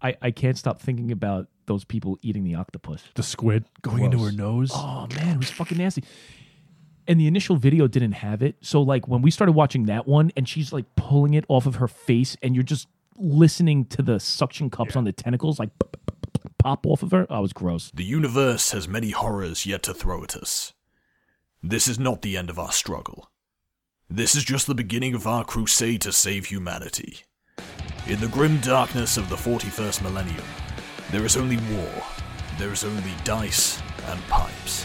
I, I can't stop thinking about those people eating the octopus. The squid going into her nose. Oh man, it was fucking nasty. And the initial video didn't have it. So like when we started watching that one and she's like pulling it off of her face and you're just listening to the suction cups on the tentacles like pop, pop, pop, pop, pop off of her. Oh, it was gross. The universe has many horrors yet to throw at us. This is not the end of our struggle. This is just the beginning of our crusade to save humanity. In the grim darkness of the 41st millennium, there is only war, there is only dice and pipes.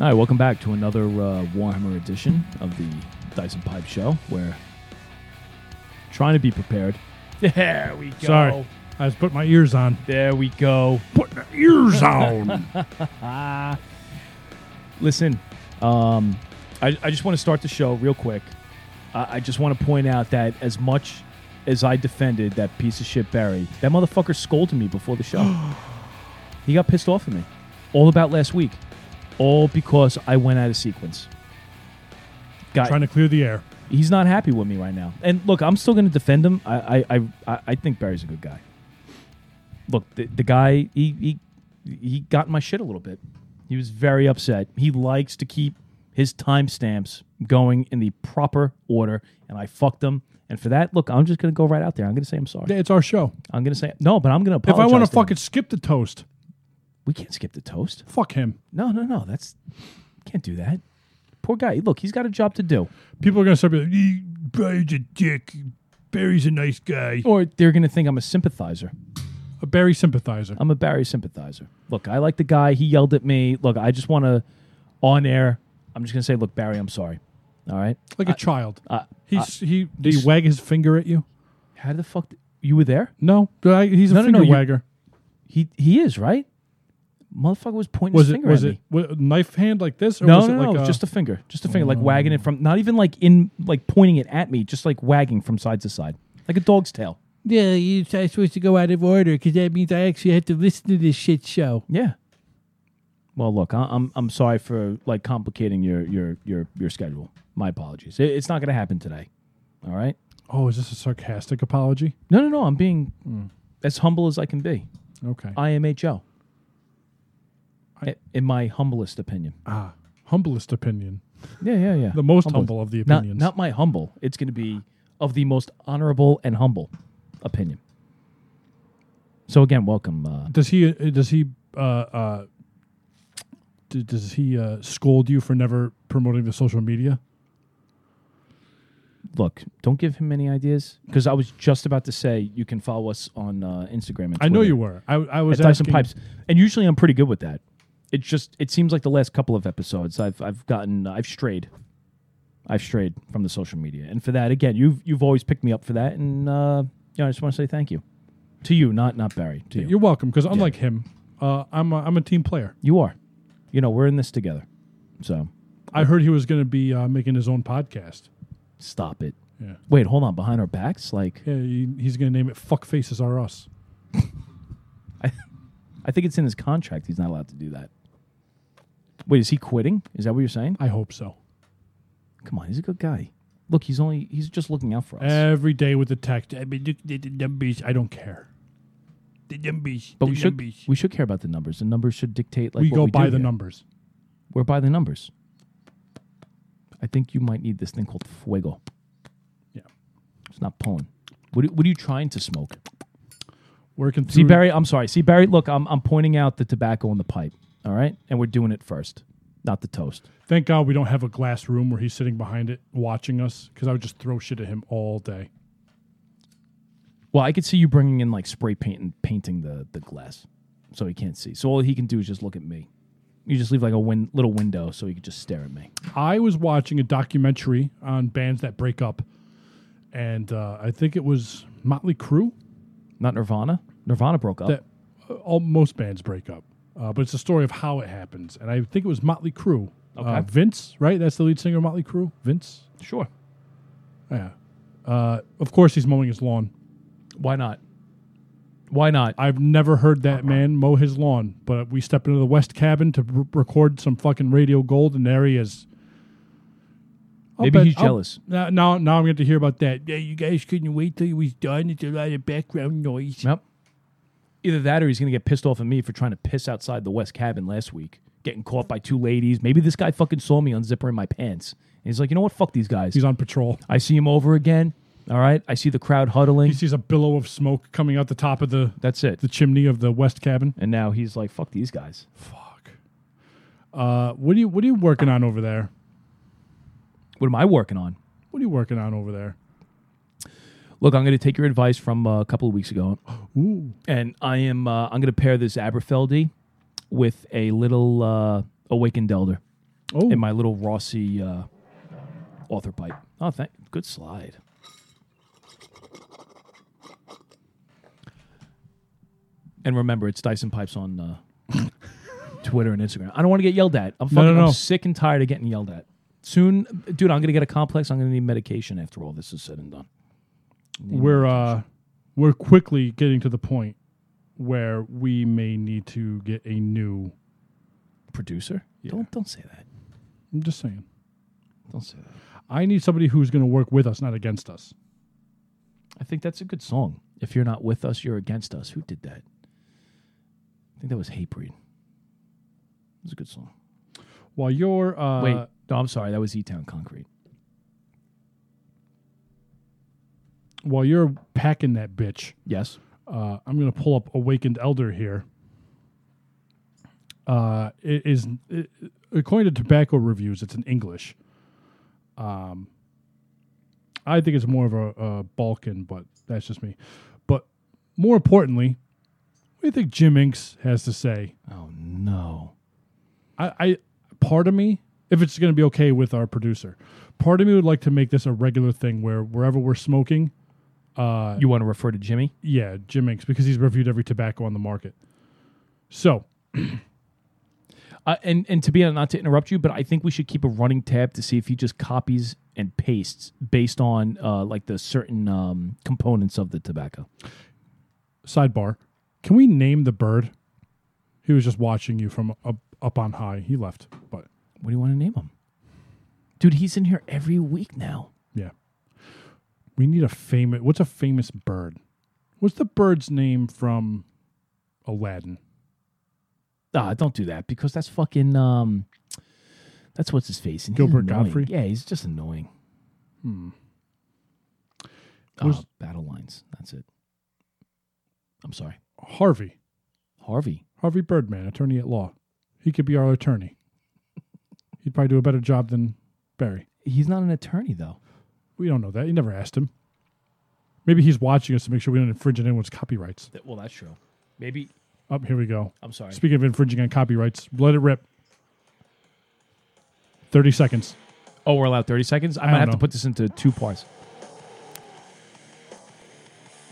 All right, welcome back to another uh, Warhammer edition of the Dyson Pipe Show where trying to be prepared. There we go. Sorry. I was putting my ears on. There we go. Putting my ears on. Listen, um, I, I just want to start the show real quick. I, I just want to point out that as much as I defended that piece of shit Barry, that motherfucker scolded me before the show. he got pissed off at me. All about last week. All because I went out of sequence. Got Trying to clear the air. he's not happy with me right now. And look, I'm still going to defend him. I, I, I- I, I think Barry's a good guy. Look, the, the guy, he, he, he got in my shit a little bit. He was very upset. He likes to keep his timestamps going in the proper order, and I fucked him. And for that, look, I'm just going to go right out there. I'm going to say I'm sorry. It's our show. I'm going to say no, but I'm going to If apologize. I want to him. fucking skip the toast, we can't skip the toast. fuck him. No, no, no. That's can't do that. Poor guy. Look, he's got a job to do. People are going to start being like, "Eh, Barry's a dick. Barry's a nice guy. Or they're going to think I'm a sympathizer. A Barry sympathizer. I'm a Barry sympathizer. Look, I like the guy. He yelled at me. Look, I just want to, on air, I'm just going to say, look, Barry, I'm sorry. All right. Like a child. I- he's, he, did he wag his finger at you? How the fuck? Did, you were there? No. I- He's a No, no, no, finger you- wagger. He he is, right? Motherfucker was pointing Was his it, finger was at it me. wa- knife hand like this? Or No, was no, it no, like it a- Oh. was just a finger. Just a finger, like wagging it from, not even like in, like pointing it at me, just like wagging from side to side, like a dog's tail. Yeah, you're supposed to go out of order because that means I actually have to listen to this shit show. Yeah. Well, look, I, I'm I'm sorry for like complicating your your your your schedule. My apologies. It, it's not going to happen today. All right. Oh, is this a sarcastic apology? No, no, no. I'm being Hmm. as humble as I can be. Okay. I am a Joe. I- I, in my humblest opinion. ah, humblest opinion. Yeah, yeah, yeah. The most humble of the Not, opinions. not my humble. It's going to be of the most honorable and humble opinion. So again, welcome. Uh, Does he? uh, Does he? Uh, uh, d- does he uh, scold you for never promoting the social media? look, don't give him any ideas because I was just about to say you can follow us on uh, Instagram. And I know Twitter you were. I, I was at Dyson asking- Pipes, and usually I'm pretty good with that. It just it seems like the last couple of episodes I've I've gotten I've strayed, I've strayed from the social media, and for that again you've you've always picked me up for that, and uh, you know I just want to say thank you to you, not not Barry, to you. You're welcome. Because unlike him, uh, I'm a, I'm a team player. You are, you know, we're in this together, so I heard he was going to be uh, making his own podcast. stop it. Yeah. Wait, hold on, behind our backs, like Yeah, he, he's going to name it "Fuck Faces Are Us." I think it's in his contract he's not allowed to do that. Wait, is he quitting? Is that what you're saying? I hope so. Come on, he's a good guy. Look, he's only he's just looking out for us. Every day with the text. I mean, look at the numbers. I don't care. The numbers. But the we should numbers. we should care about the numbers. The numbers should dictate like we what go we by do the here. numbers. We're by the numbers. I think you might need this thing called fuego. Yeah. it's not pulling. What are, what are you trying to smoke? Working See through. Barry, I'm sorry. See Barry, look, I'm I'm pointing out the tobacco in the pipe. All right, and we're doing it first, not the toast. Thank God we don't have a glass room where he's sitting behind it watching us because I would just throw shit at him all day. Well, I could see you bringing in like spray paint and painting the the glass, so he can't see. So all he can do is just look at me. You just leave like a win- little window so he could just stare at me. I was watching a documentary on bands that break up, and uh, I think it was Motley Crue Not Nirvana. Nirvana broke up. that uh, all, most bands break up. Uh, but it's a story of how it happens, and I think it was Motley Crue. Uh, Okay. Vince, right? That's the lead singer of Motley Crue. Vince. sure. Yeah. Uh, of course, he's mowing his lawn. Why not? Why not? I've never heard that Uh-huh. man mow his lawn, but we step into the west cabin to r- record some fucking radio gold, and there he is. I'll Maybe bet- he's I'll- jealous. Now, now, now I'm going to hear about that. Yeah, you guys couldn't wait till it was done. It's a lot of background noise. Yep. Either that or he's going to get pissed off at me for trying to piss outside the West Cabin last week, getting caught by two ladies. Maybe this guy fucking saw me unzippering my pants. And he's like, you know what? Fuck these guys. He's on patrol. I see him over again. All right. I see the crowd huddling. He sees a billow of smoke coming out the top of the That's it. the chimney of the west cabin. And now he's like, fuck these guys. Fuck. Uh, what are you What are you working on over there? What am I working on? What are you working on over there? Look, I'm going to take your advice from uh, a couple of weeks ago, Ooh, and I am uh, I'm going to pair this Aberfeldy with a little uh, awakened elder oh, in my little Rossi uh, author pipe. Oh, thank good slide. And remember, it's Dyson Pipes on uh, Twitter and Instagram. I don't want to get yelled at. I'm fucking no, no. I'm sick and tired of getting yelled at. Soon, dude, I'm gonna get a complex. I'm gonna need medication after all this is said and done. we're uh, we're quickly getting to the point where we may need to get a new. Producer, don't don't say that. I'm just saying. Don't say that. I need somebody who's going to work with us, not against us. I think that's a good song. If you're not with us, you're against us. Who did that? I think that was Hatebreed. It's a good song. While you're uh, Wait, no, I'm sorry. That was E Town Concrete. while you're packing that bitch, Yes. uh, I'm going to pull up Awakened Elder here. Uh, it is it, according to tobacco reviews, it's in English. Um, I think it's more of a, a Balkan, but that's just me. But more importantly, what do you think Jim Inks has to say? Oh no. I, I part of me, if it's going to be okay with our producer, part of me would like to make this a regular thing where wherever we're smoking, uh, you want to refer to Jimmy? yeah, Jim Inks because he's reviewed every tobacco on the market. So Uh, and and to be honest, not to interrupt you, but I think we should keep a running tab to see if he just copies and pastes based on uh, like the certain um, components of the tobacco. sidebar can we name the bird he was just watching you from up, up on high he left but What do you want to name him? Dude, he's in here every week now. yeah we need a famous what's a famous bird what's the bird's name from aladdin Ah, don't do that because that's fucking um that's what's his face. and he's Gilbert annoying. Godfrey? Yeah, he's just annoying. Hmm. Was- battle lines. That's it. I'm sorry. harvey Harvey. harvey birdman attorney at law he could be our attorney he'd probably do a better job than barry He's not an attorney though. we don't know that you never asked him maybe he's watching us to make sure we don't infringe on anyone's copyrights well, that's true. Maybe up here we go I'm sorry. Speaking of infringing on copyrights, let it rip. 30 seconds. Oh, we're allowed 30 seconds. I, I might don't have to know. put this into two parts.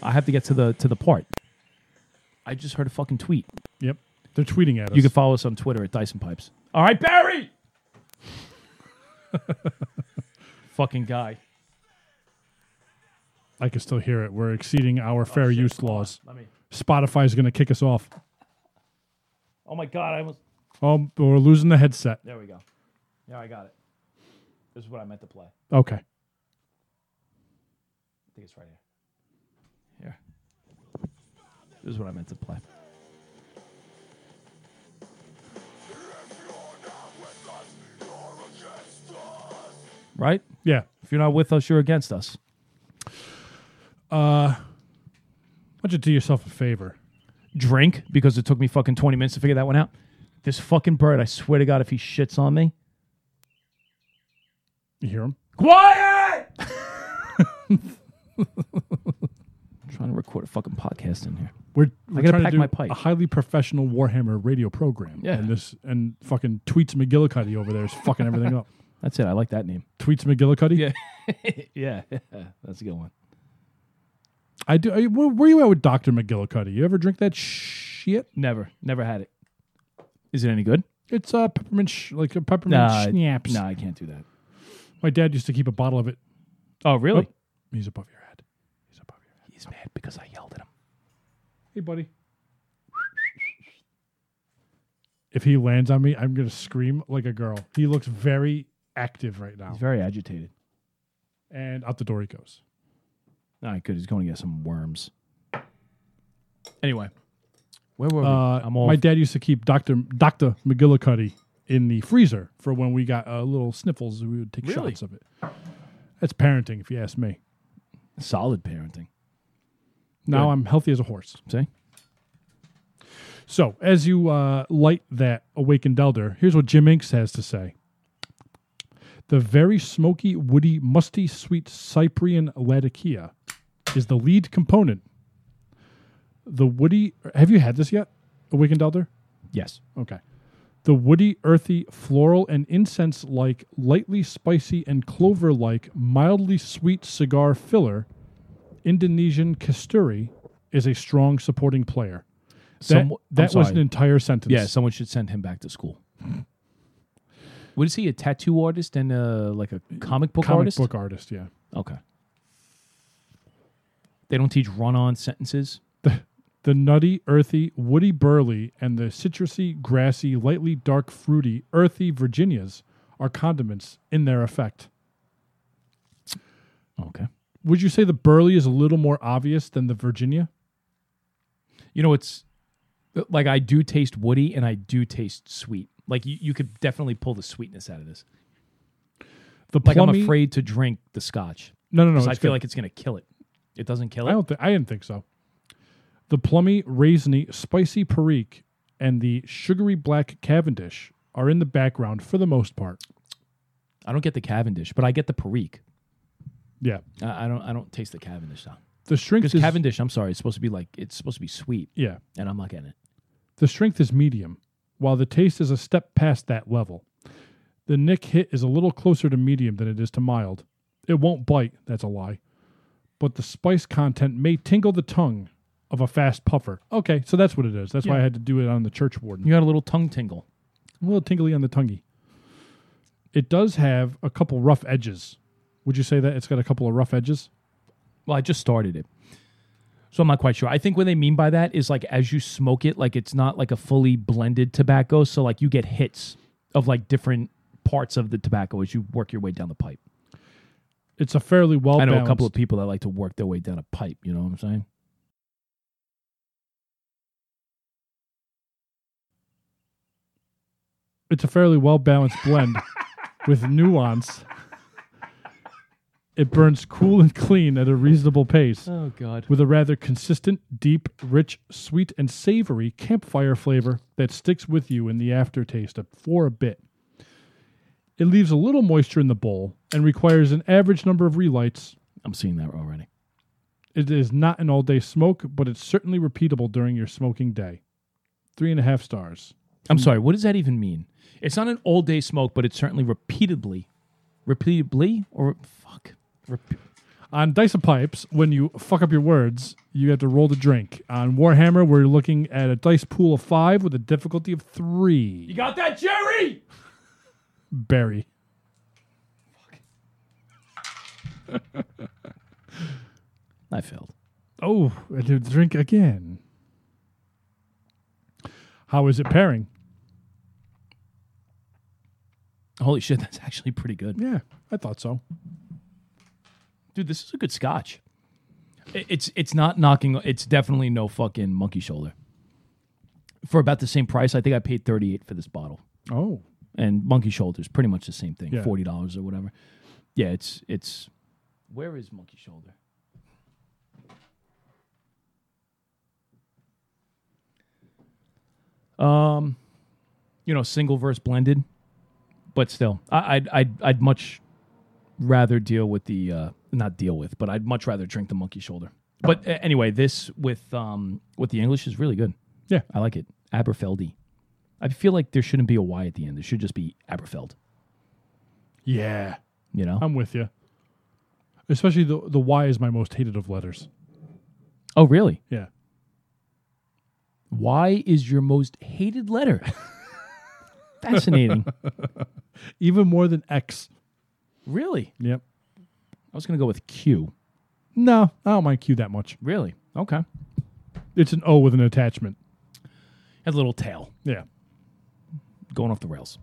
I have to get to the to the part. I just heard a fucking tweet. Yep. They're tweeting at us. You can follow us on Twitter at Dyson Pipes. All right, Barry. Fucking guy. I can still hear it. We're exceeding our fair use laws. Let me. Spotify's going to kick us off. Oh my god! I was. Oh, we're losing the headset. There we go. Yeah, I got it. This is what I meant to play. I Okay. think it's right here. Here. This is what I meant to play. Right? Yeah. If you're not with us, you're against us. Why don't you do yourself a favor? drink because it took me fucking 20 minutes to figure that one out. This fucking bird, I swear to God, if he shits on me. You hear him? Quiet! trying to record a fucking podcast in here. We're, we're gotta trying to pack do my pipe. a highly professional Warhammer radio program. Yeah. And this and fucking Tweets McGillicuddy over there is fucking everything up. That's it. I like that name. Tweets McGillicuddy? Yeah. yeah. That's a good one. I do. I, where were you at with Dr. McGillicuddy? You ever drink that shit? Never, never had it. Is it any good? It's uh, peppermint, sh- like a peppermint schnapps. No, I can't do that. My dad used to keep a bottle of it. Oh, really? He's above your head. He's above your head. He's mad because I yelled at him. Hey, buddy. if he lands on me, I'm going to scream like a girl. He looks very active right now. He's very agitated. And out the door he goes. All right, good. He's going to get some worms. Anyway, where were we? Uh, I'm all. my dad used to keep Dr. Dr. McGillicuddy in the freezer for when we got uh, little sniffles. We would take Really? shots of it. That's parenting, if you ask me. solid parenting. Now Good. I'm healthy as a horse. See? So, as you uh, light that awakened elder, here's what Jim Inks has to say. The very smoky, woody, musty, sweet Cyprian Latakia is the lead component. The woody, have you had this yet? Awakened elder? Yes. Okay. The woody, earthy, floral, and incense like, lightly spicy, and clover like, mildly sweet cigar filler, Indonesian kasturi, is a strong supporting player. That, Some- I'm that was sorry. an entire sentence. Yeah, someone should send him back to school. What is he? A tattoo artist and uh, like a comic book Comic artist? book artist, yeah. Okay. They don't teach run-on sentences. The nutty, earthy, woody burley, and the citrusy, grassy, lightly dark fruity, earthy Virginias are condiments in their effect. Okay. Would you say the burley is a little more obvious than the Virginia? You know, it's like I do taste woody and I do taste sweet. Like you, you could definitely pull the sweetness out of this. The Like plummy, I'm afraid to drink the scotch No, no, no. because I it's feel good. like it's gonna kill it. It doesn't kill I it. don't think I didn't think so. The plummy, raisiny, spicy perique and the sugary black Cavendish are in the background for the most part. I don't get the Cavendish, but I get the Perique. Yeah. I, I don't. I don't taste the Cavendish though. The strength Because is Cavendish, I'm sorry, it's supposed to be like it's supposed to be sweet, yeah. and I'm not getting it. The strength is medium, while the taste is a step past that level. The nick hit is a little closer to medium than it is to mild. It won't bite, that's a lie. But the spice content may tingle the tongue of a fast puffer. Okay, so that's what it is. That's why I had to do it on the church warden. You got a little tongue tingle. A little tingly on the tonguey. It does have a couple rough edges. Would you say that it's got a couple of rough edges? Well, I just started it. So I'm not quite sure. I think what they mean by that is like as you smoke it, like it's not like a fully blended tobacco. So like you get hits of like different parts of the tobacco as you work your way down the pipe. It's a fairly well I know balanced. a couple of people that like to work their way down a pipe, you know what I'm saying? it's a fairly well balanced blend with nuance. It burns cool and clean at a reasonable pace, Oh god. with a rather consistent, deep, rich, sweet, and savory campfire flavor that sticks with you in the aftertaste of- for a bit. It leaves a little moisture in the bowl and requires an average number of relights I'm seeing that already. It is not an all day smoke, but it's certainly repeatable during your smoking day. Three and a half stars. I'm sorry, what does that even mean? It's not an all day smoke, but it's certainly repeatedly repeatedly or fuck. Rep- On Dice and Pipes, when you fuck up your words, you have to roll to drink. On Warhammer, we're looking at a dice pool of five with a difficulty of three. got that, Jerry? Barry. I failed. Oh, I had to drink again. How is it pairing? Holy shit, that's actually pretty good. Yeah, I thought so. Dude, this is a good scotch. I- It's it's not knocking it's definitely no fucking monkey shoulder. For about the same price, I think I paid 38 for this bottle. Oh, And monkey shoulder is pretty much the same thing, Yeah. $40 or whatever. Yeah, it's it's Where is monkey shoulder? Um, you know, single verse blended, but still, I, I'd I'd I'd much rather deal with the uh, not deal with, but I'd much rather drink the monkey shoulder. But uh, anyway, this with um with the English is really good. Yeah. I like it. Aberfeldy. I feel like there shouldn't be a Y at the end. There should just be Aberfeld. yeah. You know? I'm with you. Especially the, the Y is my most hated of letters. oh, really? Yeah. Y is your most hated letter. Fascinating. Even more than X. really? Yep. I was gonna go with Q. No, I don't mind Q that much. Really? Okay. It's an O with an attachment. Had a little tail Yeah. going off the rails.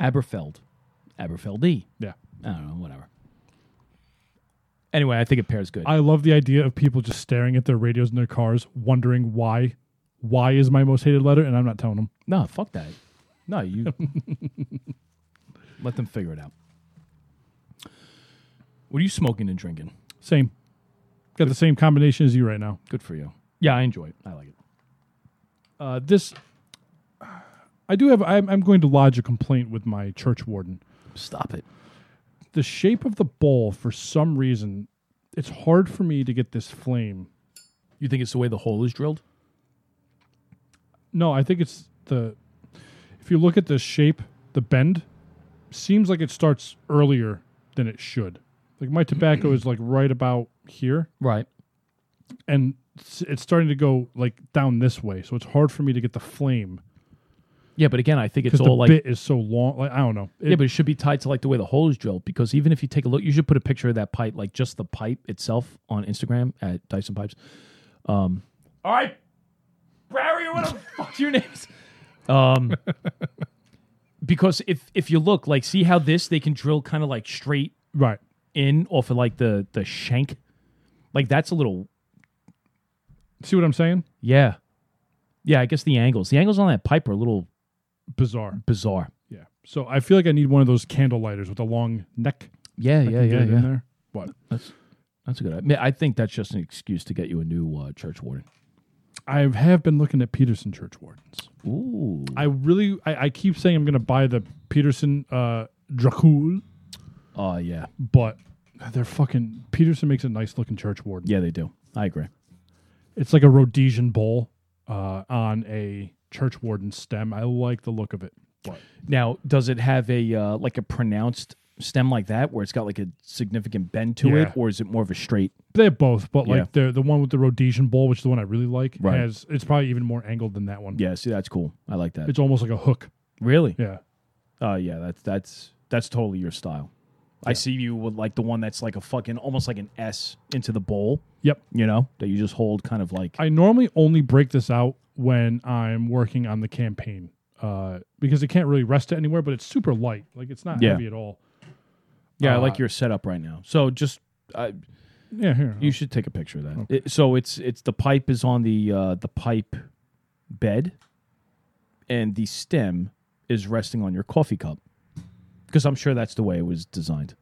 Aberfeld. Aberfeldy. Yeah. I don't know, whatever. Anyway, I think it pairs good. I love the idea of people just staring at their radios in their cars, wondering why, why is my most hated letter, and I'm not telling them. no, fuck that. No, you let them figure it out. What are you smoking and drinking? Same. Got the same combination as you right now. Good for you. Yeah, I enjoy it. I like it. Uh, this, I do have. I'm, I'm going to lodge a complaint with my church warden. Stop it. The shape of the bowl, for some reason, it's hard for me to get this flame. You think it's the way the hole is drilled? No, I think it's the. If you look at the shape, the bend seems like it starts earlier than it should. Like my tobacco is like right about here. Right. and s- it's starting to go like down this way, so it's hard for me to get the flame Yeah, but again, I think it's because the all like bit is so long. Like I don't know. It- yeah, but it should be tied to like the way the hole is drilled because even if you take a look, you should put a picture of that pipe, like just the pipe itself, on Instagram at Dyson Pipes. Um, all right, Barry, what the fuck's your name? is? Um, because if if you look, like, see how this they can drill kind of like straight right. in off of like the the shank, like that's a little See what I'm saying? yeah, yeah. I guess the angles, the angles on that pipe are a little Bizarre. bizarre. Yeah. So I feel like I need one of those candle lighters with a long neck. Yeah, I can get it In there. What? That's a good. I, mean, I think that's just an excuse to get you a new uh, church warden. I have been looking at Peterson church wardens. Ooh, I really, I, I keep saying I'm going to buy the Peterson uh, Dracul, oh yeah, but they're fucking. Peterson makes a nice looking church warden. yeah, they do. I agree. It's like a Rhodesian bowl uh, on a church warden stem. I like the look of it. But Now, does it have a uh, like a pronounced stem like that, where it's got like a significant bend to it, Yeah. or is it more of a straight? They're both, but like Yeah. the the one with the Rhodesian bowl, which is the one I really like, Right. has it's probably even more angled than that one. Yeah, see, that's cool. I like that. It's almost like a hook. really? Yeah. Oh yeah, that's that's that's totally your style. I see you with like the one that's like a fucking almost like an S into the bowl. Yep. You know that you just hold kind of like I normally only break this out when I'm working on the campaign. Uh, because it can't really rest it anywhere, but it's super light. Like it's not Yeah. heavy at all. yeah, I uh, like your setup right now. So just. I, Yeah, here. You should take a picture of that. It- so it's it's the pipe is on the uh, the pipe bed, and the stem is resting on your coffee cup, because I'm sure that's the way it was designed.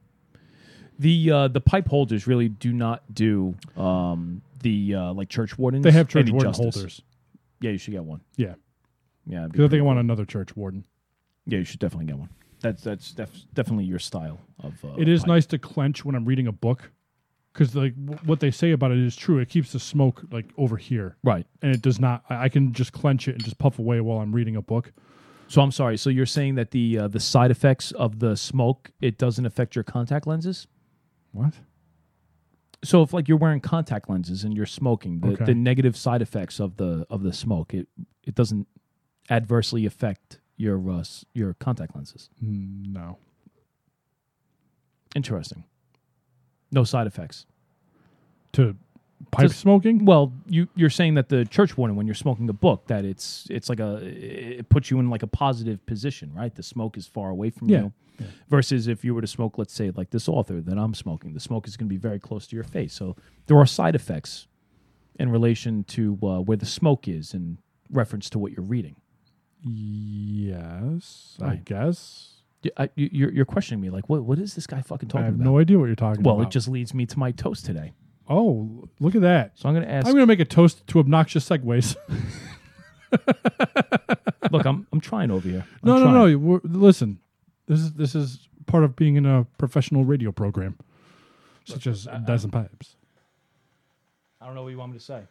The uh, the pipe holders really do not do um, the uh, like church wardens. they have church any warden justice. holders. Yeah, you should get one. Yeah. Yeah, it'd be Because I think pretty I want cool. another church warden. Yeah, you should definitely get one. That's that's def- definitely your style of. Uh, It is pipe. nice to clench when I'm reading a book. Because like w- what they say about it is true. It keeps the smoke like over here, right? and it does not. I I can just clench it and just puff away while I'm reading a book. So I'm sorry. So you're saying that the uh, the side effects of the smoke it doesn't affect your contact lenses? What? So if like you're wearing contact lenses and you're smoking, the, Okay. the negative side effects of the of the smoke it it doesn't adversely affect your uh, s- your contact lenses. Mm, No. Interesting. No side effects. To pipe Just- smoking? Well, you you're saying that the church warden when you're smoking a book that it's it's like a it puts you in like a positive position, right? The smoke is far away from Yeah. you. Versus if you were to smoke, let's say like this author that I'm smoking, the smoke is going to be very close to your face. So there are side effects in relation to uh, where the smoke is in reference to what you're reading. Yes, I Right. guess. Y- I, you- you're, you're questioning me, like, what what is this guy fucking I talking have about? no idea what you're talking well, about. it just leads me to my toast today. Oh, look at that. So I'm going to ask. I'm going to make a toast to obnoxious segues. look, I'm I'm trying over here. I'm no, no, trying. no. We're, listen, this is this is part of being in a professional radio program, such as Dyson Pipes. I don't know what you want me to say.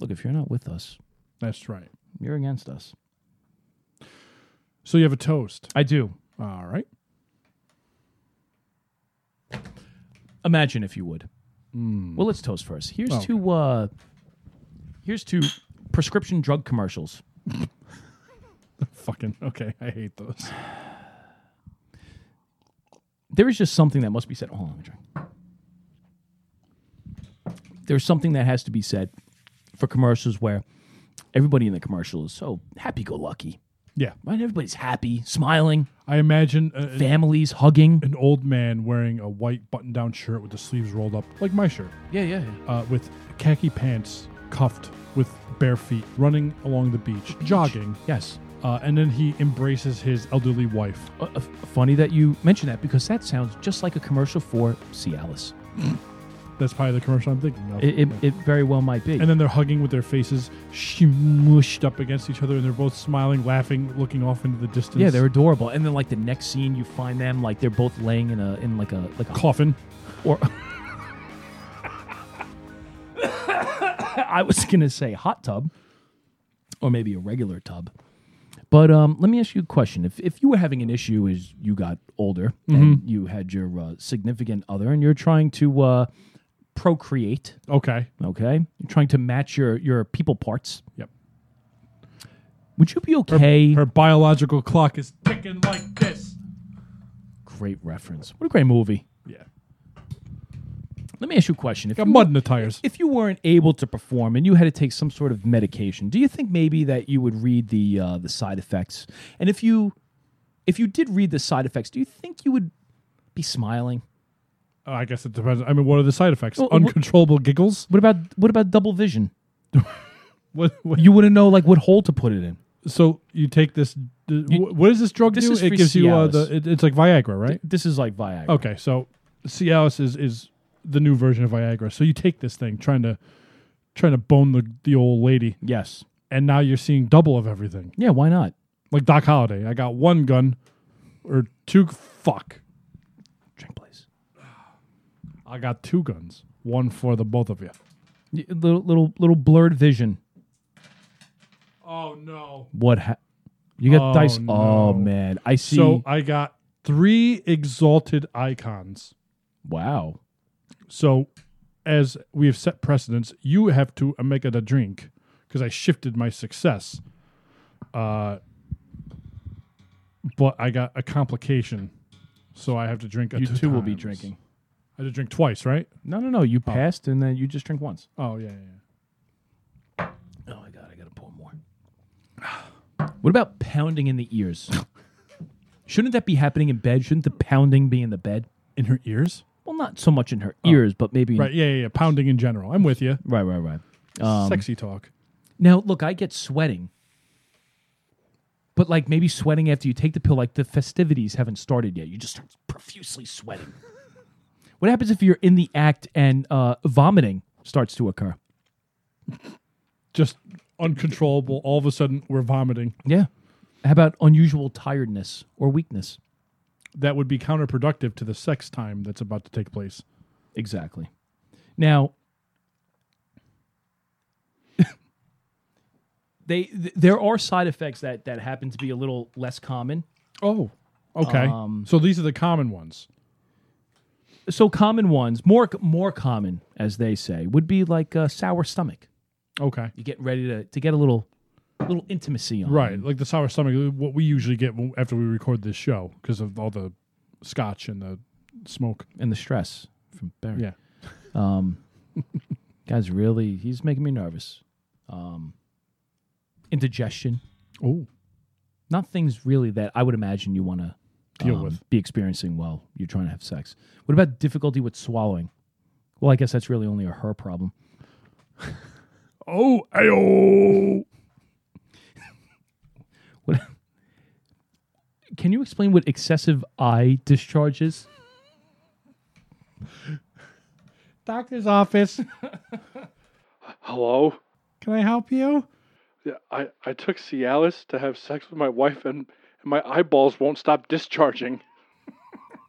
Look, if you're not with us, That's right. you're against us. So you have a toast. I do. All right. Imagine if you would. Well, let's toast first. Here's Okay. to uh, here's to prescription drug commercials. Fucking okay. I hate those. there is just something that must be said. Hold on, let me drink. There's something that has to be said for commercials where everybody in the commercial is so happy-go-lucky, Yeah. right? Everybody's happy, smiling, I imagine a, families hugging. an old man wearing a white button down shirt with the sleeves rolled up, like my shirt, Yeah, yeah, yeah. uh, with khaki pants cuffed with bare feet, running along the beach, jogging. Yes. Uh, and then he embraces his elderly wife. Uh, uh, funny that you mention that because that sounds just like a commercial for Cialis. That's probably the commercial I'm thinking of. It, it, it very well might be. and then they're hugging with their faces smushed up against each other, and they're both smiling, laughing, looking off into the distance. yeah, they're adorable. And then like the next scene, you find them like they're both laying in a in like a like a coffin. or I was gonna say hot tub, or maybe a regular tub. But um, let me ask you a question: If if you were having an issue as you got older and you had your uh, significant other and you're trying to uh, procreate, Okay. okay, you're trying to match your your people parts, Yep. would you be okay? Her biological clock is ticking like this. Great reference. What a great movie. Yeah. Let me ask you a question: If Got you mud in the tires. if you weren't able to perform and you had to take some sort of medication, do you think maybe that you would read the uh, the side effects? And if you if you did read the side effects, do you think you would be smiling? Uh, I guess it depends. I mean, what are the side effects? Well, wh- Uncontrollable giggles. What about what about double vision? What, what? You wouldn't know like what hole to put it in. So you take this. th- wh- what does this drug This do? is It for gives you uh, Cialis. the. It, it's like Viagra, right? This is like Viagra. Okay, so Cialis is is the new version of Viagra. So you take this thing, trying to trying to bone the the old lady, Yes. and now you're seeing double of everything. Yeah. Why not? Like Doc Holliday, I got one gun, or two. Fuck, Drink, please. I got two guns, one for the both of you. Y- Little little little blurred vision. Oh no! What? Ha- you got Oh, dice. Oh no. man, I see. So I got three exalted icons. wow. So, as we have set precedents, you have to uh, make it a drink because I shifted my success. Uh, but I got a complication, so I have to drink. A You two two will be times. drinking. Oh. I had to drink twice, right? No, no, no. You passed, and then you just drink once. Oh yeah, yeah. yeah. Oh my god, I gotta pour more. What about pounding in the ears? Shouldn't that be happening in bed? Shouldn't the pounding be in the bed? In her ears, Well, not so much in her ears, but maybe in- right? Yeah, yeah, yeah. Pounding in general. I'm with you. right, right, right. Sexy talk. Now, look, I get sweating, but like maybe sweating after you take the pill, like the festivities haven't started yet. You just start profusely sweating. what happens if you're in the act and uh, vomiting starts to occur? Just uncontrollable. All of a sudden, we're vomiting. Yeah. How about unusual tiredness or weakness? That would be counterproductive to the sex time that's about to take place. Exactly. Now, they th- there are side effects that that happen to be a little less common. Oh, okay. Um, so these are the common ones. So common ones, more c- more common as they say, would be like a sour stomach. Okay. You get ready to to get a little little intimacy on. Right, like the sour stomach. What we usually get when- after we record this show because of all the scotch and the smoke. And the stress from Barry. Yeah, Guys, really, he's making me nervous. Um indigestion. Oh. Not things really that I would imagine you want to deal with. be experiencing while you're trying to have sex. What about difficulty with swallowing? Well, I guess that's really only a her problem. Oh, ayo. What? Can you explain what excessive eye discharge is? Doctor's office. Hello? Can I help you? Yeah, I, I took Cialis to have sex with my wife, and, and my eyeballs won't stop discharging.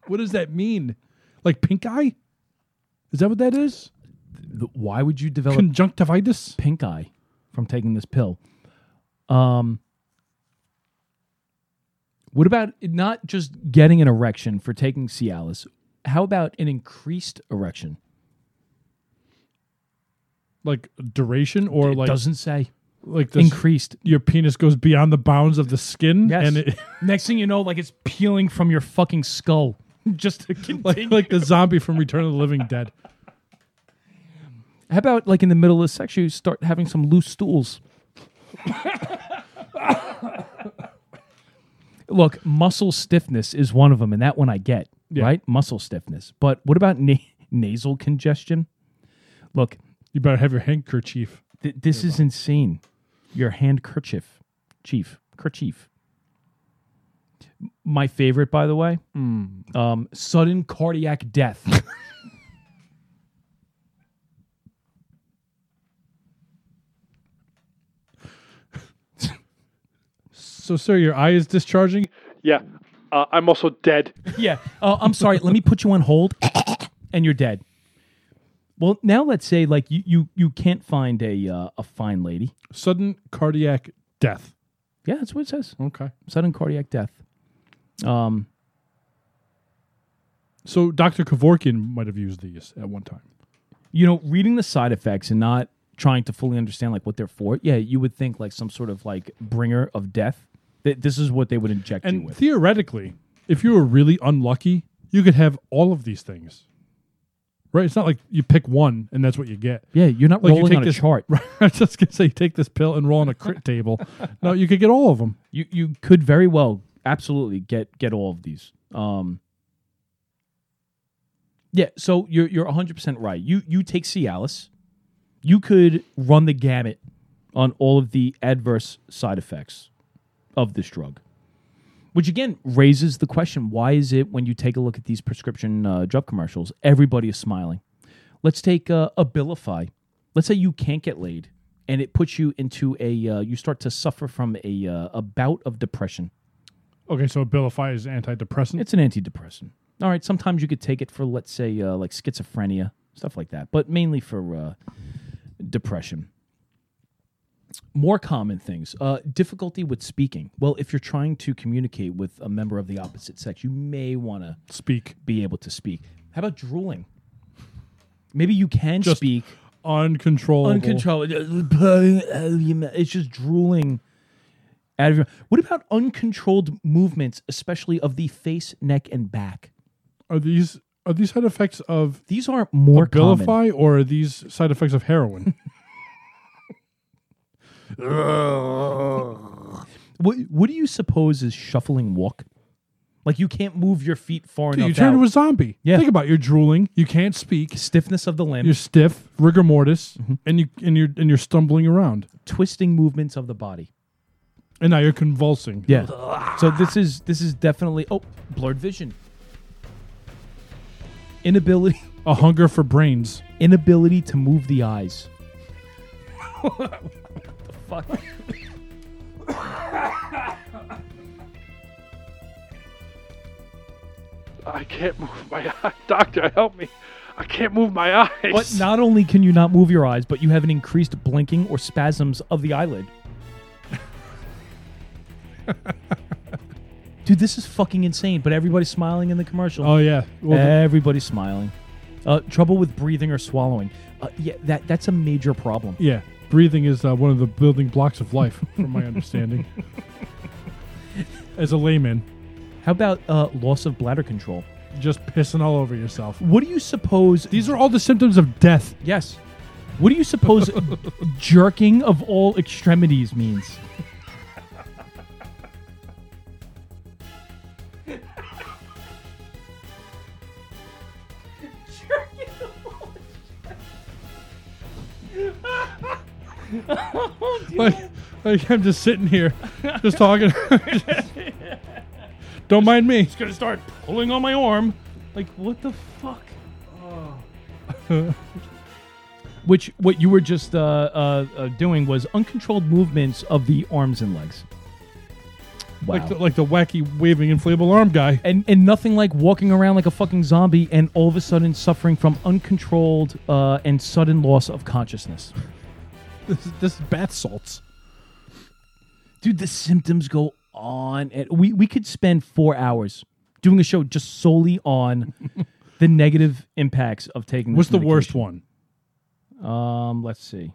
What does that mean? Like pink eye? Is that what that is? Th- Why would you develop Conjunctivitis. pink eye from taking this pill? Um, what about not just getting an erection for taking Cialis? How about an increased erection? Like duration or It like doesn't say like this, increased. your penis goes beyond the bounds of the skin Yes. and it, Next thing you know, like it's peeling from your fucking skull. just to like, continue. like the zombie from Return of the Living Dead. How about like in the middle of sex, you start having some loose stools? Look, muscle stiffness is one of them, and that one I get, right? Muscle stiffness. But what about na- nasal congestion? Look, You better have your handkerchief. th- this is insane. Your handkerchief, chief, kerchief. My favorite, by the way, um, sudden cardiac death. So, sir, your eye is discharging. Yeah, uh, I'm also dead. Yeah. Oh, I'm sorry. Let me put you on hold, and you're dead. Well, now let's say like you you, you can't find a uh, a fine lady. Sudden cardiac death. Yeah, that's what it says. Okay. Sudden cardiac death. So, Dr. Kevorkian might have used these at one time. You know, reading the side effects and not trying to fully understand like what they're for. Yeah, you would think like some sort of like bringer of death. That this is what they would inject you And with. theoretically, if you were really unlucky, you could have all of these things. Right? It's not like you pick one and that's what you get. yeah, you're not Like you rolling take on a this- chart. Right? I was just going to say, you take this pill and roll on a crit table. No, you could get all of them. You you could very well absolutely get get all of these. Um Yeah, so you're you're 100% right. You you take Cialis. You could run the gamut on all of the adverse side effects of this drug. Which again raises the question why is it when you take a look at these prescription uh, drug commercials everybody is smiling. Let's take uh, Abilify. Let's say you can't get laid, and it puts you into a. Uh, you start to suffer from a uh, a bout of depression. Okay, so Abilify is antidepressant. It's an antidepressant. All right. Sometimes you could take it for, let's say, uh, like schizophrenia, stuff like that, but mainly for uh, depression. More common things: uh, difficulty with speaking. Well, if you're trying to communicate with a member of the opposite sex, you may want to Speak be able to speak. How about drooling? Maybe you can Just speak. uncontrollable. uncontrolled. uh, It's just drooling out of your. What about uncontrolled movements, especially of the face, neck, and back? are these are these side effects of These are more common. Abilify or are these side effects of heroin? What, what do you suppose is shuffling walk? Like you can't move your feet far Dude, enough. you turn out. into a zombie. Yeah. Think about it. you're drooling, you can't speak, stiffness of the limb, you're stiff, rigor mortis, Mm-hmm. and you and you're and you're stumbling around. twisting movements of the body. And now you're convulsing. Yeah. So this is this is definitely oh blurred vision, inability A hunger for brains. inability to move the eyes. what the fuck? I can't move my eye. Doctor, help me. I can't move my eyes. But not only can you not move your eyes, but you have an increased blinking or spasms of the eyelid. Dude, this is fucking insane, but everybody's smiling in the commercial. Oh yeah. Well, Eh. everybody's smiling. Uh, trouble with breathing or swallowing. Uh, yeah, that that's a major problem. yeah. Breathing is uh, one of the building blocks of life, from my understanding. As a layman, How about uh, loss of bladder control? just pissing all over yourself. What do you suppose? These are all the symptoms of death. Yes. What do you suppose jerking of all extremities means? Like, like I'm just sitting here, just talking. Don't mind me. gonna start pulling on my arm. Like what the fuck? Which what you were just uh, uh, uh, doing was uncontrolled movements of the arms and legs. Wow. Like the, like the wacky waving inflatable arm guy. and and nothing like walking around like a fucking zombie and all of a sudden suffering from uncontrolled uh, and sudden loss of consciousness. This, this is bath salts. Dude, the symptoms go on, and we we could spend four hours doing a show just solely on the negative impacts of taking. What's this the worst medication. one? Um, let's see.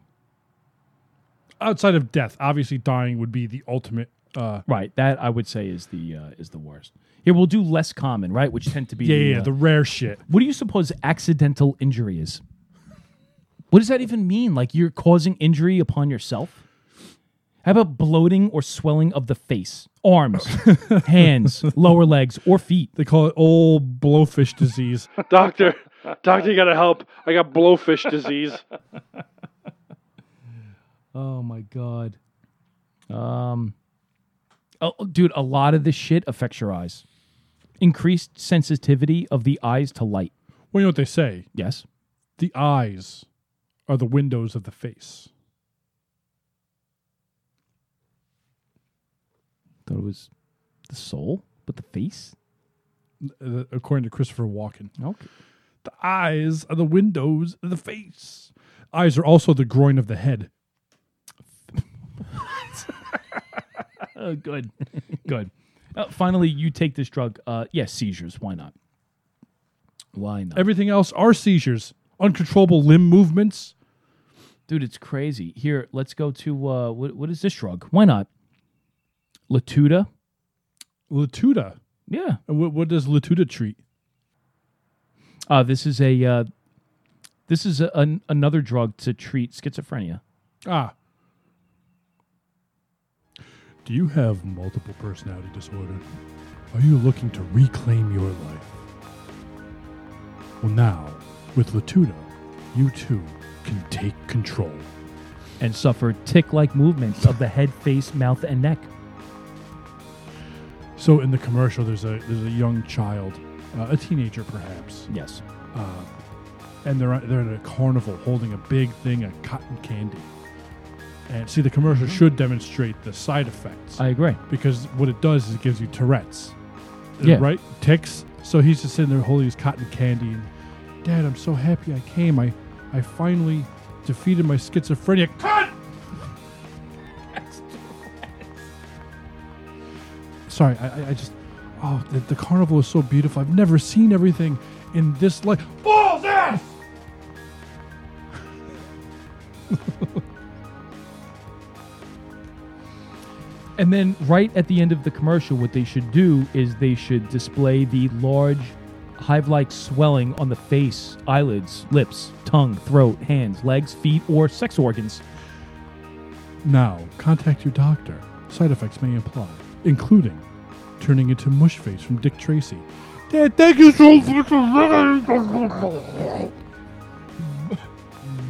Outside of death, obviously dying would be the ultimate Uh, Right. That I would say is the uh, is the worst. Here we'll do less common, right? Which tend to be yeah, yeah, uh, yeah, the rare shit. what do you suppose accidental injury is? What does that even mean? Like you're causing injury upon yourself? How about bloating or swelling of the face, arms, hands, lower legs, or feet? They call it old blowfish disease. Doctor, doctor, you gotta help. I got blowfish disease. Oh my god. Um oh, dude, a lot of this shit affects your eyes. Increased sensitivity of the eyes to light. well, you know what they say? Yes. The eyes are the windows of the face. Thought it was the soul, but the face? uh, according to Christopher Walken. Okay. The eyes are the windows of the face. Eyes are also the groin of the head. Oh, good, good. Uh, finally, you take this drug. Uh, yes, seizures. Why not? Why not, Everything else are seizures, uncontrollable limb movements. dude? It's crazy. Here, let's go to uh, what, what is this drug? Why not? Latuda. Latuda. Yeah. And What, what does Latuda treat? Uh, this is a uh, this is a, an, another drug to treat schizophrenia. Ah. Do you have multiple personality disorder? Are you looking to reclaim your life? Well, now, with Latuda, you too can take control. and suffer tick like movements of the head, face, mouth, and neck. So in the commercial, there's a there's a young child, uh, a teenager perhaps, Yes. and they're they're at a carnival holding a big thing of cotton candy. And see, the commercial should demonstrate the side effects I agree. because what it does is it gives you Tourette's, Uh, Yeah. right? Ticks. So he's just sitting there holding his cotton candy, and Dad, I'm so happy I came. I I finally defeated my schizophrenia. Cut. Sorry, I, I- I just. Oh, the, the carnival is so beautiful. I've never seen everything in this life. Balls ass! And then, right at the end of the commercial, what they should do is they should display the large hive like swelling on the face, eyelids, lips, tongue, throat, hands, legs, feet, or sex organs. Now, contact your doctor. Side effects may apply, including turning into mush face from Dick Tracy. Dad, thank you so much for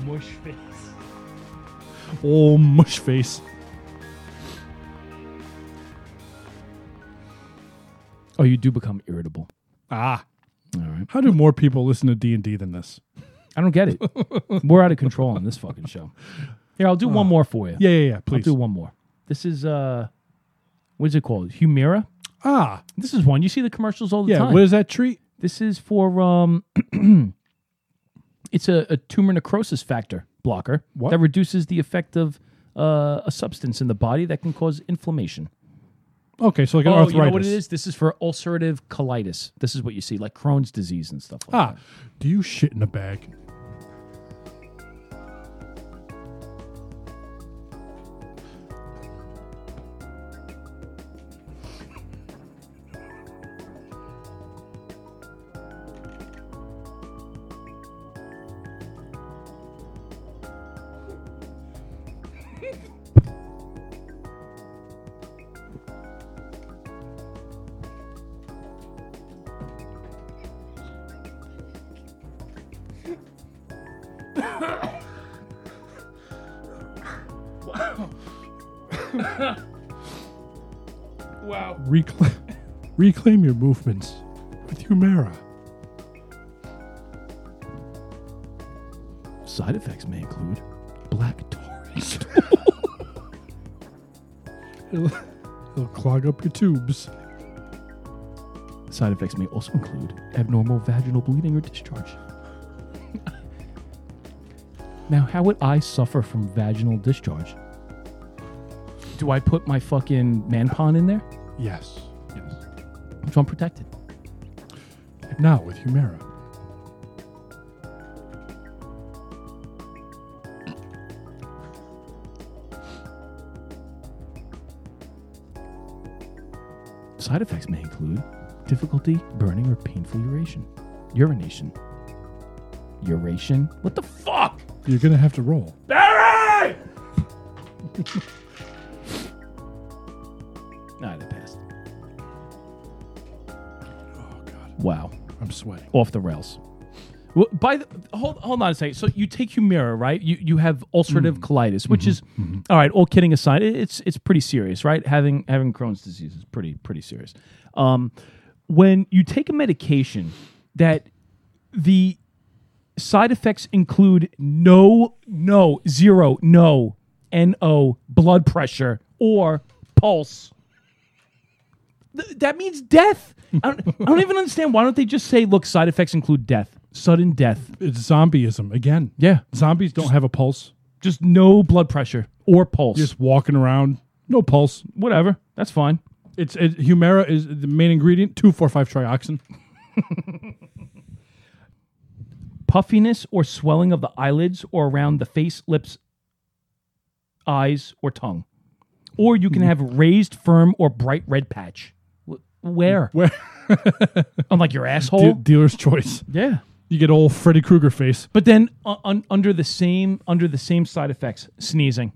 Mush face. Oh, mush face. Oh, you do become irritable. Ah. All right. How do more people listen to D&D than this? I don't get it. We're out of control on this fucking show. Here, I'll do one more for you. Yeah, yeah, yeah, I'll please. do one more. This is, uh, what is it called? Humira? Ah, This is one. You see the commercials all the yeah, time. what does that treat? This is for um, it's a, a tumor necrosis factor blocker What? that reduces the effect of uh, a substance in the body that can cause inflammation. Okay, so like an Oh, arthritis. you know what it is? This is for ulcerative colitis. This is what you see, like Crohn's disease and stuff. like Ah, do you shit in a bag? Reclaim, reclaim your movements with Humera. that. Side effects may include black tarnish. It'll, it'll clog up your tubes. Side effects may also include abnormal vaginal bleeding or discharge. now, how would I suffer from vaginal discharge? Do I put my fucking man pawn in there? Yes, yes. So I'm protected. Now with Humera. Side effects may include difficulty burning or painful uration. Urination. Uration? What the fuck? You're gonna have to roll. Oh, Barry! nah, they passed. Oh god, Wow. I'm sweating. Off the rails. Well, by the hold, hold on a second. So you take Humira, right? You you have ulcerative colitis, which is all right. All kidding aside, it- it's it's pretty serious, right? Having having Crohn's disease is pretty pretty serious. Um, when you take a medication that the side effects include no, no, zero, no, no blood pressure or pulse. Th- that means death. I don't, I don't even understand. Why don't they just say, look, side effects include death, sudden death? It's zombieism again. Yeah. Zombies don't have a pulse. Just no blood pressure or pulse. Just walking around, no pulse. whatever. That's fine. It's it, Humira is the main ingredient. Two, four, five trioxin. Puffiness or swelling of the eyelids or around the face, lips, eyes, or tongue. Or you can have raised, firm, or bright red patch. Wh- Where? Where On like your asshole? De- dealer's choice. Yeah. You get old Freddy Krueger face. But then uh, un- under the same under the same side effects, sneezing.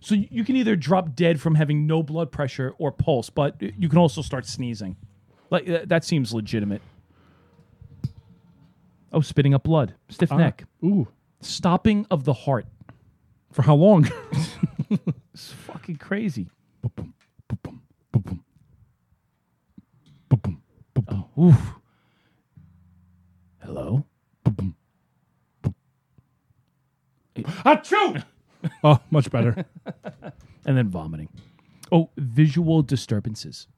So y- you can either drop dead from having no blood pressure or pulse, but you can also start sneezing. Like tha- that seems legitimate. Oh, spitting up blood, stiff neck, Ah, Ooh, stopping of the heart. for how long? It's fucking crazy. Ba-boom, ba-boom, ba-boom. Ba-boom, ba-boom, Oh, Oof. Hello. ba-boom, boom. Achoo! Oh, much better. and then vomiting. Oh, visual disturbances.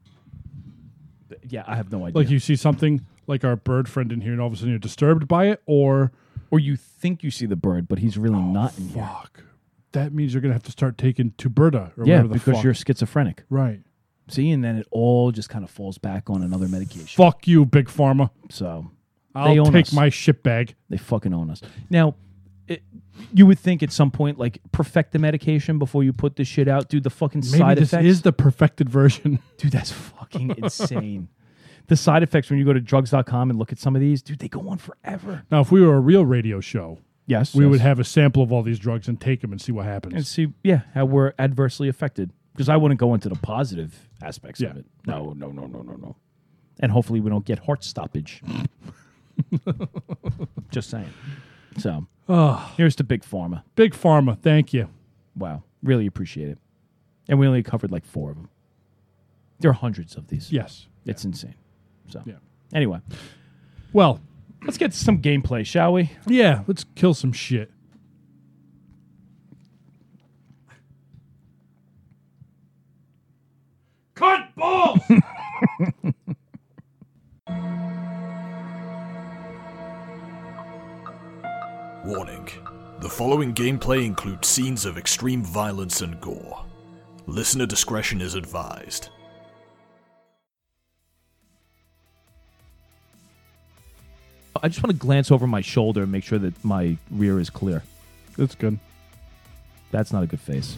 Yeah, I have no idea. Like you see something like our bird friend in here, and all of a sudden you're disturbed by it, or or you think you see the bird, but he's really not in here. fuck, that means you're gonna have to start taking Tuberta or Yeah, whatever the because fuck. you're schizophrenic. right. See, and then it all just kind of falls back on another medication. Fuck you, big pharma. So I'll own take us. my shit bag. they fucking own us. Now, it, you would think at some point, like, perfect the medication before you put this shit out. Dude, the fucking Maybe side this effects. is the perfected version. dude, that's fucking insane. The side effects when you go to drugs.com and look at some of these, dude, they go on forever. Now, if we were a real radio show, Yes. we yes. would have a sample of all these drugs and take them and see what and happens. see, yeah, how we're adversely affected. Because I wouldn't go into the positive aspects of Yeah. it. No, no, no, no, no, no. And hopefully we don't get heart stoppage. Just saying. So here's to Big Pharma. Big pharma, thank you. Wow. Really appreciate it. And we only covered like four of them. There are hundreds of these. Yes. It's insane. So Yeah. anyway, Well, let's get some gameplay, shall we? yeah. Let's kill some shit. Cut balls. Warning. The following gameplay includes scenes of extreme violence and gore. Listener discretion is advised. I just want to glance over my shoulder and make sure that my rear is clear. That's good. That's not a good face.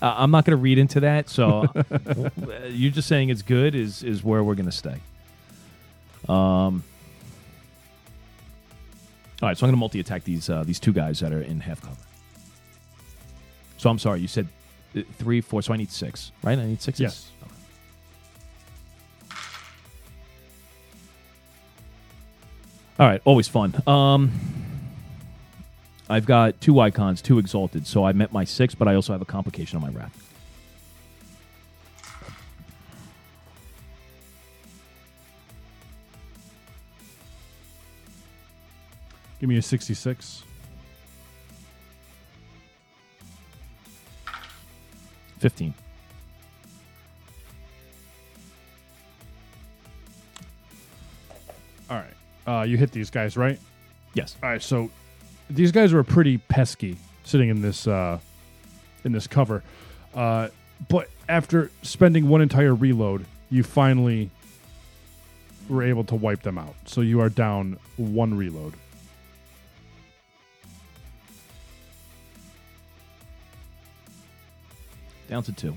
Uh, I'm not going to read into that. So uh, you're just saying it's good is is where we're going to stay. Um. All right, so I'm going to multi attack these uh, these two guys that are in half cover. So I'm sorry, you said uh, three, four. So I need six, right? I need six. Yes. All right, always fun. Um, I've got two icons, two exalted, so I met my six, but I also have a complication on my wrath. Give me a sixty-six. 15. All right. Uh, you hit these guys, right? Yes. All right, so these guys were pretty pesky sitting in this uh, in this cover, uh, but after spending one entire reload, you finally were able to wipe them out. So you are down one reload. Down to two.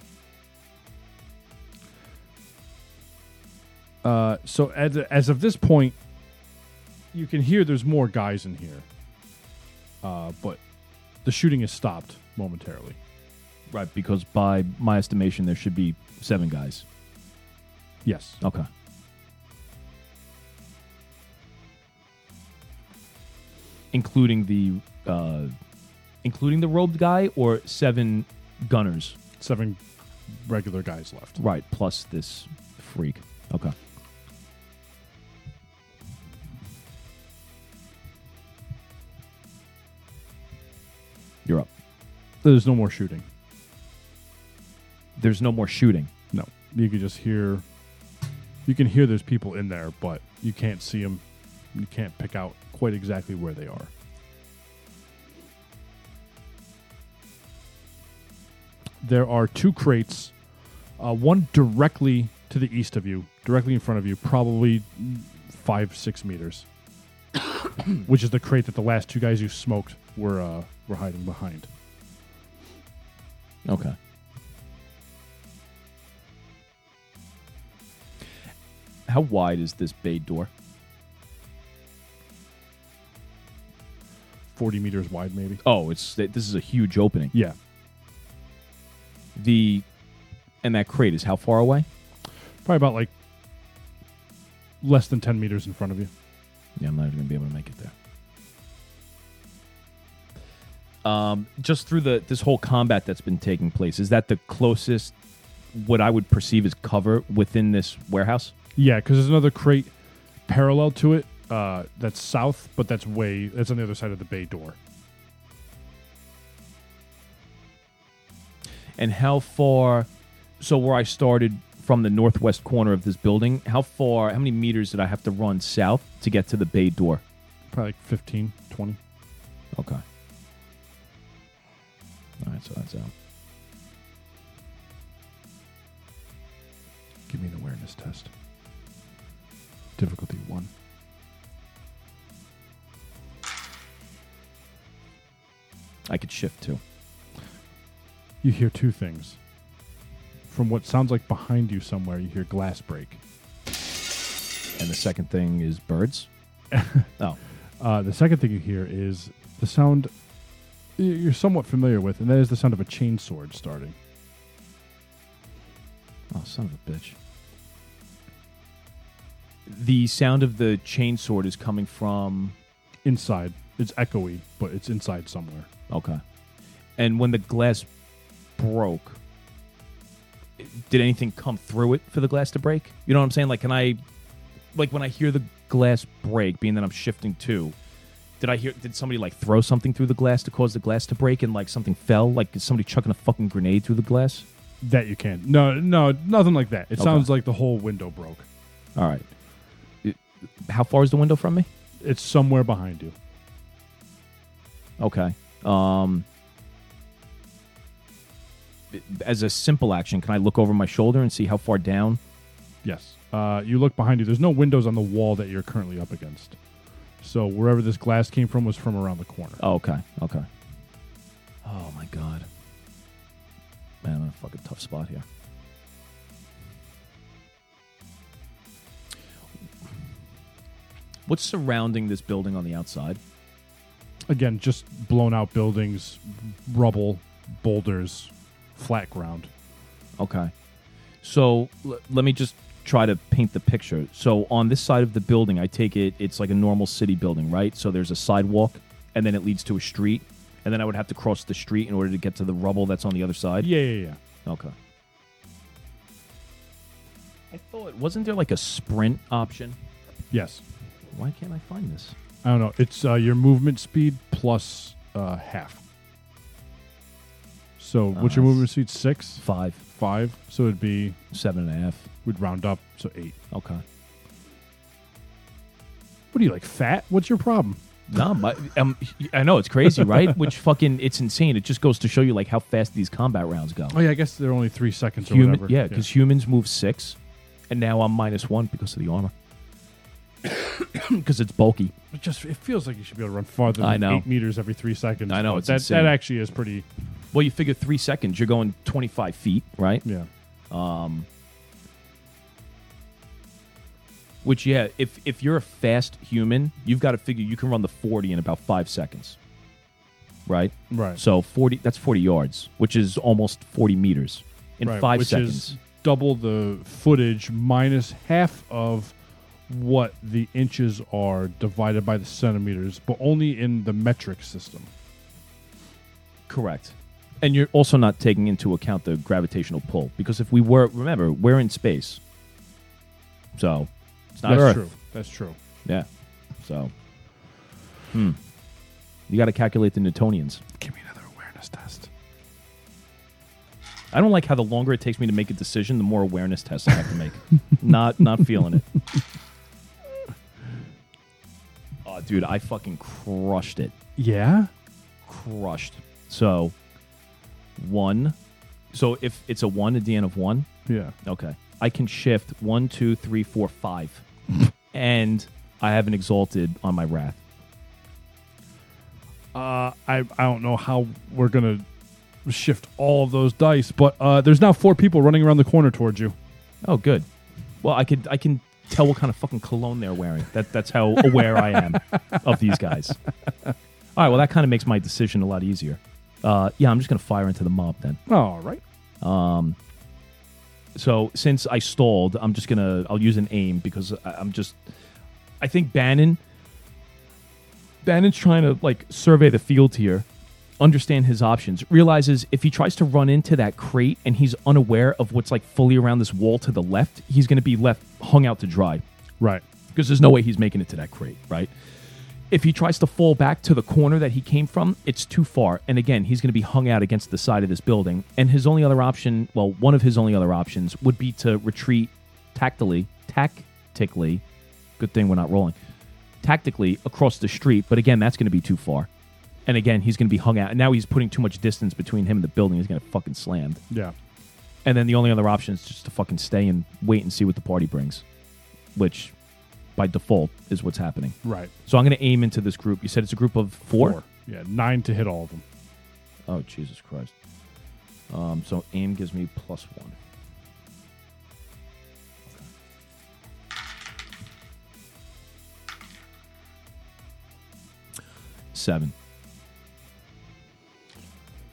Uh, so as, as of this point, you can hear there's more guys in here. Uh, but the shooting is stopped momentarily. Right, because by my estimation, there should be seven guys. Yes. Okay. Including the, uh, including the robed guy or seven gunners. Seven regular guys left. Right, plus this freak. Okay. You're up. There's no more shooting. There's no more shooting. No. You can just hear. You can hear there's people in there, but you can't see them. You can't pick out quite exactly where they are. There are two crates, uh, one directly to the east of you, directly in front of you, probably five, six meters, which is the crate that the last two guys you smoked were uh, were hiding behind. Okay. How wide is this bay door? Forty meters wide, maybe. Oh, it's th- this is a huge opening. Yeah, The and that crate is how far away? probably about like less than ten meters in front of you. Yeah, I'm not even gonna be able to make it there. Um, just through the this whole combat that's been taking place, is that the closest what I would perceive as cover within this warehouse? Yeah, because there's another crate parallel to it uh, that's south, but that's way that's on the other side of the bay door. And how far? So where I started from the northwest corner of this building, how far? How many meters did I have to run south to get to the bay door? Probably like 15, 20. Okay. All right, so that's out. Give me an awareness test. Difficulty one. I could shift too. You hear two things. From what sounds like behind you somewhere, you hear glass break. And the second thing is birds. oh, Uh, the second thing you hear is the sound y- you're somewhat familiar with, and that is the sound of a chain sword starting. oh, son of a bitch. The sound of the chainsword is coming from. Inside, it's echoey, but it's inside somewhere. Okay. And when the glass broke, did anything come through it for the glass to break? You know what I'm saying? Like, can I, like, when I hear the glass break, being that I'm shifting too, did I hear? Did somebody like throw something through the glass to cause the glass to break, and like something fell? Like, is somebody chucking a fucking grenade through the glass? That you can. No, no, nothing like that. It Okay. sounds like the whole window broke. All right. It- how far is the window from me? It's somewhere behind you. Okay. Um, as a simple action, can I look over my shoulder and see how far down? Yes. Uh, you look behind you. There's no windows on the wall that you're currently up against. So wherever this glass came from was from around the corner. Oh, okay. Okay. Oh my god. Man, I'm in a fucking tough spot here. What's surrounding this building on the outside? Again, just blown out buildings, rubble, boulders, flat ground. Okay. So l- let me just try to paint the picture. So on this side of the building, I take it it's like a normal city building, right? So there's a sidewalk, and then it leads to a street, and then I would have to cross the street in order to get to the rubble that's on the other side. Yeah, yeah, yeah. Okay. I thought wasn't there like a sprint option? Yes. Why can't I find this? I don't know. It's uh, your movement speed plus uh, half. So what's your Nice. movement speed? Six, Five, five. So it'd be seven and a half. we'd round up. So eight. Okay. What are you like fat? What's your problem? No, my, um, I know it's crazy, right? Which fucking it's insane. It just goes to show you like how fast these combat rounds go. Oh yeah, I guess they're only three seconds or Human, whatever. yeah, because humans move six, and now I'm minus one because of the armor. Because it's bulky. It just it feels like you should be able to run farther than I know. eight meters every three seconds. I know, but it's that insane. that actually is pretty. Well, you figure three seconds, you're going 25 feet, right? Yeah, Which yeah, if if you're a fast human, you've got to figure you can run the 40 in about 5 seconds. Right? Right. So 40 that's 40 yards, which is almost 40 meters in right, 5 which seconds. Is double the footage minus half of what the inches are divided by the centimeters, but only in the metric system. Correct. And you're also not taking into account the gravitational pull because if we were, remember, we're in space. So it's not That's Earth. true. That's true. Yeah. So, hmm. You got to calculate the Newtonians. Give me another awareness test. I don't like how the longer it takes me to make a decision, the more awareness tests I have to make. not, not feeling it. Oh, dude, I fucking crushed it. Yeah. Crushed. So, one. So if it's a one, a DN of one, Yeah. Okay. I can shift one, two, three, four, five. and I have an exalted on my wrath. Uh, I I don't know how we're gonna shift all of those dice, but uh, there's now four people running around the corner towards you. Oh good. Well I could I can tell what kind of fucking cologne they're wearing. That that's how aware I am of these guys. All right, well that kind of makes my decision a lot easier. Uh, yeah, I'm just gonna fire into the mob then. All right. So since I stalled, I'm just gonna I'll use an aim because I, I'm just I think Bannon Bannon's trying to like survey the field here, understand his options, realizes if he tries to run into that crate and he's unaware of what's like fully around this wall to the left, he's gonna be left hung out to dry Right. because there's no way he's making it to that crate, right? If he tries to fall back to the corner that he came from, it's too far. And again, he's going to be hung out against the side of this building. And his only other option, well, one of his only other options would be to retreat tactically, tactically. Good thing we're not rolling. Tactically across the street, but again, that's going to be too far. And again, he's going to be hung out. And now he's putting too much distance between him and the building. He's going to fucking slammed. Yeah. And then the only other option is just to fucking stay and wait and see what the party brings, which by default is what's happening. Right. So I'm going to aim into this group. You said it's a group of four? Yeah. Nine to hit all of them. Oh, Jesus Christ. Um, so aim gives me plus one. Seven.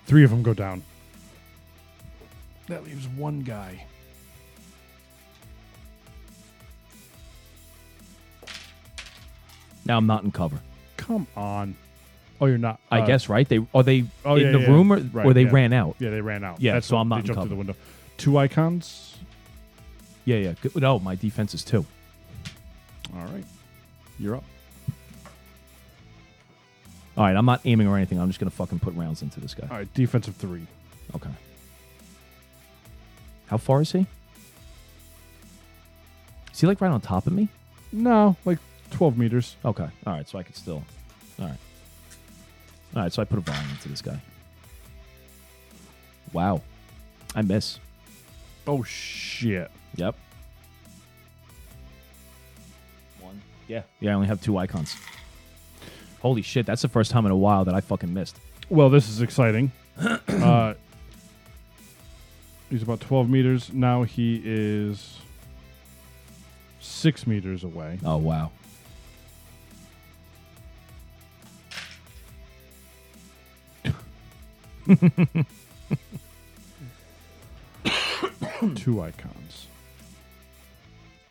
Three of them go down. That leaves one guy. Now I'm not in cover. Come on. Oh, you're not. I uh, guess, right? They Are they oh, in yeah, the yeah, room or, right, or they yeah. ran out? Yeah, they ran out. Yeah, so what- I'm not They in jumped cover. through the window. Two icons. Yeah, yeah. Good. No, my defense is two. All right. You're up. All right, I'm not aiming or anything. I'm just going to fucking put rounds into this guy. All right. Defensive three. Okay. How far is he? Is he like right on top of me? No, like 12 meters. Okay. All right. So I could still. All right. All right. So I put a volume into this guy. Wow. I miss. Oh, shit. Yep. One. Yeah. Yeah. I only have two icons. Holy shit. That's the first time in a while that I fucking missed. Well, this is exciting. uh, he's about 12 meters. Now he is six meters away. Oh, wow. Hmm. Two icons.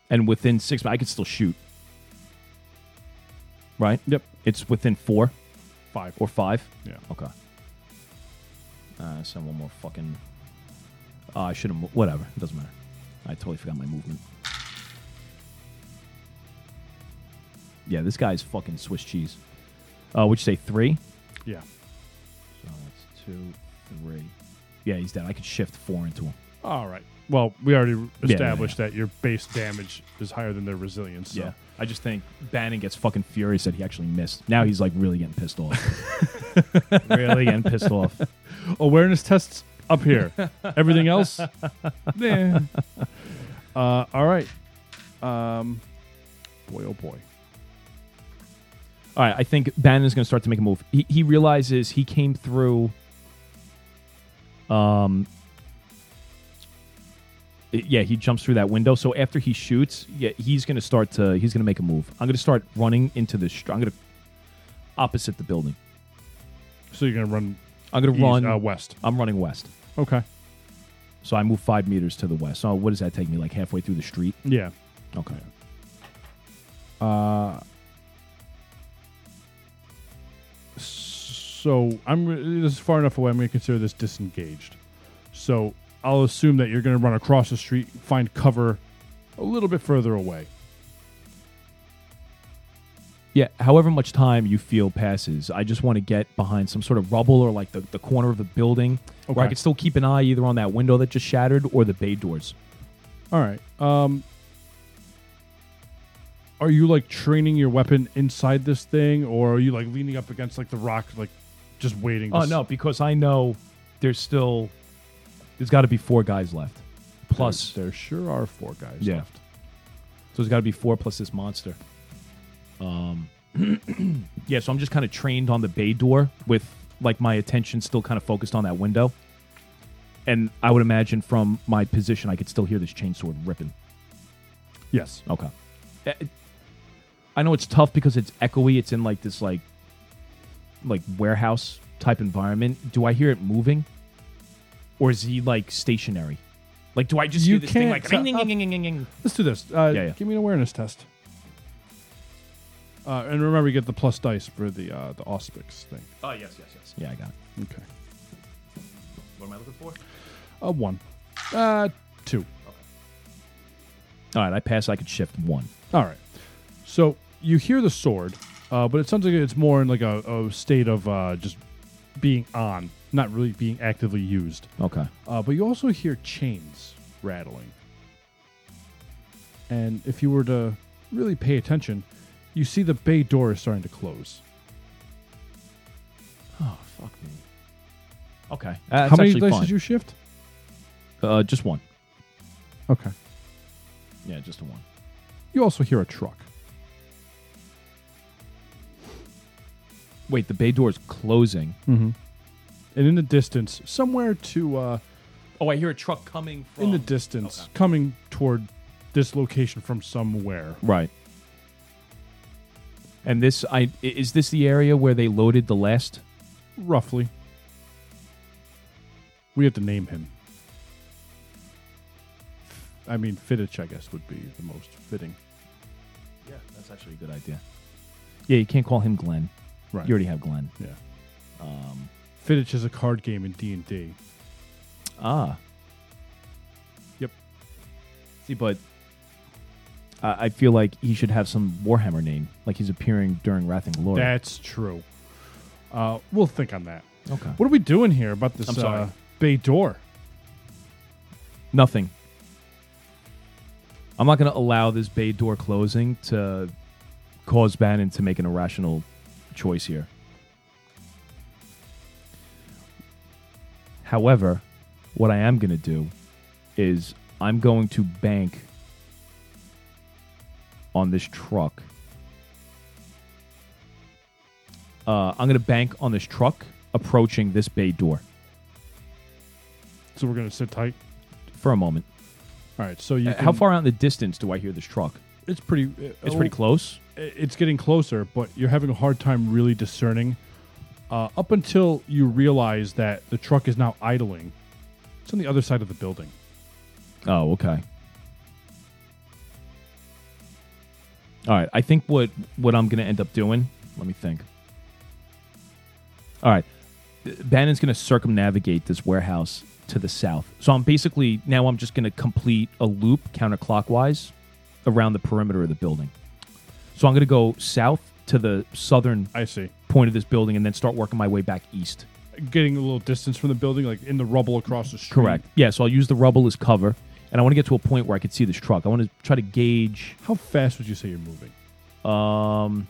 And within six, I could still shoot. Right? Yep. It's within four Five. or five. Yeah. Okay. Uh, send one more fucking. Oh, I should have. Mo- whatever. It doesn't matter. I totally forgot my movement. Yeah, this guy's fucking Swiss cheese. Uh, would you say three? Yeah. So that's two, three. Yeah, he's dead. I could shift four into him. All right. Well, we already yeah, established that your base damage is higher than their resilience. So. So I just think Bannon gets fucking furious that he actually missed. Now he's like really getting pissed off. really getting pissed off. Awareness tests up here. Everything else? Nah. Uh, all right. Um, boy, oh boy. All right, I think Bannon's going to start to make a move. He, he realizes he came through. Um, yeah, he jumps through that window. So after he shoots, yeah, he's gonna start to he's gonna make a move. I'm gonna start running into the. Str- I'm gonna opposite the building. So you're gonna run I'm gonna east, run. uh, west. I'm running west. Okay. So I move five meters to the west. So what does that take me? Like halfway through the street. Yeah. Okay. Uh, So I'm re- this is far enough away. I'm gonna consider this disengaged. So I'll assume that you're gonna run across the street, find cover a little bit further away. Yeah. However much time you feel passes, I just want to get behind some sort of rubble or like the, the corner of a building where I Okay. can still keep an eye either on that window that just shattered or the bay doors. All right. Um, are you like training your weapon inside this thing, or are you like leaning up against like the rock, like just waiting? to Oh s- no, because I know there's still there's got to be four guys left. Plus, There, there sure are four guys Yeah. left. so there's got to be four plus this monster. Um, yeah. So I'm just kind of trained on the bay door with like my attention still kind of focused on that window. And I would imagine from my position, I could still hear this chainsword ripping. Yes. Okay. Uh, it- I know it's tough because it's echoey. It's in like this like like warehouse type environment. Do I hear it moving, or is he like stationary? Like, do I just You hear this thing can't like tell- ding, ding, ding, ding, ding, ding, ding? Let's do this. Uh, Yeah, yeah. Give me an awareness test. Uh, and remember, you get the plus dice for the uh, the auspics thing. Oh yes, yes, yes. Yeah, I got it. Okay. What am I looking for? Uh, one. Uh, two. All right, I pass. I could shift one. All right. So you hear the sword, uh, but it sounds like it's more in like a, a state of uh, just being on, not really being actively used. Okay. Uh, but you also hear chains rattling. And if you were to really pay attention, you see the bay door is starting to close. Oh fuck me. Okay. Uh, that's How many actually dice fine. did you shift? Uh, just one. Okay. Yeah, just a one. You also hear a truck. Wait, the bay door is closing. And in the distance, somewhere to uh, Oh, I hear a truck coming from in the distance, coming toward this location from somewhere. Right. And this, I i- is this the area where they loaded the last? Roughly. We have to name him. I mean, Fittich, I guess, would be the most fitting. Yeah, that's actually a good idea. Yeah, you can't call him Glenn. Right. You already Um, have Glenn. yeah. Um, Fittich is a card game in D and D. Ah, Yep. see, but I, I feel like he should have some Warhammer name, like he's appearing during Wrath and Glory. That's true. Uh, we'll think on that. okay. What are we doing here about this I'm sorry. Uh, bay door? Nothing. I'm not going to allow this bay door closing to cause Bannon to make an irrational choice here. However, what I am going to do is I'm going to bank on this truck. Uh, I'm going to bank on this truck approaching this bay door So we're gonna sit tight. for a moment. All right. So you. Uh, How can- far out in the distance do I hear this truck? It's pretty. uh, It's pretty close. it's getting closer, but you're having a hard time really discerning. Uh, up until you realize that the truck is now idling, it's on the other side of the building. Oh, okay. All right. I think what what I'm gonna end up doing. Let me think. All right. Uh, Bannon's gonna circumnavigate this warehouse to the south. So I'm basically now I'm just gonna complete a loop counterclockwise around the perimeter of the building. So I'm gonna go south to the southern I see. point of this building and then start working my way back east. Getting a little distance from the building, like in the rubble across the street. Correct. Yeah, so I'll use the rubble as cover, and I want to get to a point where I can see this truck. I want to try to gauge. How fast would you say you're moving? Um,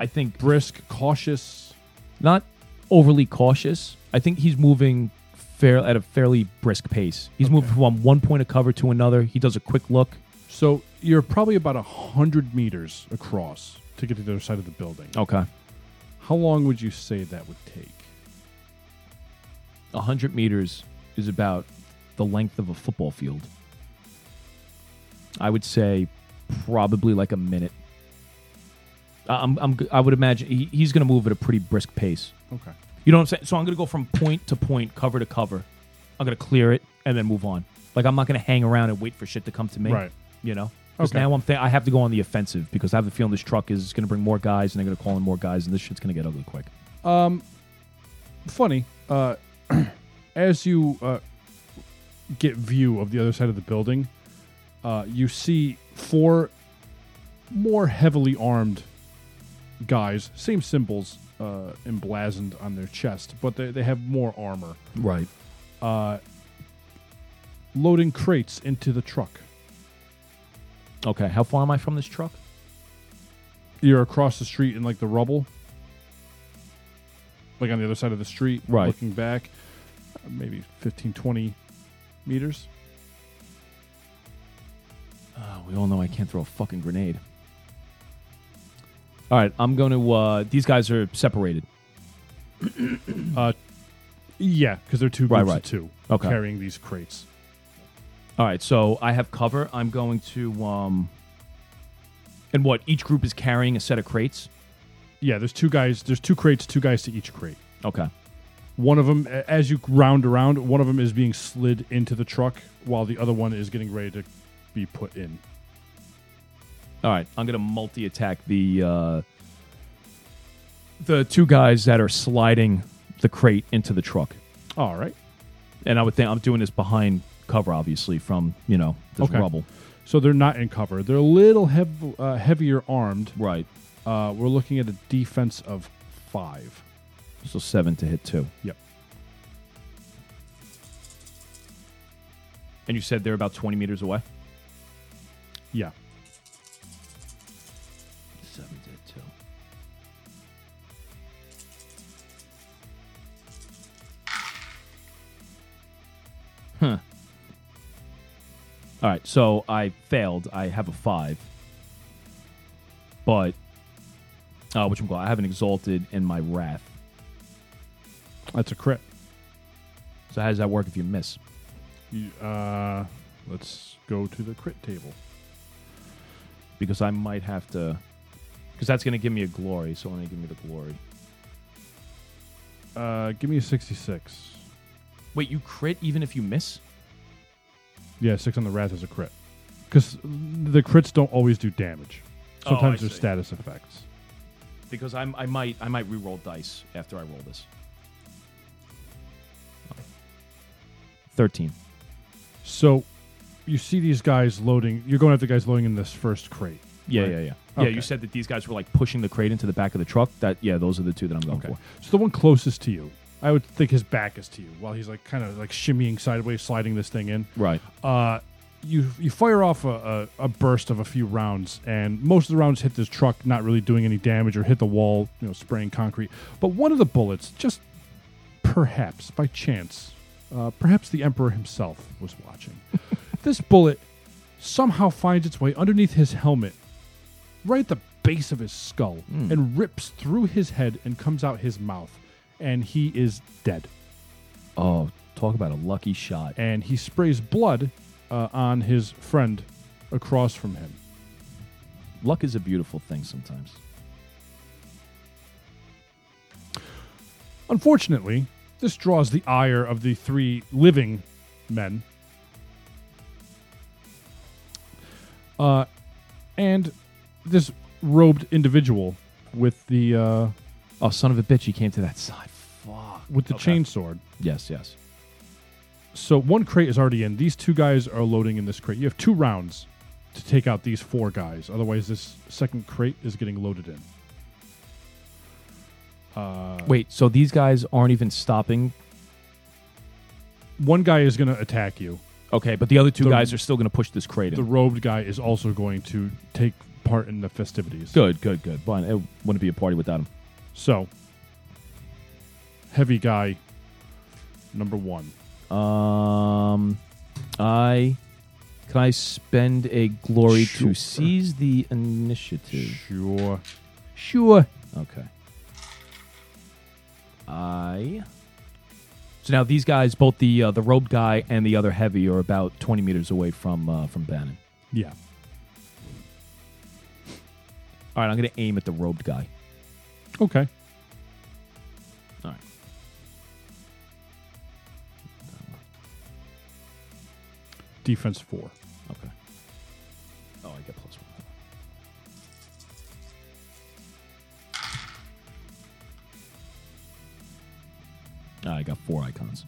I think Brisk, cautious. not overly cautious. I think he's moving fair at a fairly brisk pace. He's moving from one point of cover to another. He does a quick look. So you're probably about a hundred meters across to get to the other side of the building. Okay, How long would you say that would take? hundred meters is about the length of a football field. I would say probably like a minute. I- I'm, I'm, g- I would imagine he, he's going to move at a pretty brisk pace. Okay. You know what I'm saying? So I'm going to go from point to point, cover to cover. I'm going to clear it and then move on. Like I'm not going to hang around and wait for shit to come to me. Right. You know. Because Okay. now I'm th- I have to go on the offensive because I have a feeling this truck is going to bring more guys and they're going to call in more guys and this shit's going to get ugly quick. funny uh, as you uh, get view of the other side of the building uh, you see four more heavily armed guys same symbols uh, emblazoned on their chest but they, they have more armor Uh, Right. loading crates into the truck Okay. How far am I from this truck? you're across the street in like the rubble like on the other side of the street Right. looking back uh, maybe 15 20 meters Oh, we all know I can't throw a fucking grenade. All right, I'm going to. Uh, these guys are separated. Uh, Yeah, because they're two Right, groups right. of two Okay. carrying these crates. All right, so I have cover. I'm going to. Um, and what? Each group is carrying a set of crates. Yeah, there's two guys. There's two crates, two guys to each crate. Okay. One of them, as you round around, one of them is being slid into the truck while the other one is getting ready to be put in. All right, I'm going to multi attack the uh, the two guys that are sliding the crate into the truck. All right. And I would think I'm doing this behind cover, obviously, from you know this Okay. rubble. So they're not in cover. They're a little heav- uh, heavier armed. Right. Uh, we're looking at a defense of five. So seven to hit two. Yep. And you said they're about 20 meters away. Yeah. Seven to hit two. Huh. All right, so I failed. I have a five, but uh, which I'm glad I haven't exalted in my wrath. That's a crit. So how does that work if you miss? You- Uh, let's go to the crit table. Because I might have to, because that's going to give me a glory. So when they give me the glory, Uh, give me a 66. wait, you crit even if you miss? Yeah, six on the wrath is a crit. Because the crits don't always do damage. Oh, I Sometimes they're see. status effects. because I'm, I might I might re-roll dice after I roll this. Thirteen. So you see these guys loading. You're going after the guys loading in this first crate. Yeah, Right. yeah, yeah. Yeah, Okay. you said that these guys were like pushing the crate into the back of the truck. That yeah, those are the two that I'm going Okay. for. Oh, So the one closest to you, I would think his back is to you while he's like kind of like shimmying sideways, sliding this thing in. Right. Uh, you, you fire off a, a, a burst of a few rounds, and most of the rounds hit this truck, not really doing any damage or hit the wall, you know, spraying concrete. But one of the bullets, just perhaps by chance, uh, perhaps the Emperor himself was watching. this bullet somehow finds its way underneath his helmet, right at the base of his skull, and rips through his head and comes out his mouth. And he is dead Oh, talk about a lucky shot. and he sprays blood uh, on his friend across from him. Luck is a beautiful thing sometimes. Unfortunately, this draws the ire of the three living men. Uh, and this robed individual with the uh, Oh, son of a bitch, he came to that side. Fuck. with the Okay. chain sword. Yes, yes. So one crate is already in. These two guys are loading in this crate. You have two rounds to take out these four guys. Otherwise, this second crate is getting loaded in. Uh, Wait, so these guys aren't even stopping. One guy is going to attack you. Okay, but the other two The- guys are still going to push this crate in. the robed guy is also going to take part in the festivities. good, good, good. But it wouldn't be a party without him. So, heavy guy number one. Um, I can I spend a glory Sure. to seize the initiative? Sure. Sure. Okay. I. So now these guys, both the uh, the robed guy and the other heavy, are about twenty meters away from uh, from Bannon. Yeah. All right, I'm going to aim at the robed guy. Okay. All right. Defense four. Okay. Oh, I get plus one. Ah, I got four icons.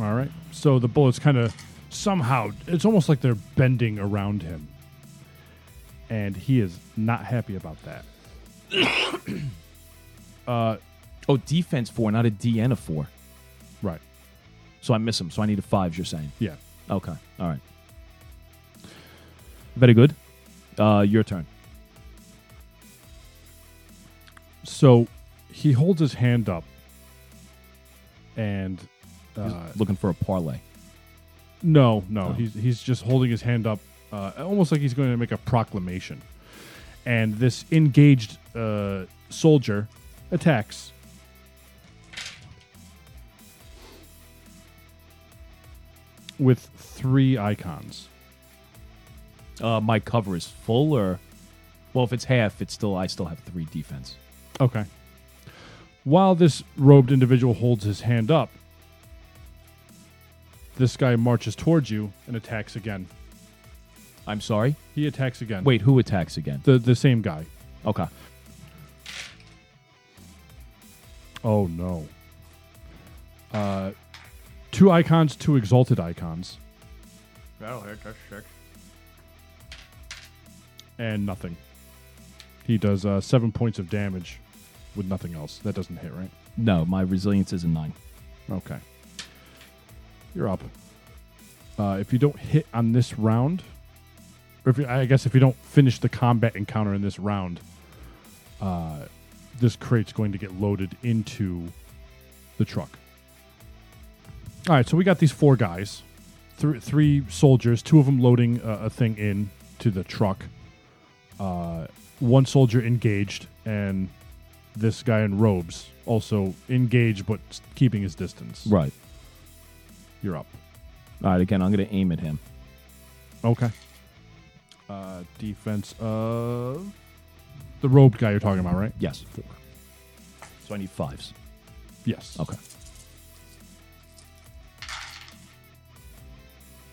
All right. So the bullets kind of somehow, it's almost like they're bending around him. And he is not happy about that. Uh, Oh, defense four, not a DN of four. Right. So I miss him. So I need a five, you're saying? Yeah. Okay. All right. Very good. Uh, your turn. So he holds his hand up and. Uh, Looking for a parlay. No, no. He's he's just holding his hand up, uh, almost like he's going to make a proclamation. And this engaged uh, soldier attacks. With three icons. Uh, my cover is full, or well, if it's half, it's still I still have three defense. Okay. While this robed individual holds his hand up, this guy marches towards you and attacks again. I'm sorry. He attacks again. Wait, who attacks again? The, the same guy. Okay. Oh no. Uh, two icons, two exalted icons, That'll hit. That's six. and nothing. He does uh, seven points of damage with nothing else. That doesn't hit, right? No, my resilience is a nine. Okay. You're up. Uh, if you don't hit on this round, or if you, I guess if you don't finish the combat encounter in this round, uh, this crate's going to get loaded into the truck. All right, so we got these four guys, three, three soldiers, two of them loading uh, a thing in to the truck. Uh, one soldier engaged, and this guy in robes also engaged, but s- keeping his distance. Right. You're up. All right. Again, I'm going to aim at him. Okay. Uh, defense of the robed guy you're talking about, right? Yes, four. So I need fives. Yes. Okay.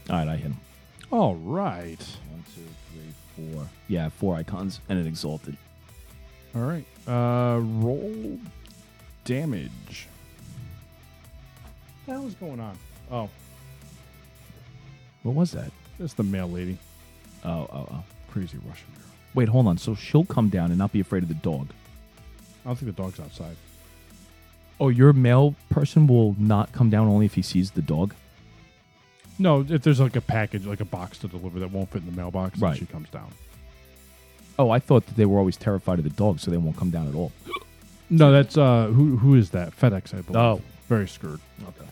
All right, I hit him. All right. One, two, three, four. Yeah, four icons and an exalted. All right. Uh, roll damage. What the hell is going on? Oh, What was that? that's the mail lady. Oh, oh, oh. Crazy Russian girl. Wait, hold on. So she'll come down and not be afraid of the dog. I don't think the dog's outside. Oh, your male person will not come down only if he sees the dog. No, if there's like a package, like a box to deliver that won't fit in the mailbox, then Right. she comes down. Oh, I thought that they were always terrified of the dog, so they won't come down at all. No, that's uh, who who is that? FedEx, I believe. Oh. very screwed. Okay.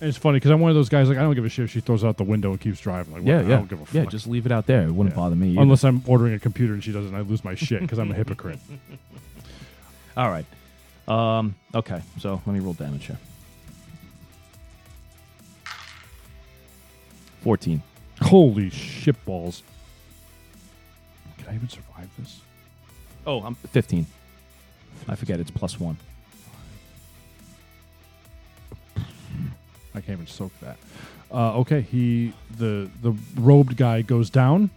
And it's funny because I'm one of those guys like I don't give a shit if she throws it out the window and keeps driving. Like, Yeah, what- yeah. I don't give a fuck. Yeah, just leave it out there. It wouldn't Yeah. bother me. either. unless I'm ordering a computer and she doesn't, I lose my shit because I'm a hypocrite. all right. Um. Okay. So let me roll damage here. Fourteen. Holy shit balls! Can I even survive this? Oh, I'm fifteen. I forget. It's plus one. I can't even soak that. Uh, okay, he the the robed guy goes down,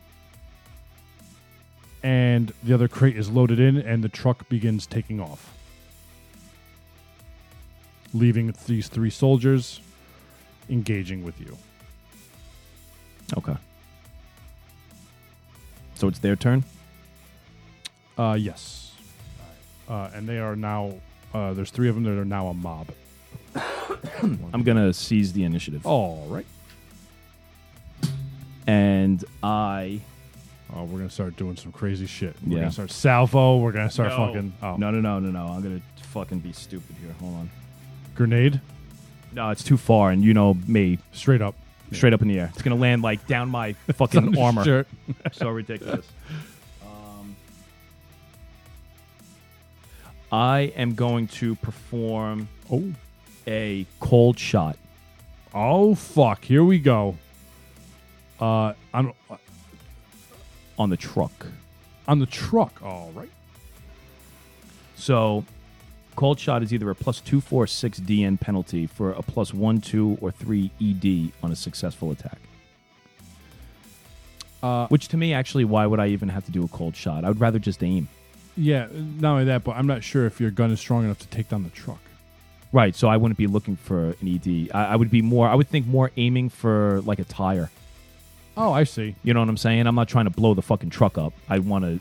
and the other crate is loaded in, and the truck begins taking off, leaving these three soldiers engaging with you. Okay. So it's their turn. Uh, yes. Uh, and they are now. Uh, there's three of them that are now a mob. I'm gonna seize the initiative, All right. and I Oh, we're gonna start doing some crazy shit. We're Yeah. gonna start salvo. We're gonna start No. fucking. Oh, No, no, no, no, no. I'm gonna fucking be stupid here. Hold on. grenade No, it's too far, and you know me, straight up. straight up in the air. It's gonna land like down my On fucking your armor. shirt. So ridiculous. Um, I am going to perform Oh, a cold shot. oh fuck! Here we go. uh, on on the truck. on the truck. All right. So, cold shot is either a plus two, four, six DN penalty for a plus one, two, or three ED on a successful attack. Uh, Which to me, actually, why would I even have to do a cold shot? I would rather just aim. Yeah, not only that, but I'm not sure if your gun is strong enough to take down the truck. Right. So I wouldn't be looking for an ED. I, I would be more. I would think more aiming for like a tire. Oh, I see. You know what I'm saying? I'm not trying to blow the fucking truck up. I want to.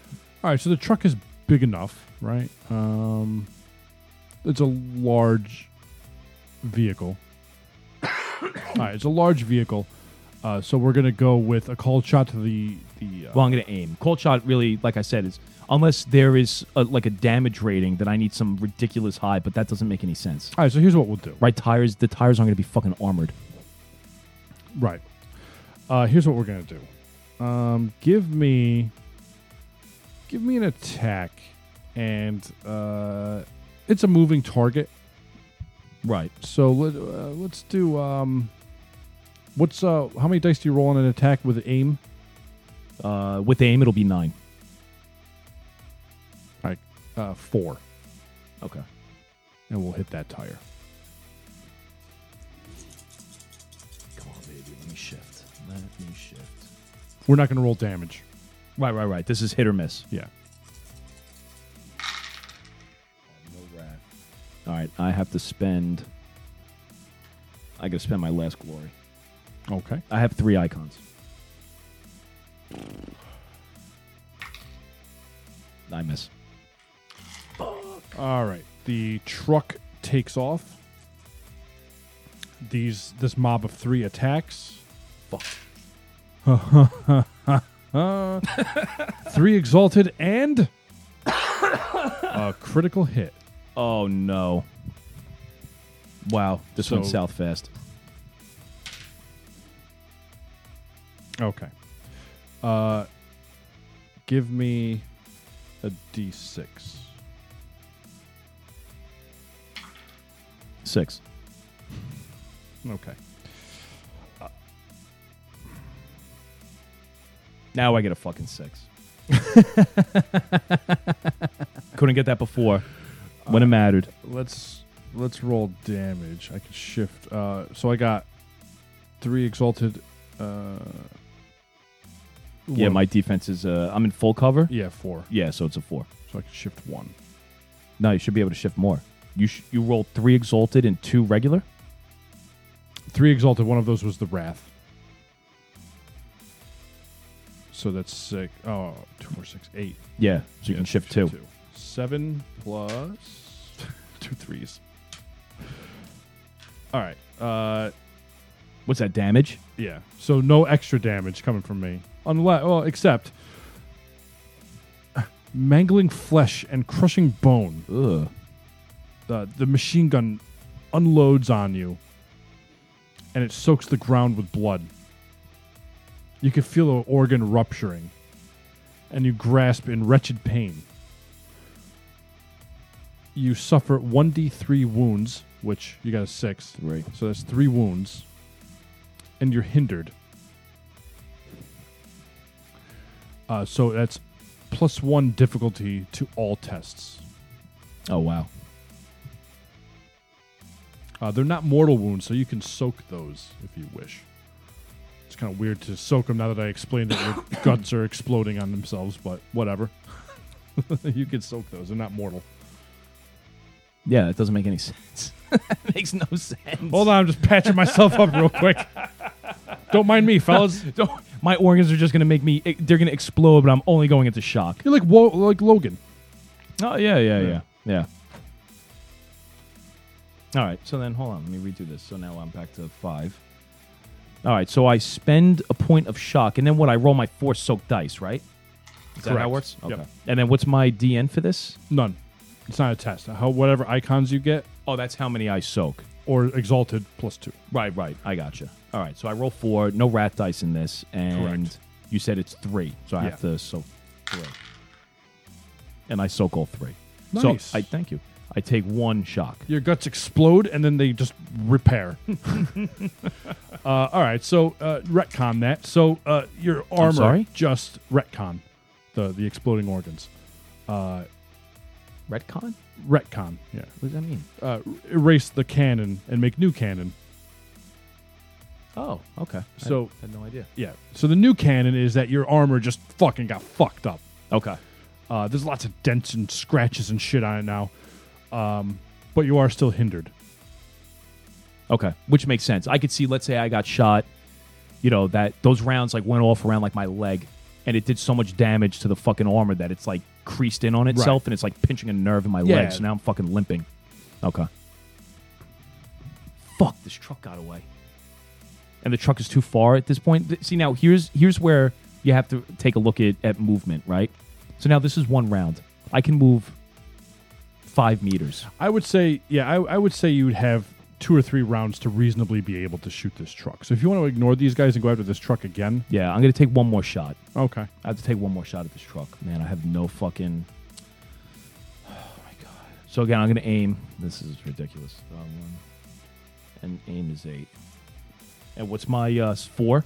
All right, so the truck is big enough, right? Um, it's a large vehicle. All right, it's a large vehicle. Uh, so we're gonna go with a cold shot to the the. Uh, Well, I'm going to aim. Cold shot really, like I said, is unless there is a, like a damage rating that I need some ridiculous high, but that doesn't make any sense. all right, so here's what we'll do. Right tires. The tires aren't going to be fucking armored. Right. Uh, here's what we're gonna do. Um, give me, give me an attack, and uh, it's a moving target. Right. So let, uh, let's do. Um, what's uh? How many dice do you roll on an attack with aim? Uh, with aim, it'll be nine. Like uh, four, Okay. and we'll hit that tire. Come on, baby. Let me shift. Let me shift. We're not going to roll damage. Right, right, right. This is hit or miss. Yeah. All right. I have to spend. I got to spend my last glory. Okay. I have three icons. I miss. All right. The truck takes off. These this mob of three attacks. Fuck. three exalted and a critical hit. Oh no. Wow, this So- went south fast. Okay. Uh, give me a d6. Six. Okay. Now I get a fucking six. Couldn't get that before. Uh, When it mattered. Let's let's roll damage. I can shift. Uh, so I got three exalted. Uh, Yeah, one- my defense is. Uh, I'm in full cover. yeah four. Yeah, so it's a four. So I can shift one. No, you should be able to shift more. You sh- you rolled three exalted and two regular. Three exalted. One of those was the wrath. So that's six. Oh, two, four, six, eight. Yeah, so you Yeah, can shift two. Seven plus two threes. All right. Uh, What's that damage? yeah. So no extra damage coming from me, unless well, except mangling flesh and crushing bone. Ugh. The the machine gun unloads on you, and it soaks the ground with blood. You can feel an organ rupturing, and you grasp in wretched pain. You suffer 1d3 wounds, which you got a 6. Three. So that's three wounds, and you're hindered. Uh, so that's plus one difficulty to all tests. Oh wow. Uh, they're not mortal wounds, so you can soak those if you wish. It's kind of weird to soak them now that I explained that your guts are exploding on themselves, but whatever. you can soak those. They're not mortal. Yeah, that doesn't make any sense. Makes no sense. Hold on, I'm just patching myself up real quick. Don't mind me, fellas. Don't- my organs are just gonna make me. eh, They're gonna explode, but I'm only going into shock. You're like wo- like Logan. Oh yeah, yeah, yeah, yeah. All right. So then, hold on. Let me redo this. So now I'm back to five. All right. So I spend a point of shock, and then what? I roll my four soaked dice, right? Is that how Correct. it works? Yep. Okay. And then what's my DN for this? None. It's not a test. How whatever icons you get Oh, that's how many I soak. or exalted plus two. Right, right. I gotcha. All right. So I roll four. No rat dice in this, and Correct. you said it's three, so I Yeah. have to soak three, and I soak all three. Nice. So I thank you. I take one shock. Your guts explode and then they just repair. uh, all right, so uh, retcon that. So uh, your armor sorry? just retcon the the exploding organs. Uh, Retcon? retcon, yeah. What does that mean? Uh, erase the canon and make new canon. Oh, okay. So- I had no idea. Yeah. So the new canon is that your armor just fucking got fucked up. Okay. Uh, there's lots of dents and scratches and shit on it now, um, but you are still hindered. Okay, which makes sense. I could see, let's say, I got shot. You know that those rounds like went off around like my leg, and it did so much damage to the fucking armor that it's like creased in on itself, and it's like pinching a nerve in my Yeah. leg. So now I'm fucking limping. Okay. Fuck! This truck got away, and the truck is too far at this point. Th- See now, here's here's where you have to take a look at at movement, right? So now this is one round. I can move five meters. I would say, yeah, I, I would say you'd have two or three rounds to reasonably be able to shoot this truck. So if you want to ignore these guys and go after this truck again, Yeah, I'm gonna take one more shot. okay. I have to take one more shot at this truck. Man, I have no fucking. Oh my god. So again, I'm gonna aim. This is ridiculous. Um, one. and aim is eight. And what's my uh, s- four?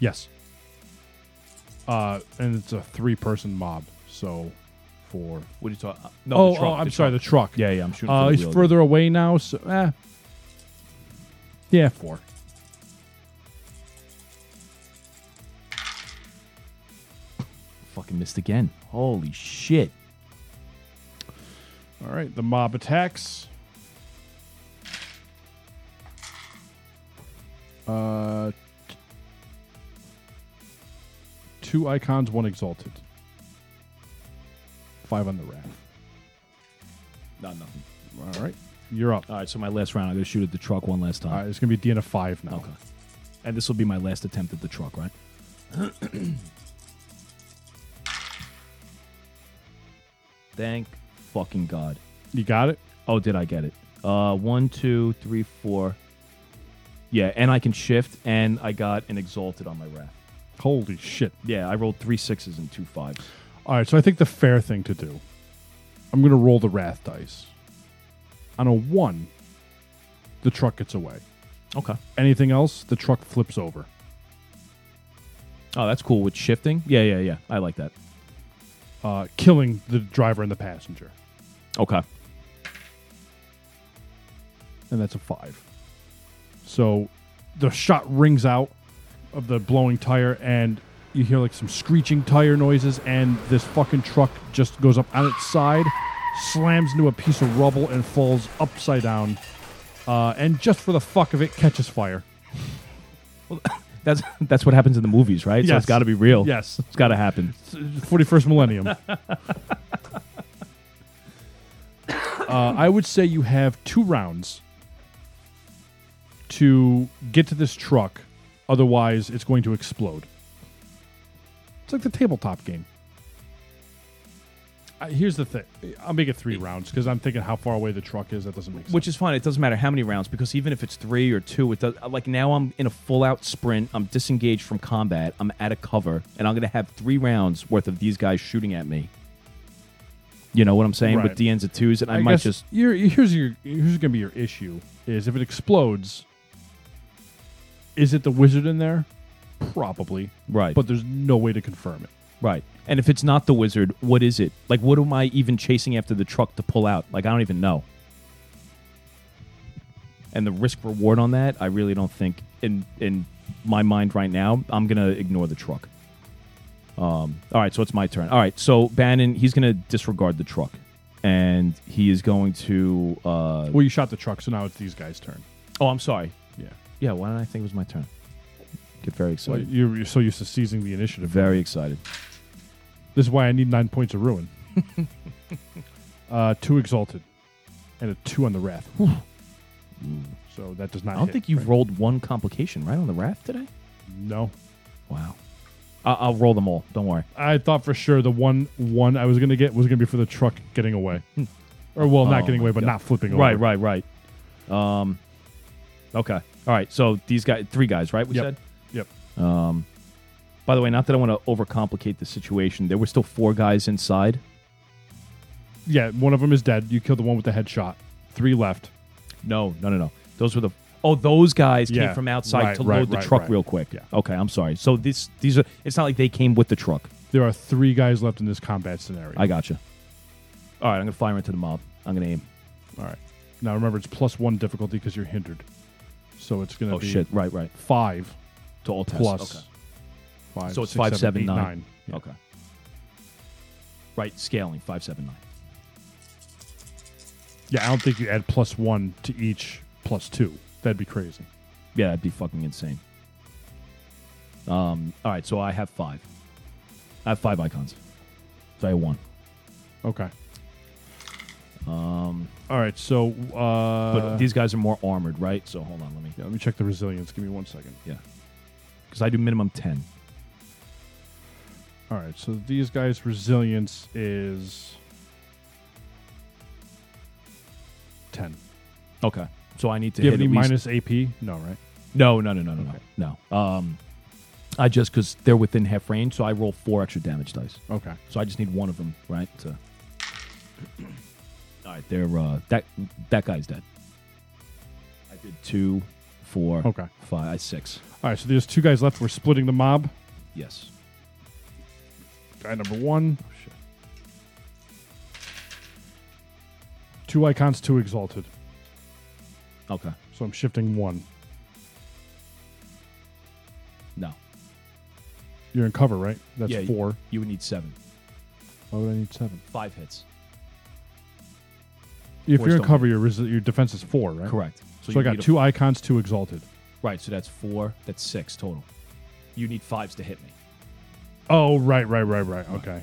Yes. Uh, and it's a three-person mob, so four. What are you talking? No, oh, oh, I'm sorry, the truck. yeah, yeah, I'm shooting. Uh, for the he's wheel. further away now, so eh. yeah, four. Fucking missed again. Holy shit! All right, the mob attacks. Uh, t- two icons, one exalted. Five on the raft. Not nothing. All right, you're up. All right, so my last round, I'm gonna shoot at the truck one last time. All right, it's gonna be a DN of five now. Okay. And this will be my last attempt at the truck, right? Thank fucking God. You got it. Oh, did I get it? Uh, one, two, three, four. Yeah, and I can shift, and I got an exalted on my wrath. Holy shit! Yeah, I rolled three sixes and two fives. All right, so I think the fair thing to do, I'm gonna roll the wrath dice. On a one, the truck gets away. Okay. Anything else, the truck flips over. Oh, that's cool with shifting. Yeah, yeah, yeah. I like that. uh, killing the driver and the passenger. Okay. And that's a five. So the shot rings out of the blowing tire, and you hear like some screeching tire noises, and this fucking truck just goes up on its side, slams into a piece of rubble, and falls upside down. Uh, and just for the fuck of it, catches fire. That's that's what happens in the movies, right? So Yes. it's got to be real. Yes, It's got to happen. forty-first millennium. uh, I would say you have two rounds to get to this truck. Otherwise, it's going to explode. It's like the tabletop game. Uh, here's the thing. I'll make it three rounds because I'm thinking how far away the truck is. That doesn't make sense. Which is fine. It doesn't matter how many rounds because even if it's three or two, it does. uh, Like now, I'm in a full out sprint. I'm disengaged from combat. I'm at a cover, and I'm gonna have three rounds worth of these guys shooting at me. You know what I'm saying? Right. With the ends of twos, and I, might guess just your- here's your here's going to be your issue is if it explodes. Is it the wizard in there? Probably. right, but there's no way to confirm it. right. And if it's not the wizard, what is it? Like, what am I even chasing after the truck to pull out? Like, I don't even know. And the risk reward on that, I really don't think in in my mind right now. I'm gonna ignore the truck. Um, All right, so it's my turn. All right, so Bannon, he's going to disregard the truck, and he is going to. Uh, Well, you shot the truck, so now it's these guys' turn. oh, I'm sorry. Yeah. Yeah, why didn't I think it was my turn? Get very So excited. you're, you're so used to seizing the initiative. very excited. This is why I need nine points of ruin. uh, two exalted, and a two on the wrath. so that does not. I don't hit, think you've right? rolled one complication right on the raft today. No, Wow. I- I'll roll them all. Don't worry. I thought for sure the one one I was gonna get was gonna be for the truck getting away, or well, not Hmm. Oh getting my away, but God. not flipping. Right, over. right, right. Um, okay. All right. So these guys, three guys, right? We Yep. said. Yep. By the way, not that I want to overcomplicate the situation. There were still four guys inside. yeah, one of them is dead. You killed the one with the headshot. Three left. No, no, no, no. Those were the. Oh, those guys Yeah. came from outside Right, to right, load the right, truck right. real quick. Yeah. Okay, I'm sorry. So this, these are. It's not like they came with the truck. There are three guys left in this combat scenario. I gotcha. All right, I'm gonna fire into the mob. I'm gonna aim. All right. Now remember, it's plus one difficulty because you're hindered. So it's going to Oh be shit! Right, right. five To all tests. plus Okay. five. So it's six, five, seven, seven, eight, nine. nine. Yeah. Okay. Right, scaling five seven nine. Yeah, I don't think you add plus one to each plus two. That'd be crazy. Yeah, that'd be fucking insane. Um. All right, so I have five. I have five icons. So I have one. Okay. Um. All right. So. Uh, Um, But these guys are more armored, right? So hold on, let me. yeah, let me check the resilience. Give me one second. Yeah. Because I do minimum ten. All right. So these guys' resilience is ten. Okay. So I need to Do you hit have any at least- minus AP? No, right? No, no, no, no, no, no, no. Um, I just because they're within half range, so I roll four extra damage dice. Okay. So I just need one of them, right? To... All right, they're uh, that that guy's dead. I did two, four, Okay. five, I six. All right. So there's two guys left. We're splitting the mob. Yes. Guy number one. Oh, Two icons, two exalted. Okay. So I'm shifting one. No. You're in cover, right? That's Yeah, you- four. You would need seven. Why would I need seven? Five hits. If Fours you're in don't cover, your resi- your defense is four, right? Correct. So, you I got need a- two icons, two exalted. right. So that's four. That's six total. You need fives to hit me. Oh, right, right, right, right. Okay.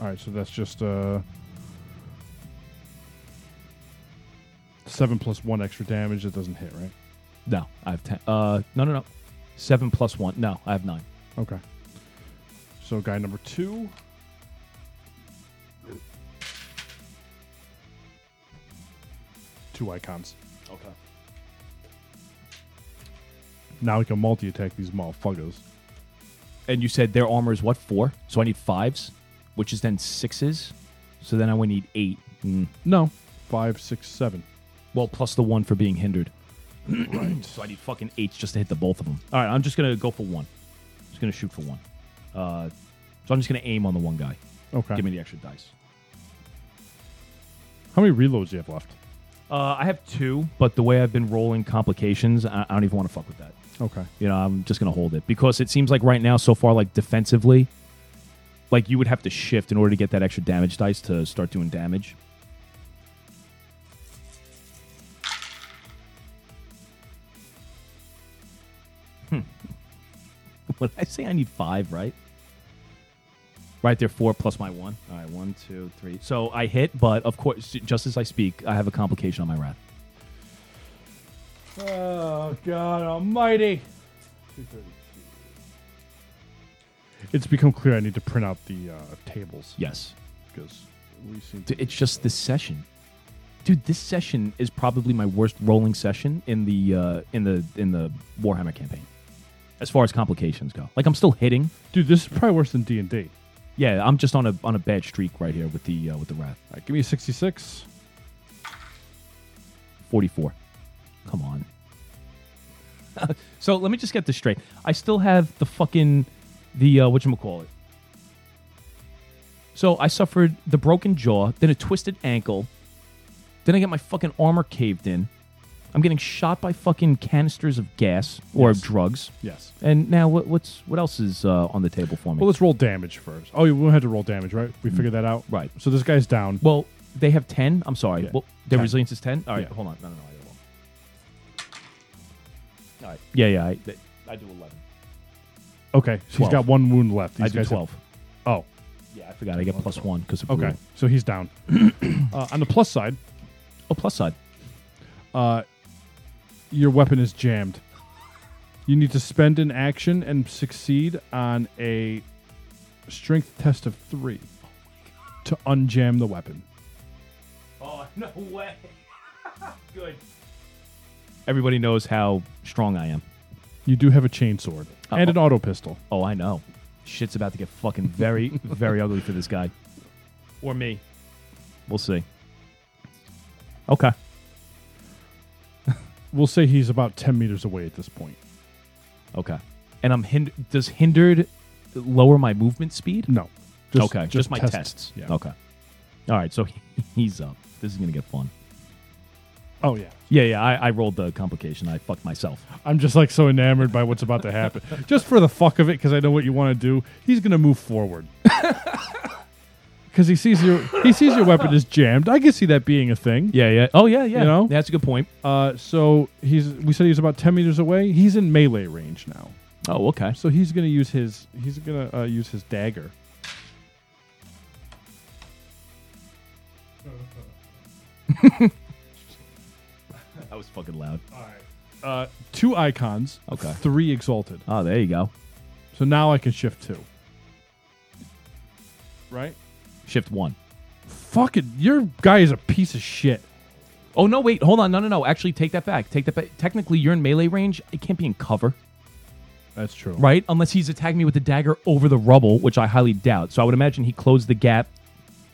All right. So that's just uh, seven plus one extra damage. That doesn't hit, right? No, I have ten. Uh, no, no, no. Seven plus one. No, I have nine. Okay. So guy number two. Two icons. Okay. Now we can multi attack these motherfuckers. and you said their armor is what four? So I need fives, which is then sixes. So then I would need eight. Mm. No. Five, six, seven. Well, plus the one for being hindered. right. So I need fucking eights just to hit the both of them. All right, I'm just gonna go for one. Just gonna shoot for one. Uh, so I'm just gonna aim on the one guy. Okay. Give me the extra dice. How many reloads do you have left? Uh, I have two, but the way I've been rolling complications, I, I don't even want to fuck with that. Okay. You know, I'm just gonna hold it because it seems like right now, so far, like defensively, like you would have to shift in order to get that extra damage dice to start doing damage. Hmm. What did I say? I need five, right? Right there, four plus my one. All right, one, two, three. So I hit, but of course, just as I speak, I have a complication on my wrath. Oh God Almighty! It's become clear I need to print out the uh, tables Yes. because we seem D- to. It's just this session, dude. This session is probably my worst rolling session in the uh, in the in the Warhammer campaign, as far as complications go. Like I'm still hitting. Dude, this is probably worse than D and D. Yeah, I'm just on a on a bad streak right here with the uh, with the wrath. All right, give me a sixty-six. Forty four. Come on. so let me just get this straight. I still have the fucking the uh, what call it. So I suffered the broken jaw, then a twisted ankle, then I get my fucking armor caved in. I'm getting shot by fucking canisters of gas or of drugs. Yes. And now what, what's what else is uh, on the table for me? Well, let's roll damage first. Oh, we had to roll damage, right? We Mm-hmm. figured that out. Right. So this guy's down. Well, they have ten. I'm sorry. Yeah. Well, their 10. resilience is ten. All right, Yeah. hold on. No, no, no. I got one. All right. Yeah, yeah. I, th- I do eleven. Okay. So he's 12. got one wound left. These I do guys have- twelve. oh. yeah, I forgot. I get plus one because of Okay. rule. So he's down. uh, on the plus side, Oh, plus side. uh, your weapon is jammed. You need to spend an action and succeed on a strength test of three to unjam the weapon. Oh no way. Good. Everybody knows how strong I am. You do have a chainsword and an auto pistol. Oh, I know. Shit's about to get fucking very, very ugly for this guy. Or me. We'll see. Okay. We'll say he's about 10 meters away at this point. Okay. And I'm hind- does hindered lower my movement speed? No. okay, just, my tests. Yeah. Okay. All right, so he's up. This is gonna get fun. Oh, yeah. Yeah, yeah. I, I rolled the complication. I fucked myself. I'm just like so enamored by what's about to happen. just for the fuck of it, because I know what you want to do. He's gonna move forward because he sees your he sees your weapon is jammed. I can see that being a thing. Yeah, yeah. Oh, yeah, yeah. You know? that's a good point. Uh, so he's we said he was about 10 meters away. He's in melee range now, Oh, okay. so he's gonna use his he's gonna uh, use his dagger. That was fucking loud. Uh, two icons, Okay. three exalted. Oh, there you go. So now I can shift two. Right? Shift one. Fuck it, your guy is a piece of shit. Oh no, wait, hold on. No, no, no. Actually, take that back. Take that back. Technically, you're in melee range. It can't be in cover, That's true. right? Unless he's attacking me with the dagger over the rubble, which I highly doubt. So I would imagine he closed the gap,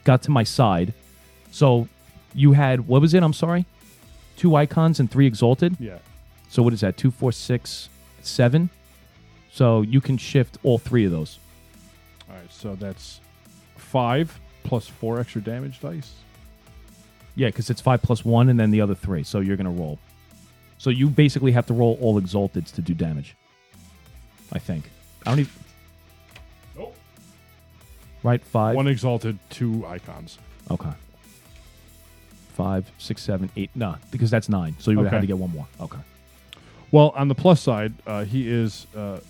got to my side. So you had what was it? I'm sorry, two icons and three exalted. Yeah. So what is that? Two, four, six, seven. So you can shift all three of those. All right, so that's five plus four extra damage dice. Yeah, because it's five plus one, and then the other three. So you're gonna roll. So you basically have to roll all exalteds to do damage. I think. I don't even. Nope. Right, five. One exalted, two icons. Okay. Five, six, seven, eight. Nah, because that's nine. So you would have Okay. to get one more. Okay. Well, on the plus side, uh, he is uh,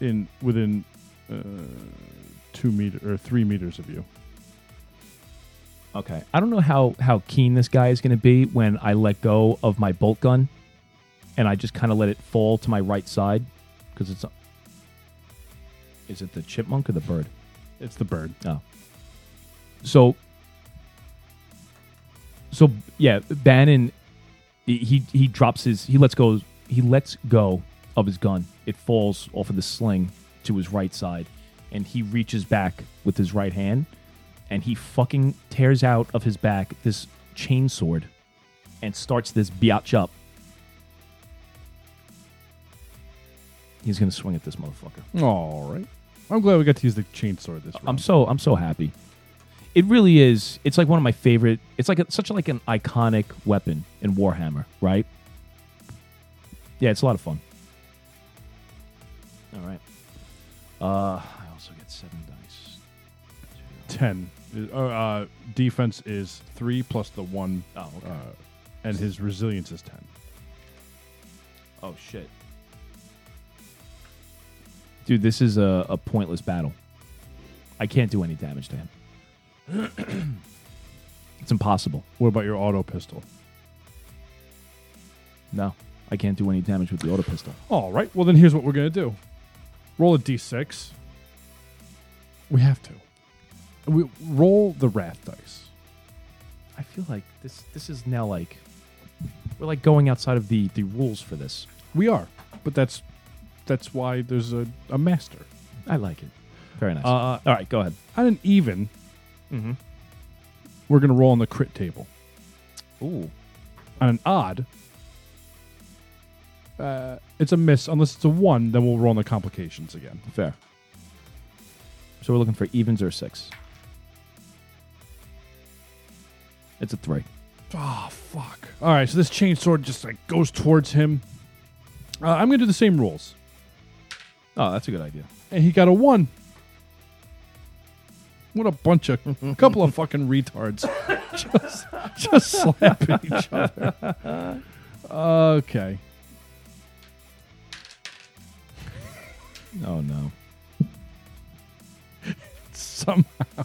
in within uh, two meter or three meters of you. Okay. I don't know how how keen this guy is going to be when I let go of my bolt gun, and I just kind of let it fall to my right side because it's. Is it the chipmunk or the bird? It's the bird. Oh. So. So yeah, Bannon, he- he he drops his he lets go he lets go of his gun. It falls off of the sling to his right side, and he reaches back with his right hand, and he fucking tears out of his back this chainsword, and starts this biatch up. He's gonna swing at this motherfucker. All right. I'm glad we got to use the chainsaw this round. I'm so I'm so happy. It really is. It's like one of my favorite. It's like a, such like an iconic weapon in Warhammer, right? Yeah, it's a lot of fun. All right. Uh, I also get seven dice. ten. Uh, uh, defense is three plus the one, Oh, okay. uh, and his resilience is ten. oh shit, dude, this is a, a pointless battle. I can't do any damage to him. it's impossible. What about your auto pistol? No, I can't do any damage with the auto pistol. All right. Well, then here's what we're going to do roll a d6. We have to. We roll the wrath dice. I feel like this this is now like we're like going outside of the the rules for this. We are, but that's that's why there's a, a master. I like it. Very nice. Uh, mm-hmm. All right, go ahead. on an even, Mhm. we're going to roll on the crit table. Ooh. On an odd, uh, it's a miss. Unless it's a one, then we'll roll on the complications again. Fair. So we're looking for evens or six. It's a three. Oh fuck! All right, so this chainsword just like goes towards him. Uh, I'm going to do the same rules. Oh, that's a good idea. and he got a one. What a bunch of a couple of fucking retards, just just slapping each other. Okay, Oh no. somehow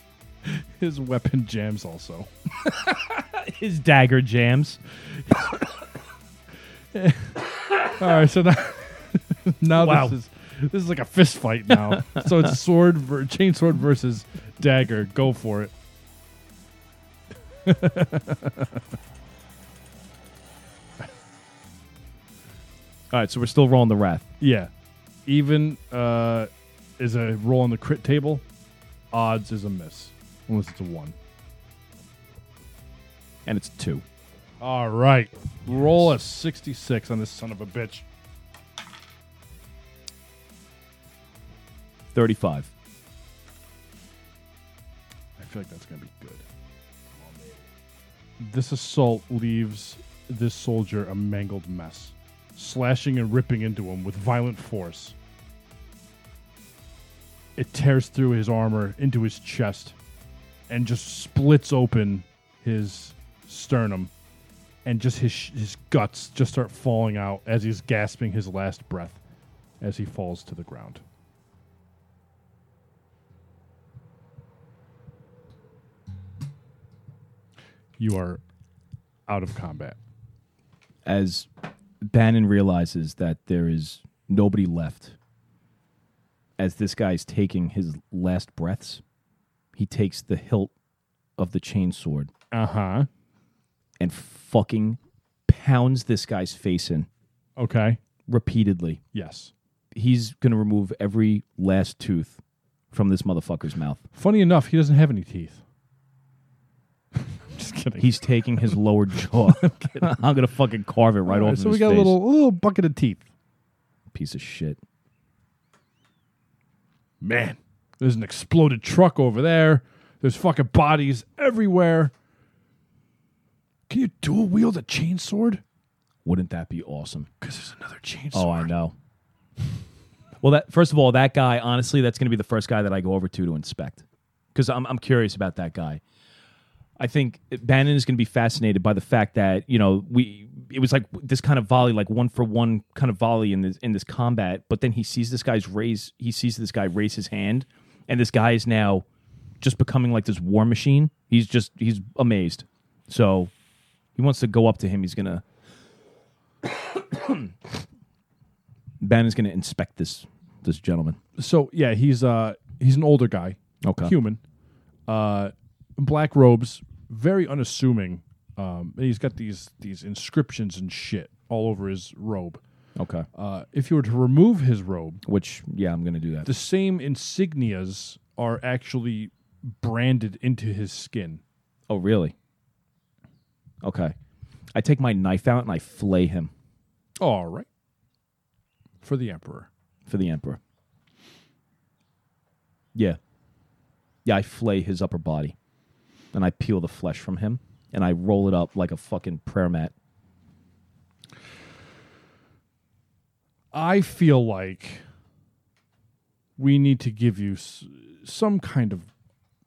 his weapon jams. Also, His dagger jams. all right. So now, now Wow. this is this is like a fist fight now. so it's sword, ver- chain sword versus dagger. Go for it. All right, so we're still rolling the wrath. Yeah, even uh, is a roll on the crit table. Odds is a miss unless it's a one. and it's two. All right. Roll a 66 on this son of a bitch. 35. I feel like that's going to be good. This assault leaves this soldier a mangled mess, slashing and ripping into him with violent force. It tears through his armor into his chest and just splits open his sternum and just his his guts just start falling out as he's gasping his last breath as he falls to the ground. You are out of combat. As Bannon realizes that there is nobody left, as this guy's taking his last breaths, he takes the hilt of the chainsword Uh huh. and fucking pounds this guy's face in Okay. repeatedly. Yes. He's going to remove every last tooth from this motherfucker's mouth. Funny enough, he doesn't have any teeth. just kidding. He's taking his lower jaw. I'm going to fucking carve it right off. All right, into so we his got face. a little little bucket of teeth. piece of shit. Man, there's an exploded truck over there. There's fucking bodies everywhere. Can you dual wield a chainsword? Wouldn't that be awesome? Because there's another chainsword. Oh, I know. well, that first of all, that guy, honestly, that's going to be the first guy that I go over to to inspect because I'm, I'm curious about that guy. I think Bannon is going to be fascinated by the fact that you know we it was like this kind of volley, like one for one kind of volley in this in this combat. But then he sees this guy's raise, he sees this guy raise his hand, and this guy is now just becoming like this war machine. He's just he's amazed. So he wants to go up to him. He's gonna Bannon's gonna inspect this this gentleman. So yeah, he's uh he's an older guy. Okay. Human. Uh black robes, very unassuming. Um and he's got these these inscriptions and shit all over his robe. Okay. Uh if you were to remove his robe, Which yeah, I'm gonna do that. the same insignias are actually branded into his skin. Oh, really? Okay. I take my knife out and I flay him All right. For the emperor. for the emperor. Yeah. Yeah, I flay his upper body. And I peel the flesh from him and I roll it up like a fucking prayer mat. I feel like we need to give you s- some kind of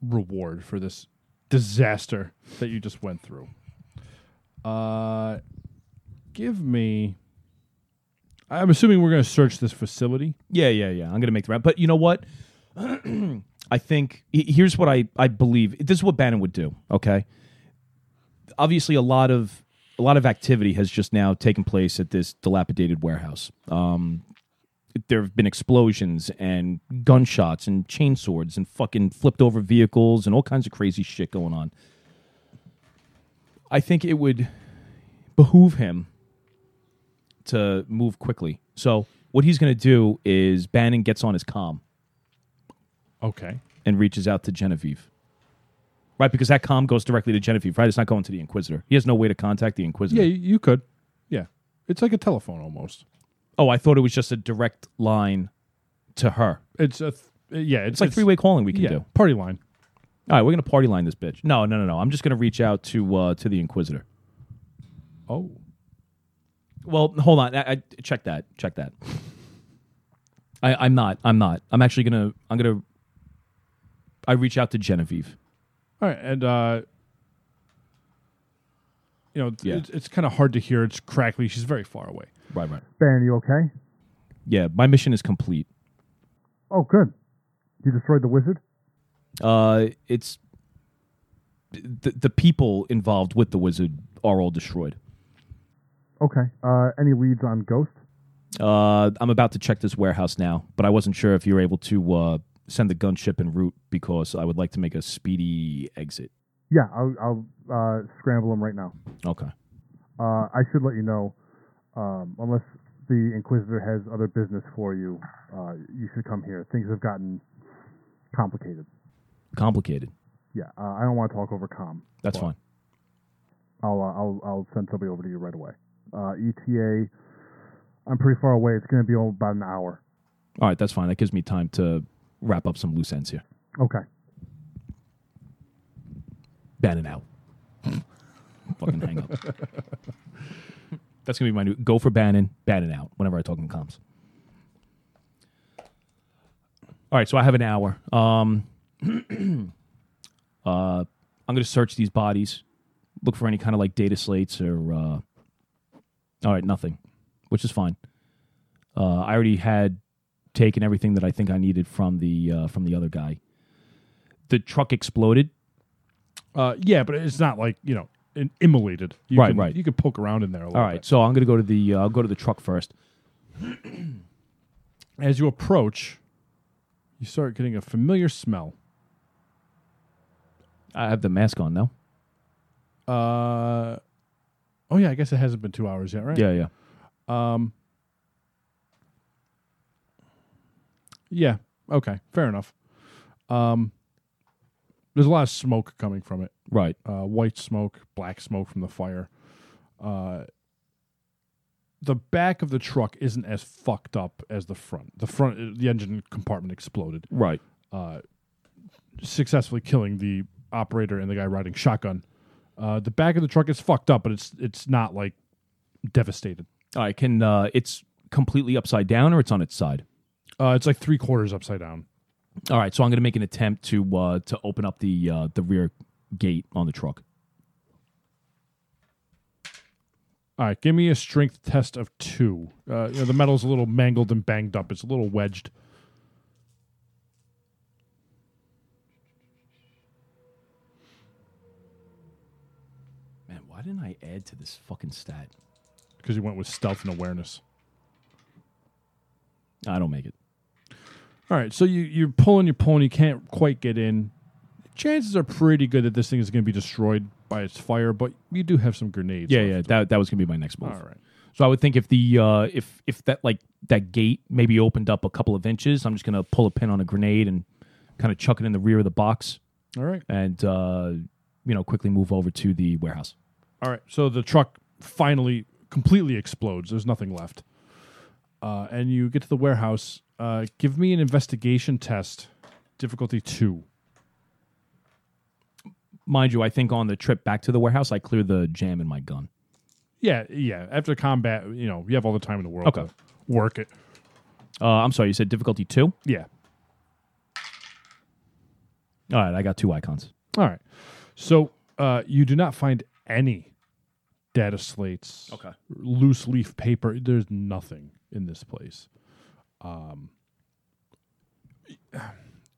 reward for this disaster that you just went through. Uh, give me. I'm assuming we're going to search this facility. Yeah, yeah, yeah. I'm gonna make the round. But you know what? I think he- here's what I, I believe. This is what Bannon would do. Okay. Obviously, a lot of a lot of activity has just now taken place at this dilapidated warehouse. Um, there have been explosions and gunshots and chainswords and fucking flipped over vehicles and all kinds of crazy shit going on. I think it would behoove him to move quickly. So what he's going to do is Bannon gets on his comm Okay. and reaches out to Genevieve. Right, because that comm goes directly to Genevieve, right? It's not going to the Inquisitor. He has no way to contact the Inquisitor. Yeah, you- you could. Yeah. It's like a telephone almost. Oh, I thought it was just a direct line to her. It's a. Th- yeah, it's, It's like three way calling we can Yeah, do. All party line. right, we're going to party line this bitch. No, no, no, no. I'm just going to reach out to uh, to the Inquisitor. Oh, Well, hold on. I, I check that. Check that. I, I'm not. I'm not. I'm actually gonna. I'm gonna. I reach out to Genevieve. All right, and uh, you know, Yeah. it's, it's kind of hard to hear. It's crackly. She's very far away. Right, right. Ben, you okay? Yeah, my mission is complete. Oh, good. You destroyed the wizard? Uh, it's the the people involved with the wizard are all destroyed. Okay. Uh, any leads on Ghost? Uh, I'm about to check this warehouse now, but I wasn't sure if you were able to uh, send the gunship en route because I would like to make a speedy exit. Yeah, I'll, I'll uh, scramble him right now. Okay. Uh, I should let you know, um, unless the Inquisitor has other business for you, uh, you should come here. Things have gotten complicated. Complicated. Yeah, uh, I don't want to talk over com. That's fine. I'll uh, I'll I'll send somebody over to you right away. Uh, ETA. I'm pretty far away. It's going to be about an hour. All right, that's fine. That gives me time to wrap up some loose ends here. Okay. Bannon out. Fucking hang up. That's gonna be my new go for Bannon, Bannon out. Whenever I talk in comms. All right, so I have an hour. Um, uh, I'm gonna search these bodies, look for any kind of like data slates or. Uh, all right, nothing, which is fine. Uh, I already had taken everything that I think I needed from the uh, from the other guy. The truck exploded. Uh, yeah, but it's not like you know, an immolated. You Right, can, right. You can poke around in there a little. All right, bit. so I'm gonna go to the uh, I'll go to the truck first. As you approach, you start getting a familiar smell. I have the mask on now. Uh, oh yeah, I guess it hasn't been two hours yet, right? Yeah, yeah. Yeah. Okay. Fair enough. Um, there's a lot of smoke coming from it. Right. uh, white smoke, black smoke from the fire. Uh, the back of the truck isn't as fucked up as the front. The front, the engine compartment exploded, Right. uh, successfully killing the operator and the guy riding shotgun. Uh, the back of the truck is fucked up, but it's it's not like devastated. All right. Can uh, it's completely upside down or it's on its side? Uh, it's like three quarters upside down. All right. So I'm gonna make an attempt to uh, to open up the uh, the rear gate on the truck. All right, give me a strength test of two. Uh, you know, the metal's a little mangled and banged up. It's a little wedged. Man, why didn't I add to this fucking stat? because you went with stealth and awareness. I don't make it. All right, so you you're pulling, you're pulling, you can't quite get in. Chances are pretty good that this thing is going to be destroyed by its fire, but you do have some grenades. Yeah, left. yeah. That that was gonna be my next move. All right. So I would think if the uh, if if that like that gate maybe opened up a couple of inches, I'm just gonna pull a pin on a grenade and kind of chuck it in the rear of the box All right. and uh, you know quickly move over to the warehouse. All right. So the truck finally completely explodes. There's nothing left. Uh, and you get to the warehouse. Uh, give me an investigation test, difficulty two. Mind you, I think on the trip back to the warehouse, I clear the jam in my gun. Yeah, yeah. After combat, you know, you have all the time in the world Okay. to work it. Uh, I'm sorry, you said difficulty two. Yeah. All right, I got two icons. All right. So uh, you do not find any data slates, Okay. loose leaf paper. There's nothing in this place. Um,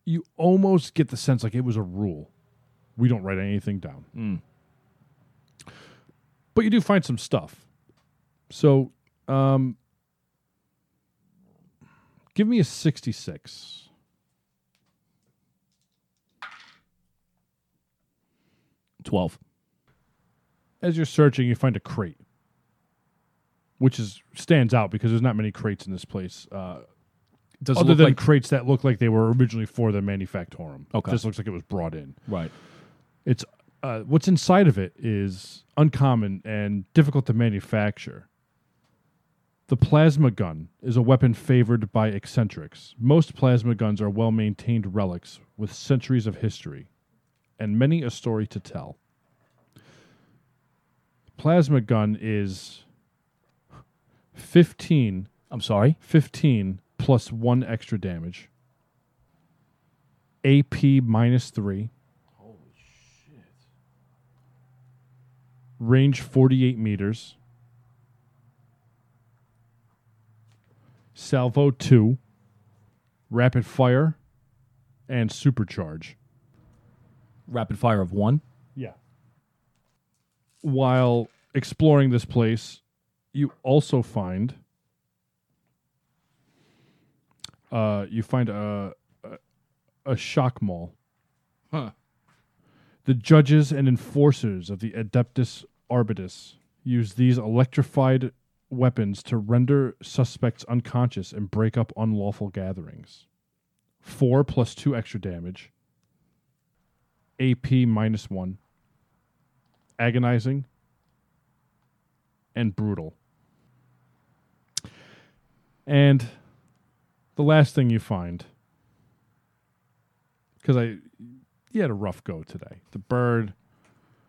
you almost get the sense like it was a rule. We don't write anything down. But you do find some stuff. So um, give me a 66. Twelve. as you're searching, you find a crate, which is stands out because there's not many crates in this place, uh, Does other it look than like crates that look like they were originally for the manufactorum. Okay. this looks like it was brought in. right? It's uh, what's inside of it is uncommon and difficult to manufacture. The plasma gun is a weapon favored by eccentrics. Most plasma guns are well maintained relics with centuries of history and many a story to tell. Plasma gun is 15, I'm sorry. 15 plus 1 extra damage, AP minus 3. range 48 meters. Salvo 2, rapid fire, and supercharge. Rapid fire of one. Yeah. While exploring this place, you also find uh you find a a, a shock mall. Huh. The judges and enforcers of the Adeptus Arbitus use these electrified weapons to render suspects unconscious and break up unlawful gatherings. 4 plus 2 extra damage. AP minus 1 agonizing, and brutal. And the last thing you find, because I, you had a rough go today. The bird,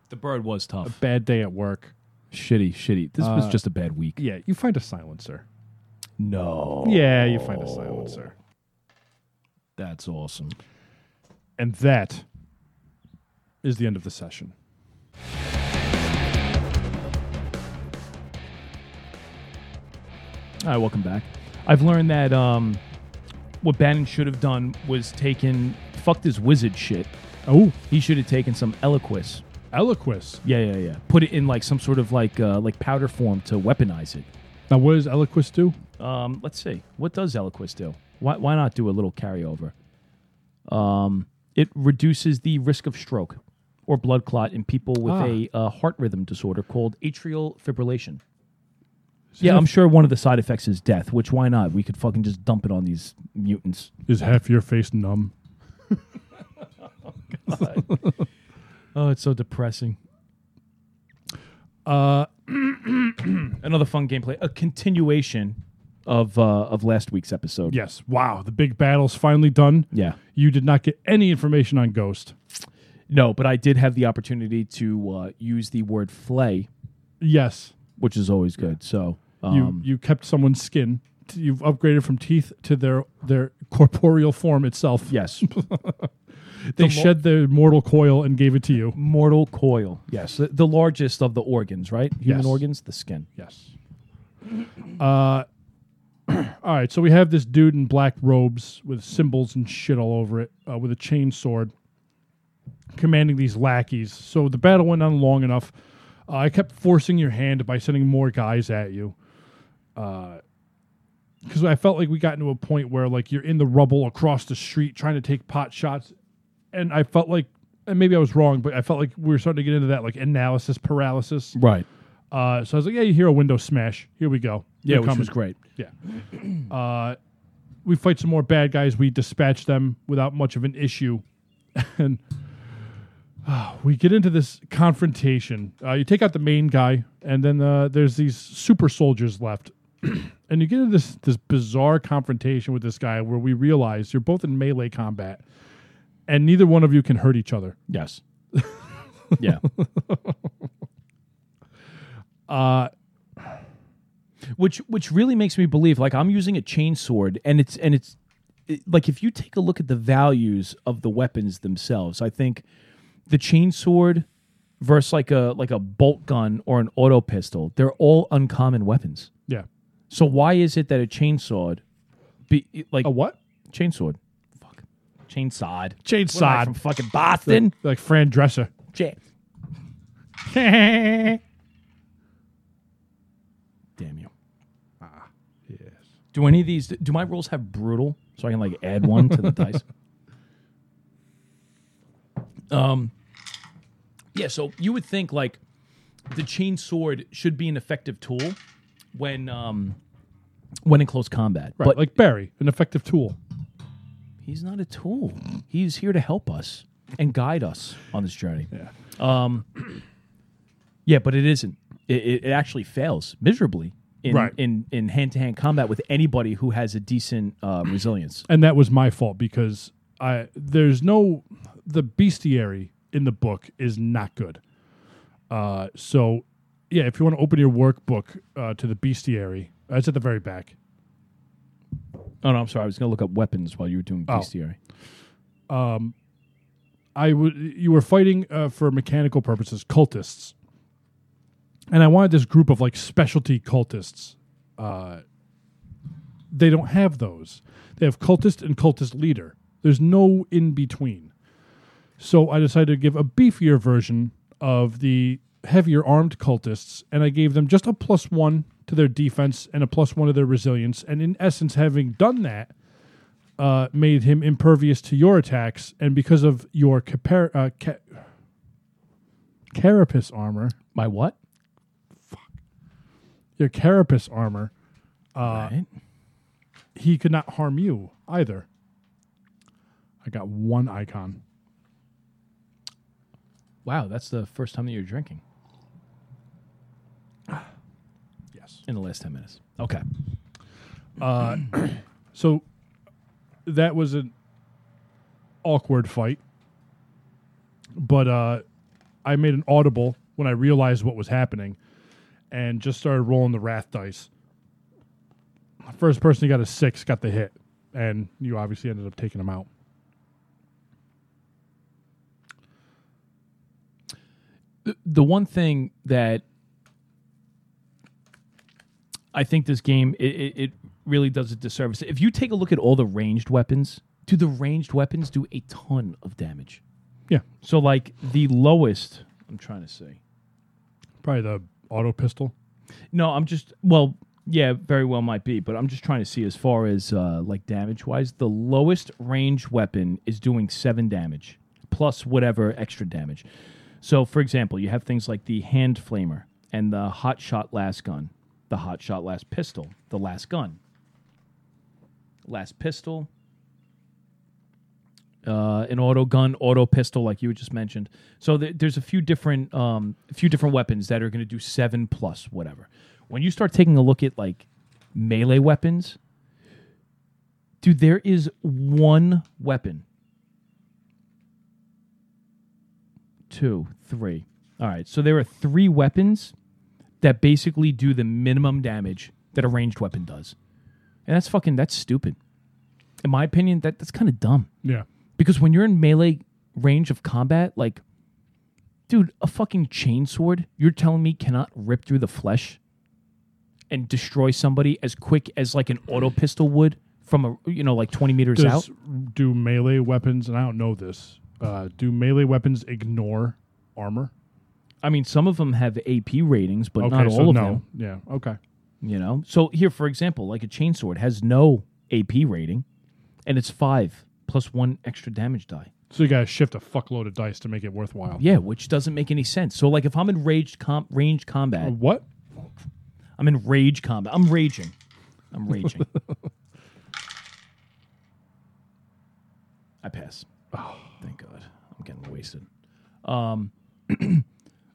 The bird was a tough. bad day at work. Shitty, shitty. This was Uh, just a bad week. Yeah, you find a silencer. No. Yeah, you find a silencer. That's awesome. And that is the end of the session. All right, welcome back. I've learned that um, what Bannon should have done was taken fuck this wizard shit. Oh, He should have taken some eloquist. Eloquist. Yeah, yeah, yeah. Put it in like some sort of like uh, like powder form to weaponize it. Now, what does Eloquist do? Um, let's see. What does Eloquist do? Why, why not do a little carryover? Um, it reduces the risk of stroke or blood clot in people with Ah. a uh, heart rhythm disorder called atrial fibrillation. Is Yeah, half- I'm sure one of the side effects is death, which why not? We could fucking just dump it on these mutants. Is half your face numb? Oh, it's so depressing. Uh, Another fun gameplay, a continuation of uh, of last week's episode. yes. Wow, the big battle's finally done. Yeah. You did not get any information on Ghost. No, but I did have the opportunity to uh, use the word flay, Yes, which is always good. So you um, you kept someone's skin. T- You've upgraded from teeth to their their corporeal form itself. yes, they shed their mortal coil and gave it to you. mortal coil. Yes, the, the largest of the organs, right? Human Yes. organs, the skin. Yes. Uh, all right. So we have this dude in black robes with symbols and shit all over it, uh, with a chain sword, commanding these lackeys. So the battle went on long enough. Uh, I kept forcing your hand by sending more guys at you, because I felt like we got into a point where like you're in the rubble across the street trying to take pot shots, and I felt like, and maybe I was wrong, but I felt like we were starting to get into that like analysis paralysis. Right. Uh, so I was like, yeah, you hear a window smash. Here we go. Yeah, They're which coming. was great. Yeah. uh, we fight some more bad guys. We dispatch them without much of an issue. and uh, we get into this confrontation. Uh, you take out the main guy, and then uh, there's these super soldiers left. and you get into this, this bizarre confrontation with this guy where we realize you're both in melee combat, and neither one of you can hurt each other. Yes. yeah. Uh, which which really makes me believe like i'm using a chain sword and it's and it's it- like if you take a look at the values of the weapons themselves i think the chain sword versus like a like a bolt gun or an auto pistol they're all uncommon weapons yeah. so why is it that a chain sword be like A a what? chain sword fuck chain sod What am I, Chainsawed. from fucking boston like Fran Dresser. Cha- yes. damn you do any of these do my rules have brutal so i can like add one to the dice um yeah so you would think like the chain sword should be an effective tool when um when in close combat Right, but like Barry, an effective tool. he's not a tool he's here to help us and guide us on this journey yeah um yeah but it isn't it, it, it actually fails miserably in, Right. in in hand-to-hand combat with anybody who has a decent uh, resilience And that was my fault because I there's no the bestiary in the book is not good. Uh, so yeah, if you want to open your workbook uh, to the bestiary, uh, it's at the very back. Oh no, I'm sorry. I was gonna look up weapons while you were Oh. doing bestiary. I would you were fighting uh, for mechanical purposes, cultists, and I wanted this group of like specialty cultists. Uh, they don't have those. They have cultist and cultist leader. There's no in between. So I decided to give a beefier version of the heavier armed cultists, and I gave them just a plus one to their defense and a plus one to their resilience. And in essence, having done that, uh, made him impervious to your attacks, and because of your capar- uh, ca- carapace armor, My what? your carapace armor, Uh, right. he could not harm you either. I got one icon. Wow, that's the first time that you're drinking. Yes. in the last 10 minutes. Okay. So that was an awkward fight. But uh, I made an audible when I realized what was happening and just started rolling the wrath dice. First person who got a six got the hit, and you obviously ended up taking him out. the one thing that I think this game it, it, it really does a disservice. If you take a look at all the ranged weapons, do the ranged weapons do a ton of damage? Yeah. So like the lowest, I'm trying to say. Probably the auto pistol. No, I'm just well, yeah, very well might be, but I'm just trying to see as far as uh, like damage wise, the lowest range weapon is doing seven damage plus whatever extra damage. So, for example, you have things like the hand flamer and the hot shot last gun, the hot shot last pistol, the last gun, last pistol, uh, an auto gun, auto pistol, like you just mentioned. So th- there's a few different, um, a few different weapons that are going to do seven plus whatever. When you start taking a look at like melee weapons, dude, there is one weapon, two, three. All right, so there are three weapons that basically do the minimum damage that a ranged weapon does, and that's fucking that's stupid. In my opinion, that that's kind of dumb. Yeah. Because when you're in melee range of combat, like, dude, a fucking chainsword, you're telling me cannot rip through the flesh and destroy somebody as quick as like an auto pistol would from a you know like 20 meters out. Does, do melee weapons, and I don't know this, uh, do melee weapons ignore armor? I mean, some of them have AP ratings, but okay, not all so of no. them. Yeah, okay. You know, so here, for example, like a chainsword has no AP rating, and it's five plus one extra damage die. So you got to shift a fuckload of dice to make it worthwhile. Yeah, which doesn't make any sense. So like, if I'm in raged com- range combat, What? I'm in rage combat. I'm raging. I'm raging. I pass. Thank God. I'm getting wasted. Um,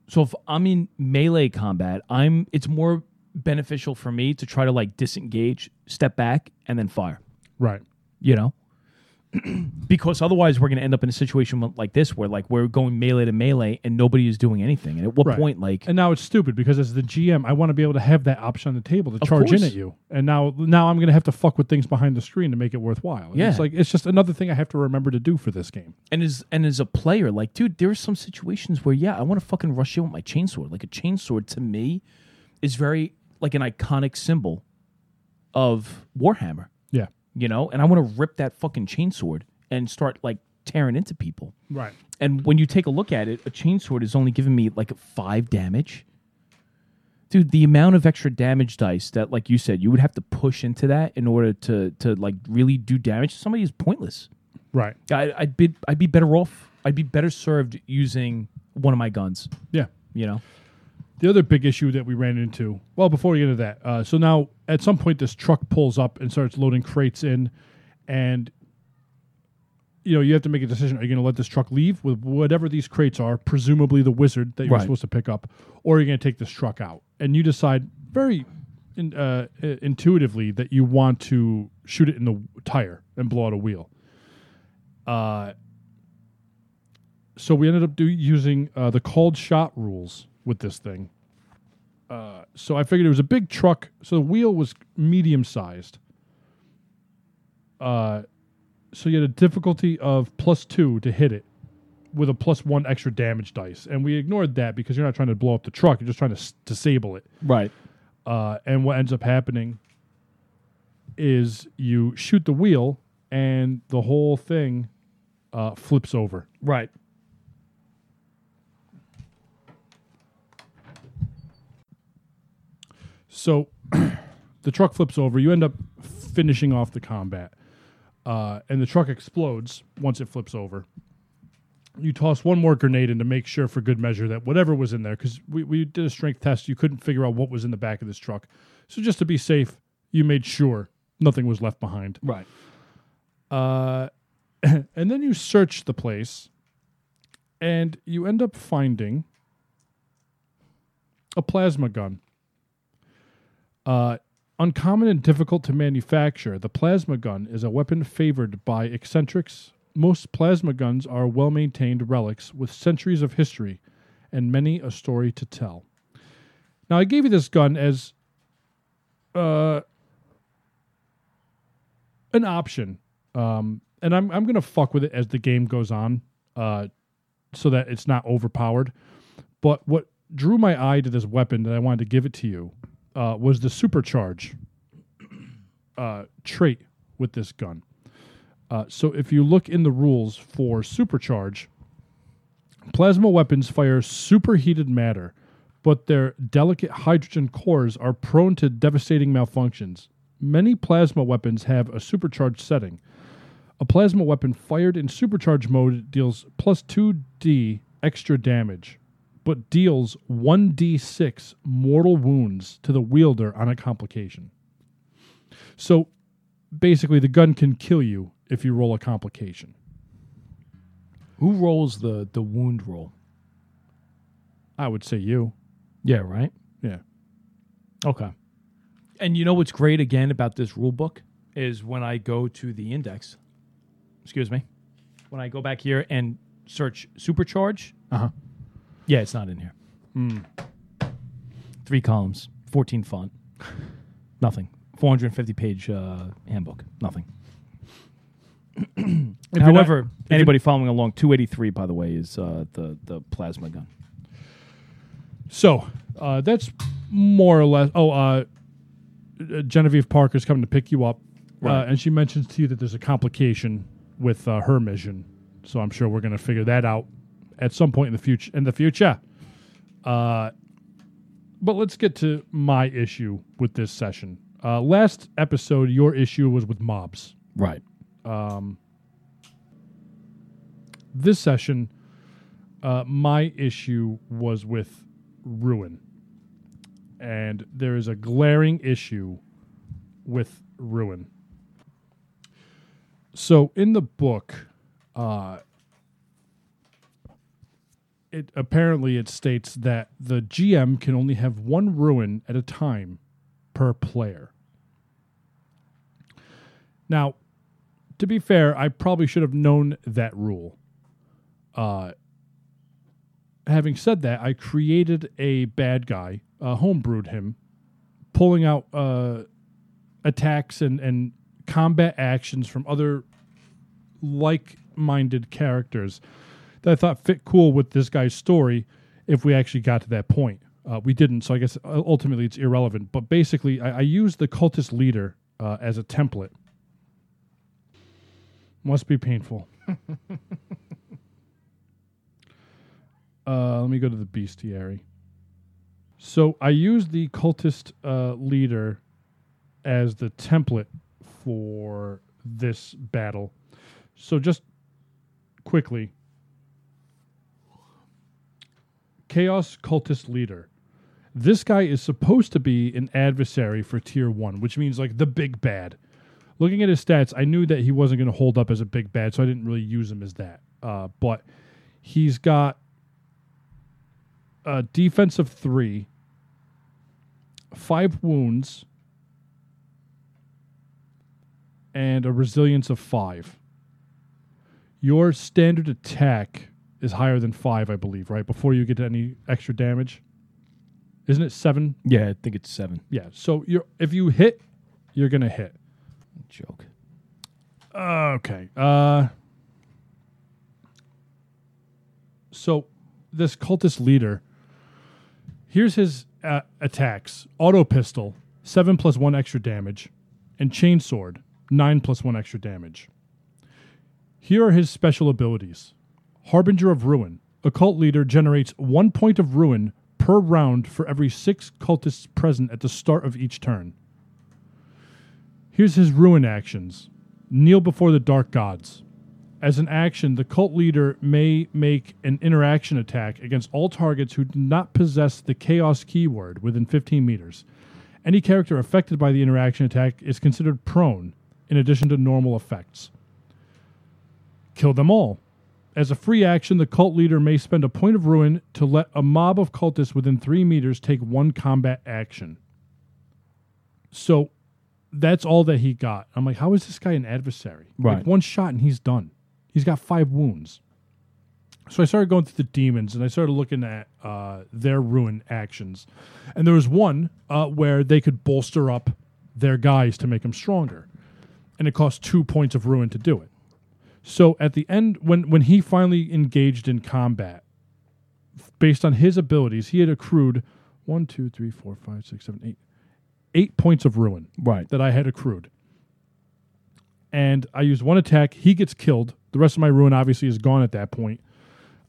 so if I'm in melee combat, I'm it's more beneficial for me to try to like disengage, step back, and then fire Right. you know because otherwise we're going to end up in a situation like this where like we're going melee to melee and nobody is doing anything and at what Right. point like And now it's stupid because as the GM, I want to be able to have that option on the table to charge course. in at you. And now now I'm going to have to fuck with things behind the screen to make it worthwhile. And It's Yeah. like it's just another thing I have to remember to do for this game. and as and as a player like dude there are some situations where yeah i want to fucking rush in with my chainsword like a chainsword to me is very like an iconic symbol of warhammer Yeah. you know and i want to rip that fucking chainsword and start like tearing into people Right. And when you take a look at it, a chainsword is only giving me like five damage. Dude, the amount of extra damage dice that, like you said, you would have to push into that in order to to like really do damage to somebody is pointless. Right. I, I'd be I'd be better off. I'd be better served using one of my guns. Yeah. You know, The other big issue that we ran into, well, before we get into that, uh, so now at some point this truck pulls up and starts loading crates in, and you know you have to make a decision: are you going to let this truck leave with whatever these crates are, presumably the wizard that you're Right. supposed to pick up, or are you going to take this truck out? And you decide very in, uh, i- intuitively that you want to shoot it in the tire and blow out a wheel. Uh, so we ended up do, using uh, the called shot rules with this thing. Uh, so I figured it was a big truck, so the wheel was medium sized. Uh, so you had a difficulty of plus two to hit it with a plus one extra damage dice, and we ignored that because you're not trying to blow up the truck; you're just trying to s- disable it. right? Uh, and what ends up happening is you shoot the wheel, and the whole thing uh, flips over. Right. So the truck flips over. You end up finishing off the combat, uh, and the truck explodes once it flips over. You toss one more grenade in to make sure, for good measure, that whatever was in there, because we, we did a strength test, you couldn't figure out what was in the back of this truck. So just to be safe, you made sure nothing was left behind. Right. Uh, and then you search the place, and you end up finding a plasma gun. Uh, uncommon and difficult to manufacture, the plasma gun is a weapon favored by eccentrics. Most plasma guns are well maintained relics with centuries of history and many a story to tell. Now, I gave you this gun as uh, an option, um, and I'm, I'm going to fuck with it as the game goes on uh, so that it's not overpowered. But what drew my eye to this weapon that I wanted to give it to you uh, was the supercharge uh, trait with this gun. Uh, so if you look in the rules for supercharge, plasma weapons fire superheated matter, but their delicate hydrogen cores are prone to devastating malfunctions. Many plasma weapons have a supercharge setting. A plasma weapon fired in supercharge mode deals plus 2d extra damage, but deals 1d6 mortal wounds to the wielder on a complication. So basically, the gun can kill you if you roll a complication. Who rolls the the wound roll? I would say you. Yeah, right. Yeah. Okay. And you know what's great again about this rule book is when I go to the index, excuse me, when I go back here and search supercharge. Uh Uh-huh. Yeah, it's not in here. Hmm. Three columns, 14 font, nothing. 450 page uh, handbook, nothing. you're not- However, anybody following along, 283, by the way, is uh, the, the plasma gun. So uh, that's more or less. Oh, uh, Genevieve Parker's coming to pick you up, uh, and she mentions to you that there's a complication with uh, her mission. So I'm sure we're going to figure that out at some point in the future. In the future, uh, but let's get to my issue with this session. Uh, last episode, your issue was with mobs. Right. This session, uh, my issue was with ruin. And there is a glaring issue with ruin. So in the book, uh, it apparently it states that the GM can only have one ruin at a time per player. Now, to be fair, I probably should have known that rule. Uh, having said that, I created a bad guy, uh, homebrewed him, pulling out uh, attacks and, and combat actions from other like minded characters that I thought fit cool with this guy's story if we actually got to that point. Uh, we didn't, so I guess uh, ultimately it's irrelevant. But basically, I, I used the cultist leader uh, as a template. Must be painful. Uh, let me go to the bestiary. So I used the cultist uh, leader as the template for this battle. So just quickly, chaos cultist leader. This guy is supposed to be an adversary for tier one, which means like the big bad. Looking at his stats, I knew that he wasn't going to hold up as a big bad, so I didn't really use him as that. Uh, but he's got a uh, defense of three, five wounds, and a resilience of five. Your standard attack is higher than five, I believe, right? Before you get any extra damage, isn't it seven? Yeah, I think it's seven. Yeah. So you're if you hit, you're gonna hit. Joke. Okay. Uh, so this cultist leader, here's his uh, attacks: auto pistol, seven plus one extra damage, and chainsword, nine plus one extra damage. Here are his special abilities: Harbinger of Ruin. A cult leader generates one point of ruin per round for every six cultists present at the start of each turn. Here's his ruin actions kneel before the dark gods. As an action, the cult leader may make an interaction attack against all targets who do not possess the chaos keyword within 15 meters. Any character affected by the interaction attack is considered prone, in addition to normal effects. Kill them all. As a free action, the cult leader may spend a point of ruin to let a mob of cultists within three meters take one combat action. So that's all that he got. I'm like, how is this guy an adversary? Right. Like one shot and he's done. He's got five wounds. So I started going through the demons and I started looking at uh, their ruin actions. And there was one uh, where they could bolster up their guys to make them stronger. And it cost two points of ruin to do it. So at the end, when, when he finally engaged in combat, f- based on his abilities, he had accrued one, two, three, four, five, six, seven, eight, eight points of ruin Right. that I had accrued. And I used one attack. He gets killed. The rest of my ruin obviously is gone at that point.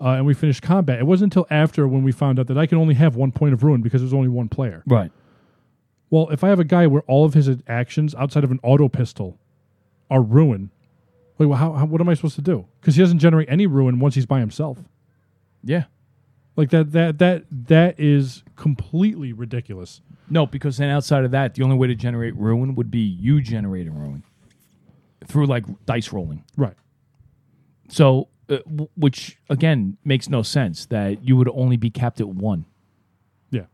Uh, and we finished combat. It wasn't until after when we found out that I can only have one point of ruin because there's only one player. Right. Well, if I have a guy where all of his actions outside of an auto pistol are ruin, like, well, how, how, what am I supposed to do? Because he doesn't generate any ruin once he's by himself. Yeah. Like that, that, that, that is completely ridiculous. No, because then outside of that, the only way to generate ruin would be you generating ruin through like dice rolling. Right. So, uh, w- which again makes no sense that you would only be capped at one. Yeah.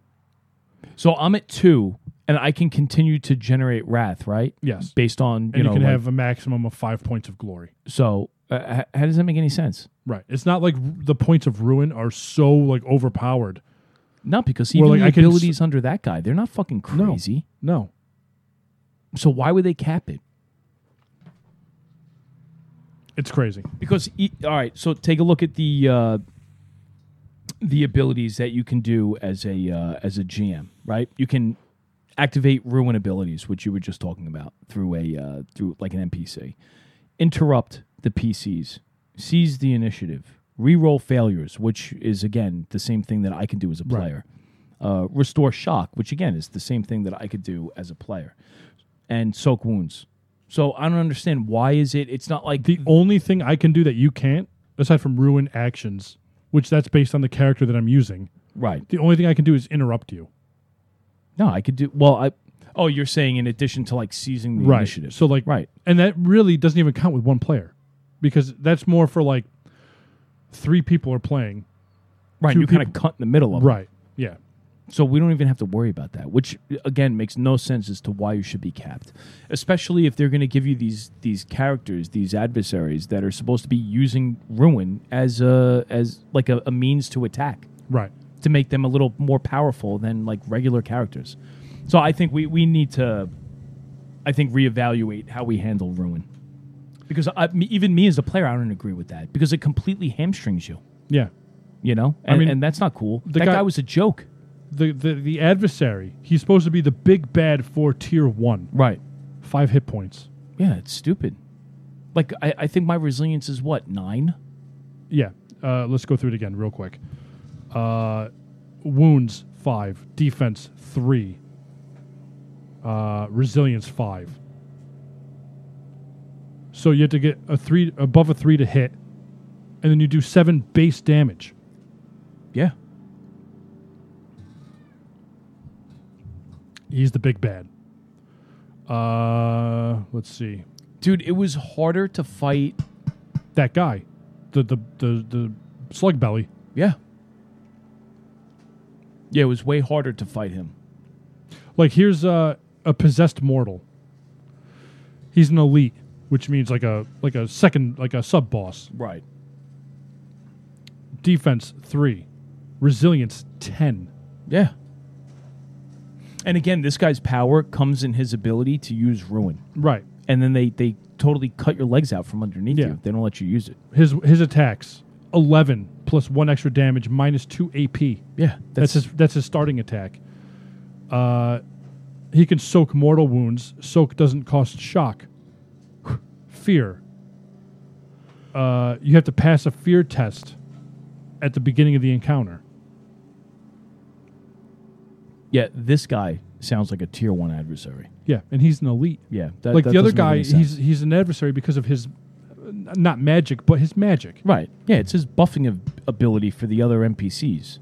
So I'm at two, and I can continue to generate wrath, right? Yes. Based on you And you, know, can like- have a maximum of five points of glory. so uh, h- how does that make any sense? Right. It's not like r- the points of ruin are so like overpowered. Not because even Well, like, the I can s- abilities under that guy, they're not fucking crazy. No. So why would they cap it? It's crazy. because e- all right so take a look at the uh, the abilities that you can do as a uh, as a gm right you can activate ruin abilities which you were just talking about through a uh, through like an npc interrupt the pcs seize the initiative reroll failures which is again the same thing that i can do as a player uh, restore shock which again is the same thing that i could do as a player and soak wounds so i don't understand why is it it's not like The only thing I can do that you can't, aside from ruin actions, which that's based on the character that I'm using, right the only thing I can do is interrupt you. No, I could do well. I oh, you're saying in addition to like seizing the initiative. So like right, and that really doesn't even count with one player. Because that's more for like three people are playing. right. two You kind of cut in the middle of Right. Yeah. it, so we don't even have to worry about that. Which again makes no sense as to why you should be capped, especially if they're going to give you these these characters, these adversaries that are supposed to be using ruin as a as like a, a means to attack. Right. to make them a little more powerful than like regular characters. So I think we, we need to, I think reevaluate how we handle ruin, because I, me- even me as a player, I don't agree with that because it completely hamstrings you. Yeah. You know, and, mean, and that's not cool. the That guy- guy was a joke, The, the the adversary, he's supposed to be the big bad for tier one. right? Five hit points. Yeah, it's stupid. Like I, I think my resilience is what nine. Yeah. Uh, let's go through it again real quick. Uh, wounds five, defense three, uh, resilience five. So you have to get a three above a three to hit, and then you do seven base damage. Yeah, He's the big bad. Uh, let's see dude, it was harder to fight. that guy, the the the the slug belly. Yeah, yeah, it was way harder to fight him. Like here's a a possessed mortal. He's an elite, which means like a like a second like a sub boss. Right. Defense three, resilience ten. Yeah. And again, this guy's power comes in his ability to use ruin. Right. And then they, they totally cut your legs out from underneath Yeah. you. They don't let you use it. His his attacks eleven plus one extra damage minus two AP. Yeah. That's, his that's his starting attack. Uh, he can soak mortal wounds. Soak doesn't cost shock. Fear. Uh, you have to pass a fear test at the beginning of the encounter. yeah, this guy sounds like a tier one adversary. Yeah, and he's an elite. Yeah. that- like that the other doesn't make guy, any sense. he's he's an adversary because of his uh, not magic, but his magic. Right. Yeah, it's his buffing of ability for the other NPCs.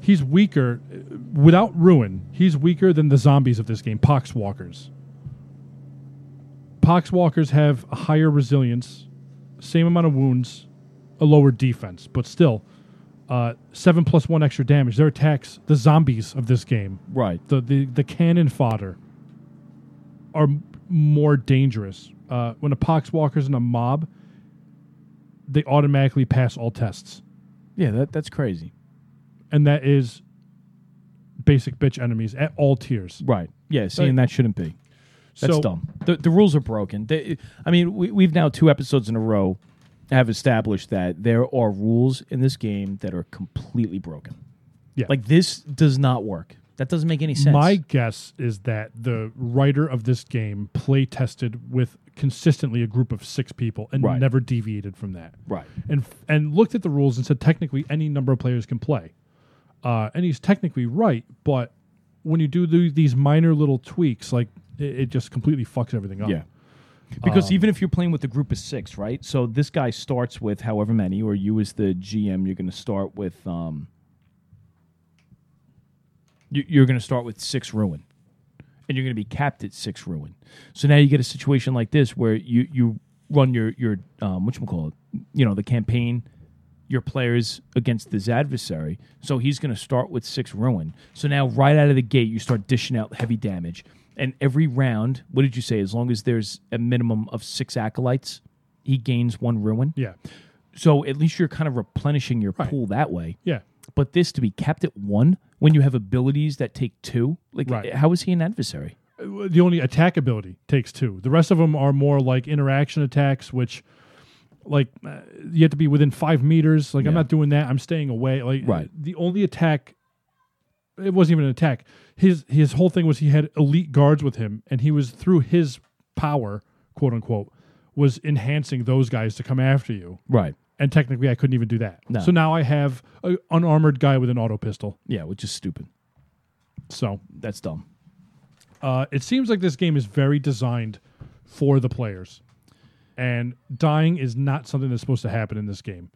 He's weaker uh, without ruin. He's weaker than the zombies of this game, poxwalkers. Poxwalkers have a higher resilience, same amount of wounds, a lower defense, but still uh, seven plus one extra damage. Their attacks, the zombies of this game, Right. the the, the cannon fodder, are m- more dangerous. Uh, when a poxwalker's in a mob, they automatically pass all tests, Yeah, that, that's crazy. and that is basic bitch enemies at all tiers. Right. Yeah, see, and that shouldn't be. That's so, dumb. The, the rules are broken. They, I mean, we, we've now two episodes in a row have established that there are rules in this game that are completely broken. Yeah. Like this does not work. That doesn't make any sense. My guess is that the writer of this game play tested with consistently a group of six people and Right. never deviated from that. right. and and looked at the rules and said technically any number of players can play, uh, and he's technically right. But when you do the, these minor little tweaks, like it, it just completely fucks everything up. Yeah. Because even if you're playing with a group of six, right? So this guy starts with however many, or you as the GM, you're going to start with um, you- you're going to start with six ruin, and you're going to be capped at six ruin. So now you get a situation like this where you you run your your um, what call it, you know, the campaign, your players against this adversary. So he's going to start with six ruin. So now right out of the gate, you start dishing out heavy damage. And every round, what did you say? As long as there's a minimum of six acolytes, he gains one ruin. yeah, So at least you're kind of replenishing your pool that way. yeah. But this to be capped at one when you have abilities that take two, like Right. how is he an adversary? Uh, The only attack ability takes two. The rest of them are more like interaction attacks, which like uh, you have to be within five meters. Like I'm not doing that. I'm staying away. Like Right. the only attack. It wasn't even an attack. His his whole thing was he had elite guards with him, and he was through his power, quote unquote, was enhancing those guys to come after you. Right. And technically, I couldn't even do that. No. So now I have an unarmored guy with an auto pistol. Yeah, which is stupid. So That's dumb. uh, it seems like this game is very designed for the players, and dying is not something that's supposed to happen in this game.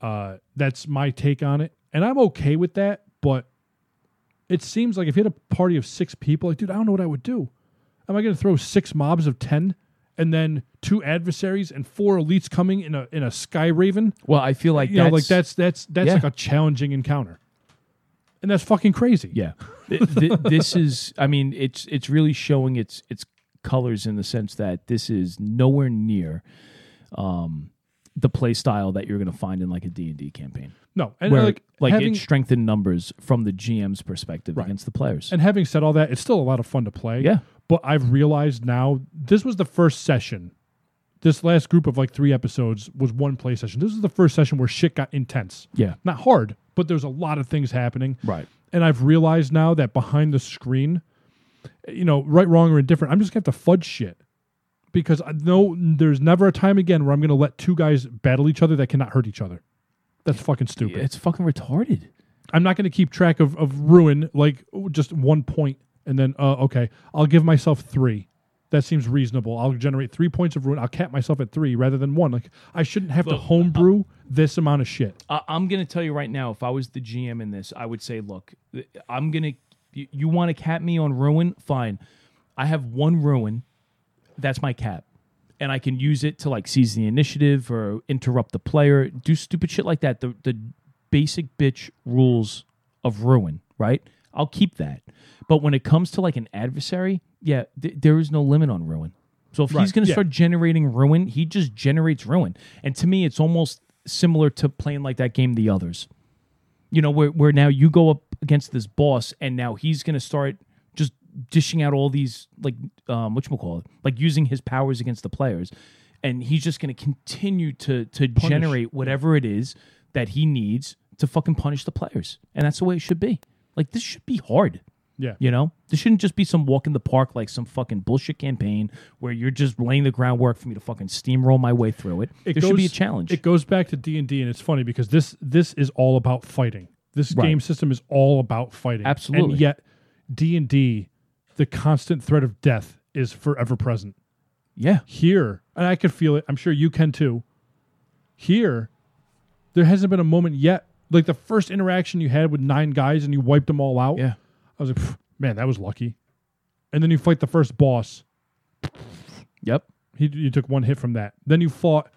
Uh, that's my take on it, and I'm okay with that. But it seems like if you had a party of six people, like, dude, I don't know what I would do. Am I going to throw six mobs of ten, and then two adversaries and four elites coming in a in a sky raven? Well, I feel like You know, like that's that's that's Yeah. like a challenging encounter, and that's fucking crazy. Yeah, Th- th- this is. I mean, it's it's really showing its its colors in the sense that this is nowhere near um, the play style that you're going to find in like a D and D campaign, no, and where like like, having, it strengthened numbers from the GM's perspective against the players. And having said all that, it's still a lot of fun to play. Yeah. But I've realized now this was the first session. This last group of like three episodes was one play session. This is the first session where shit got intense. yeah, Not hard, but there's a lot of things happening. right. And I've realized now that behind the screen, you know, right, wrong, or indifferent, I'm just gonna have to fudge shit. Because I know there's never a time again where I'm gonna let two guys battle each other that cannot hurt each other. That's fucking stupid. It's fucking retarded. I'm not going to keep track of, of ruin like oh, just one point and then uh, okay, I'll give myself three. That seems reasonable. I'll generate three points of ruin. I'll cap myself at three rather than one. Like I shouldn't have to homebrew this amount of shit. I, I'm going to tell you right now, if I was the GM in this, I would say, look, th- I'm going to, you, you want to cap me on ruin? Fine. I have one ruin. That's my cap. And I can use it to like seize the initiative or interrupt the player, do stupid shit like that. The, the basic bitch rules of ruin, right? I'll keep that. But when it comes to like an adversary, yeah, th- there is no limit on ruin. So if he's going to yeah. start generating ruin, he just generates ruin. And to me, it's almost similar to playing like that game, The Others. You know, where, where now you go up against this boss and now he's going to start just dishing out all these, like, um, whatchamacallit, like using his powers against the players. And he's just going to continue to to generate whatever it is that he needs to fucking punish the players. And that's the way it should be. Like, this should be hard. Yeah. You know, this shouldn't just be some walk in the park like some fucking bullshit campaign where you're just laying the groundwork for me to fucking steamroll my way through it. It there should be a goes- challenge. It goes back to D and D, and it's funny because this this is all about fighting. This Right. game system is all about fighting. Absolutely. And yet, D and D, the constant threat of death is forever present. yeah. here, and I could feel it. I'm sure you can too. Here, there hasn't been a moment yet. Like the first interaction you had with nine guys and you wiped them all out. Yeah. I was like, "Phew, man, that was lucky. And then you fight the first boss. Yep. He, you took one hit from that. Then you fought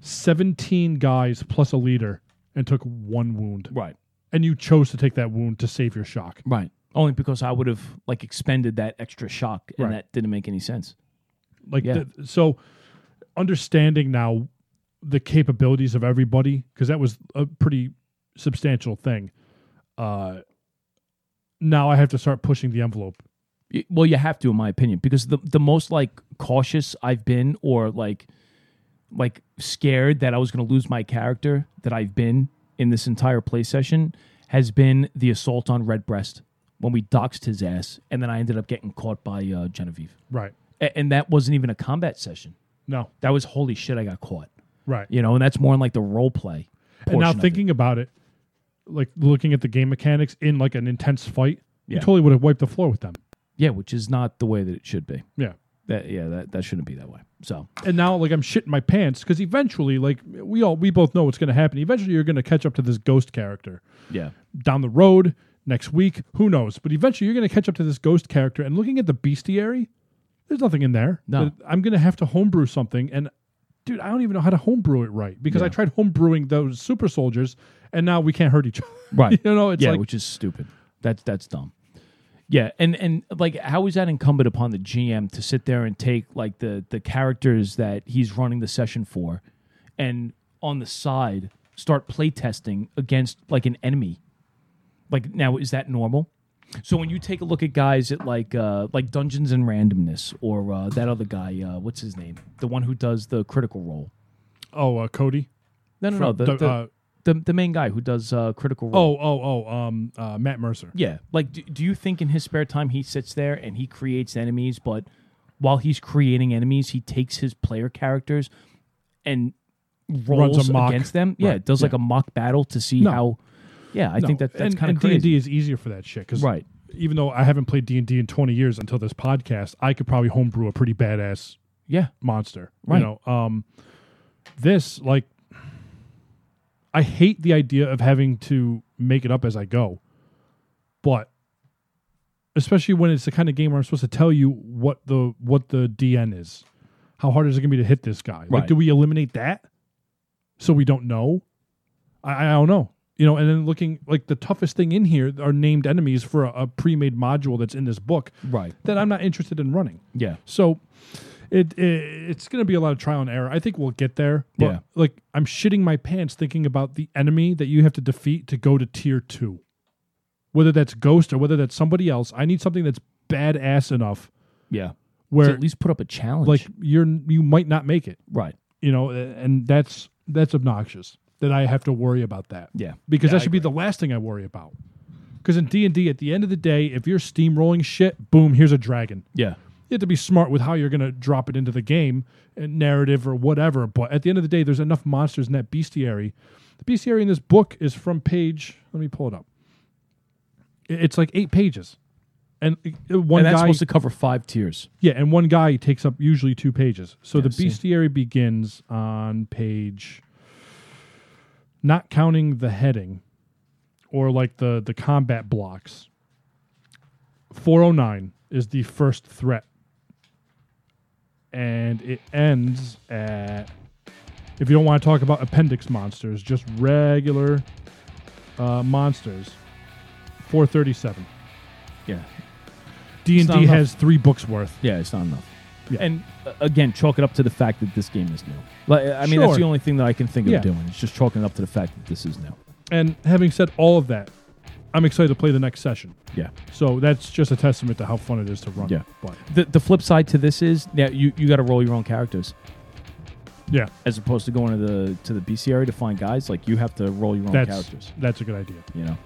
17 guys plus a leader and took one wound. Right. And you chose to take that wound to save your shock. Right. Only because I would have like expended that extra shock, and Right. that didn't make any sense. Like Yeah. the, so, understanding now the capabilities of everybody because that was a pretty substantial thing. Uh, now I have to start pushing the envelope. Y- Well, you have to, in my opinion, because the the most like cautious I've been, or like like scared that I was going to lose my character that I've been in this entire play session has been the assault on Redbreast when we doxed his ass, and then I ended up getting caught by uh, Genevieve, Right. A- and that wasn't even a combat session. No. That was holy shit, I got caught. Right. You know, and that's more in like the role play. and now portion of it. thinking about it, like looking at the game mechanics in like an intense fight, you Yeah. totally would have wiped the floor with them. yeah, which is not the way that it should be. Yeah. That yeah, that, that shouldn't be that way. So And now like I'm shitting my pants because eventually, like we all we both know what's going to happen. Eventually, you're going to catch up to this ghost character yeah, down the road next week. Who knows? But eventually, you're going to catch up to this ghost character. And looking at the bestiary, there's nothing in there. No. But I'm going to have to homebrew something. And dude, I don't even know how to homebrew it right because I tried homebrewing those super soldiers, and now we can't hurt each other. Right. you know, it's yeah, like which is stupid. That's that's dumb. Yeah, and and like how is that incumbent upon the GM to sit there and take like the the characters that he's running the session for, and on the side start playtesting against like an enemy. Like now, is that normal? So when you take a look at guys at like uh, like Dungeons and Randomness or uh, that other guy, uh, what's his name, the one who does the critical role? oh, uh, Cody. No, no, no, From the the- the, uh, the, the main guy who does uh, critical role. Oh, oh, oh, um, uh, Matt Mercer. Yeah. Like, do, do you think in his spare time he sits there and he creates enemies, but while he's creating enemies, he takes his player characters and rolls mock. against them? Yeah, Right, does like yeah. a mock battle to see No. how. Yeah, I think that that's kind of D crazy. and D is easier for that shit. 'cause Right. Even though I haven't played D and D in twenty years until this podcast, I could probably homebrew a pretty badass yeah, monster. Right. You know, um, this like, I hate the idea of having to make it up as I go, but especially when it's the kind of game where I'm supposed to tell you what the what the DN is. How hard is it going to be to hit this guy? Like, Right. do we eliminate that so we don't know? I, I don't know. You know, and then looking like the toughest thing in here are named enemies for a, a pre-made module that's in this book right. that I'm not interested in running. Yeah, So it, it it's going to be a lot of trial and error. I think we'll get there. But Yeah. like I'm shitting my pants thinking about the enemy that you have to defeat to go to tier 2. Whether that's Ghost or whether that's somebody else, I need something that's badass enough yeah. to where at least put up a challenge. like you're you might not make it, right. you know, and that's that's obnoxious that I have to worry about that. Yeah. Because that should be the last thing I worry about. Cuz in D&D at the end of the day, if you're steamrolling shit, boom, here's a dragon Yeah. you have to be smart with how you're going to drop it into the game and narrative or whatever. But at the end of the day, there's enough monsters in that bestiary. The bestiary in this book is from page. Let me pull it up. I- It's like eight pages, and uh, one and that's guy, supposed to cover five tiers. yeah, and one guy takes up usually two pages. So the see. bestiary begins on page, not counting the heading, or like the the combat blocks. Four oh nine is the first threat, and it ends at. If you don't want to talk about appendix monsters, just regular uh, monsters. Four thirty seven. Yeah. D and not D enough. has three books worth. Yeah, it's not enough. Yeah. And uh, again, chalk it up to the fact that this game is new. Like, I mean, Sure. that's the only thing that I can think of Yeah. doing. It's just chalking it up to the fact that this is new. And having said all of that, I'm excited to play the next session. Yeah. So that's just a testament to how fun it is to run. Yeah. But the, the flip side to this is now you, you got to roll your own characters yeah, as opposed to going to the to the bestiary to find guys like you have to roll your own that's characters that's a good idea. you know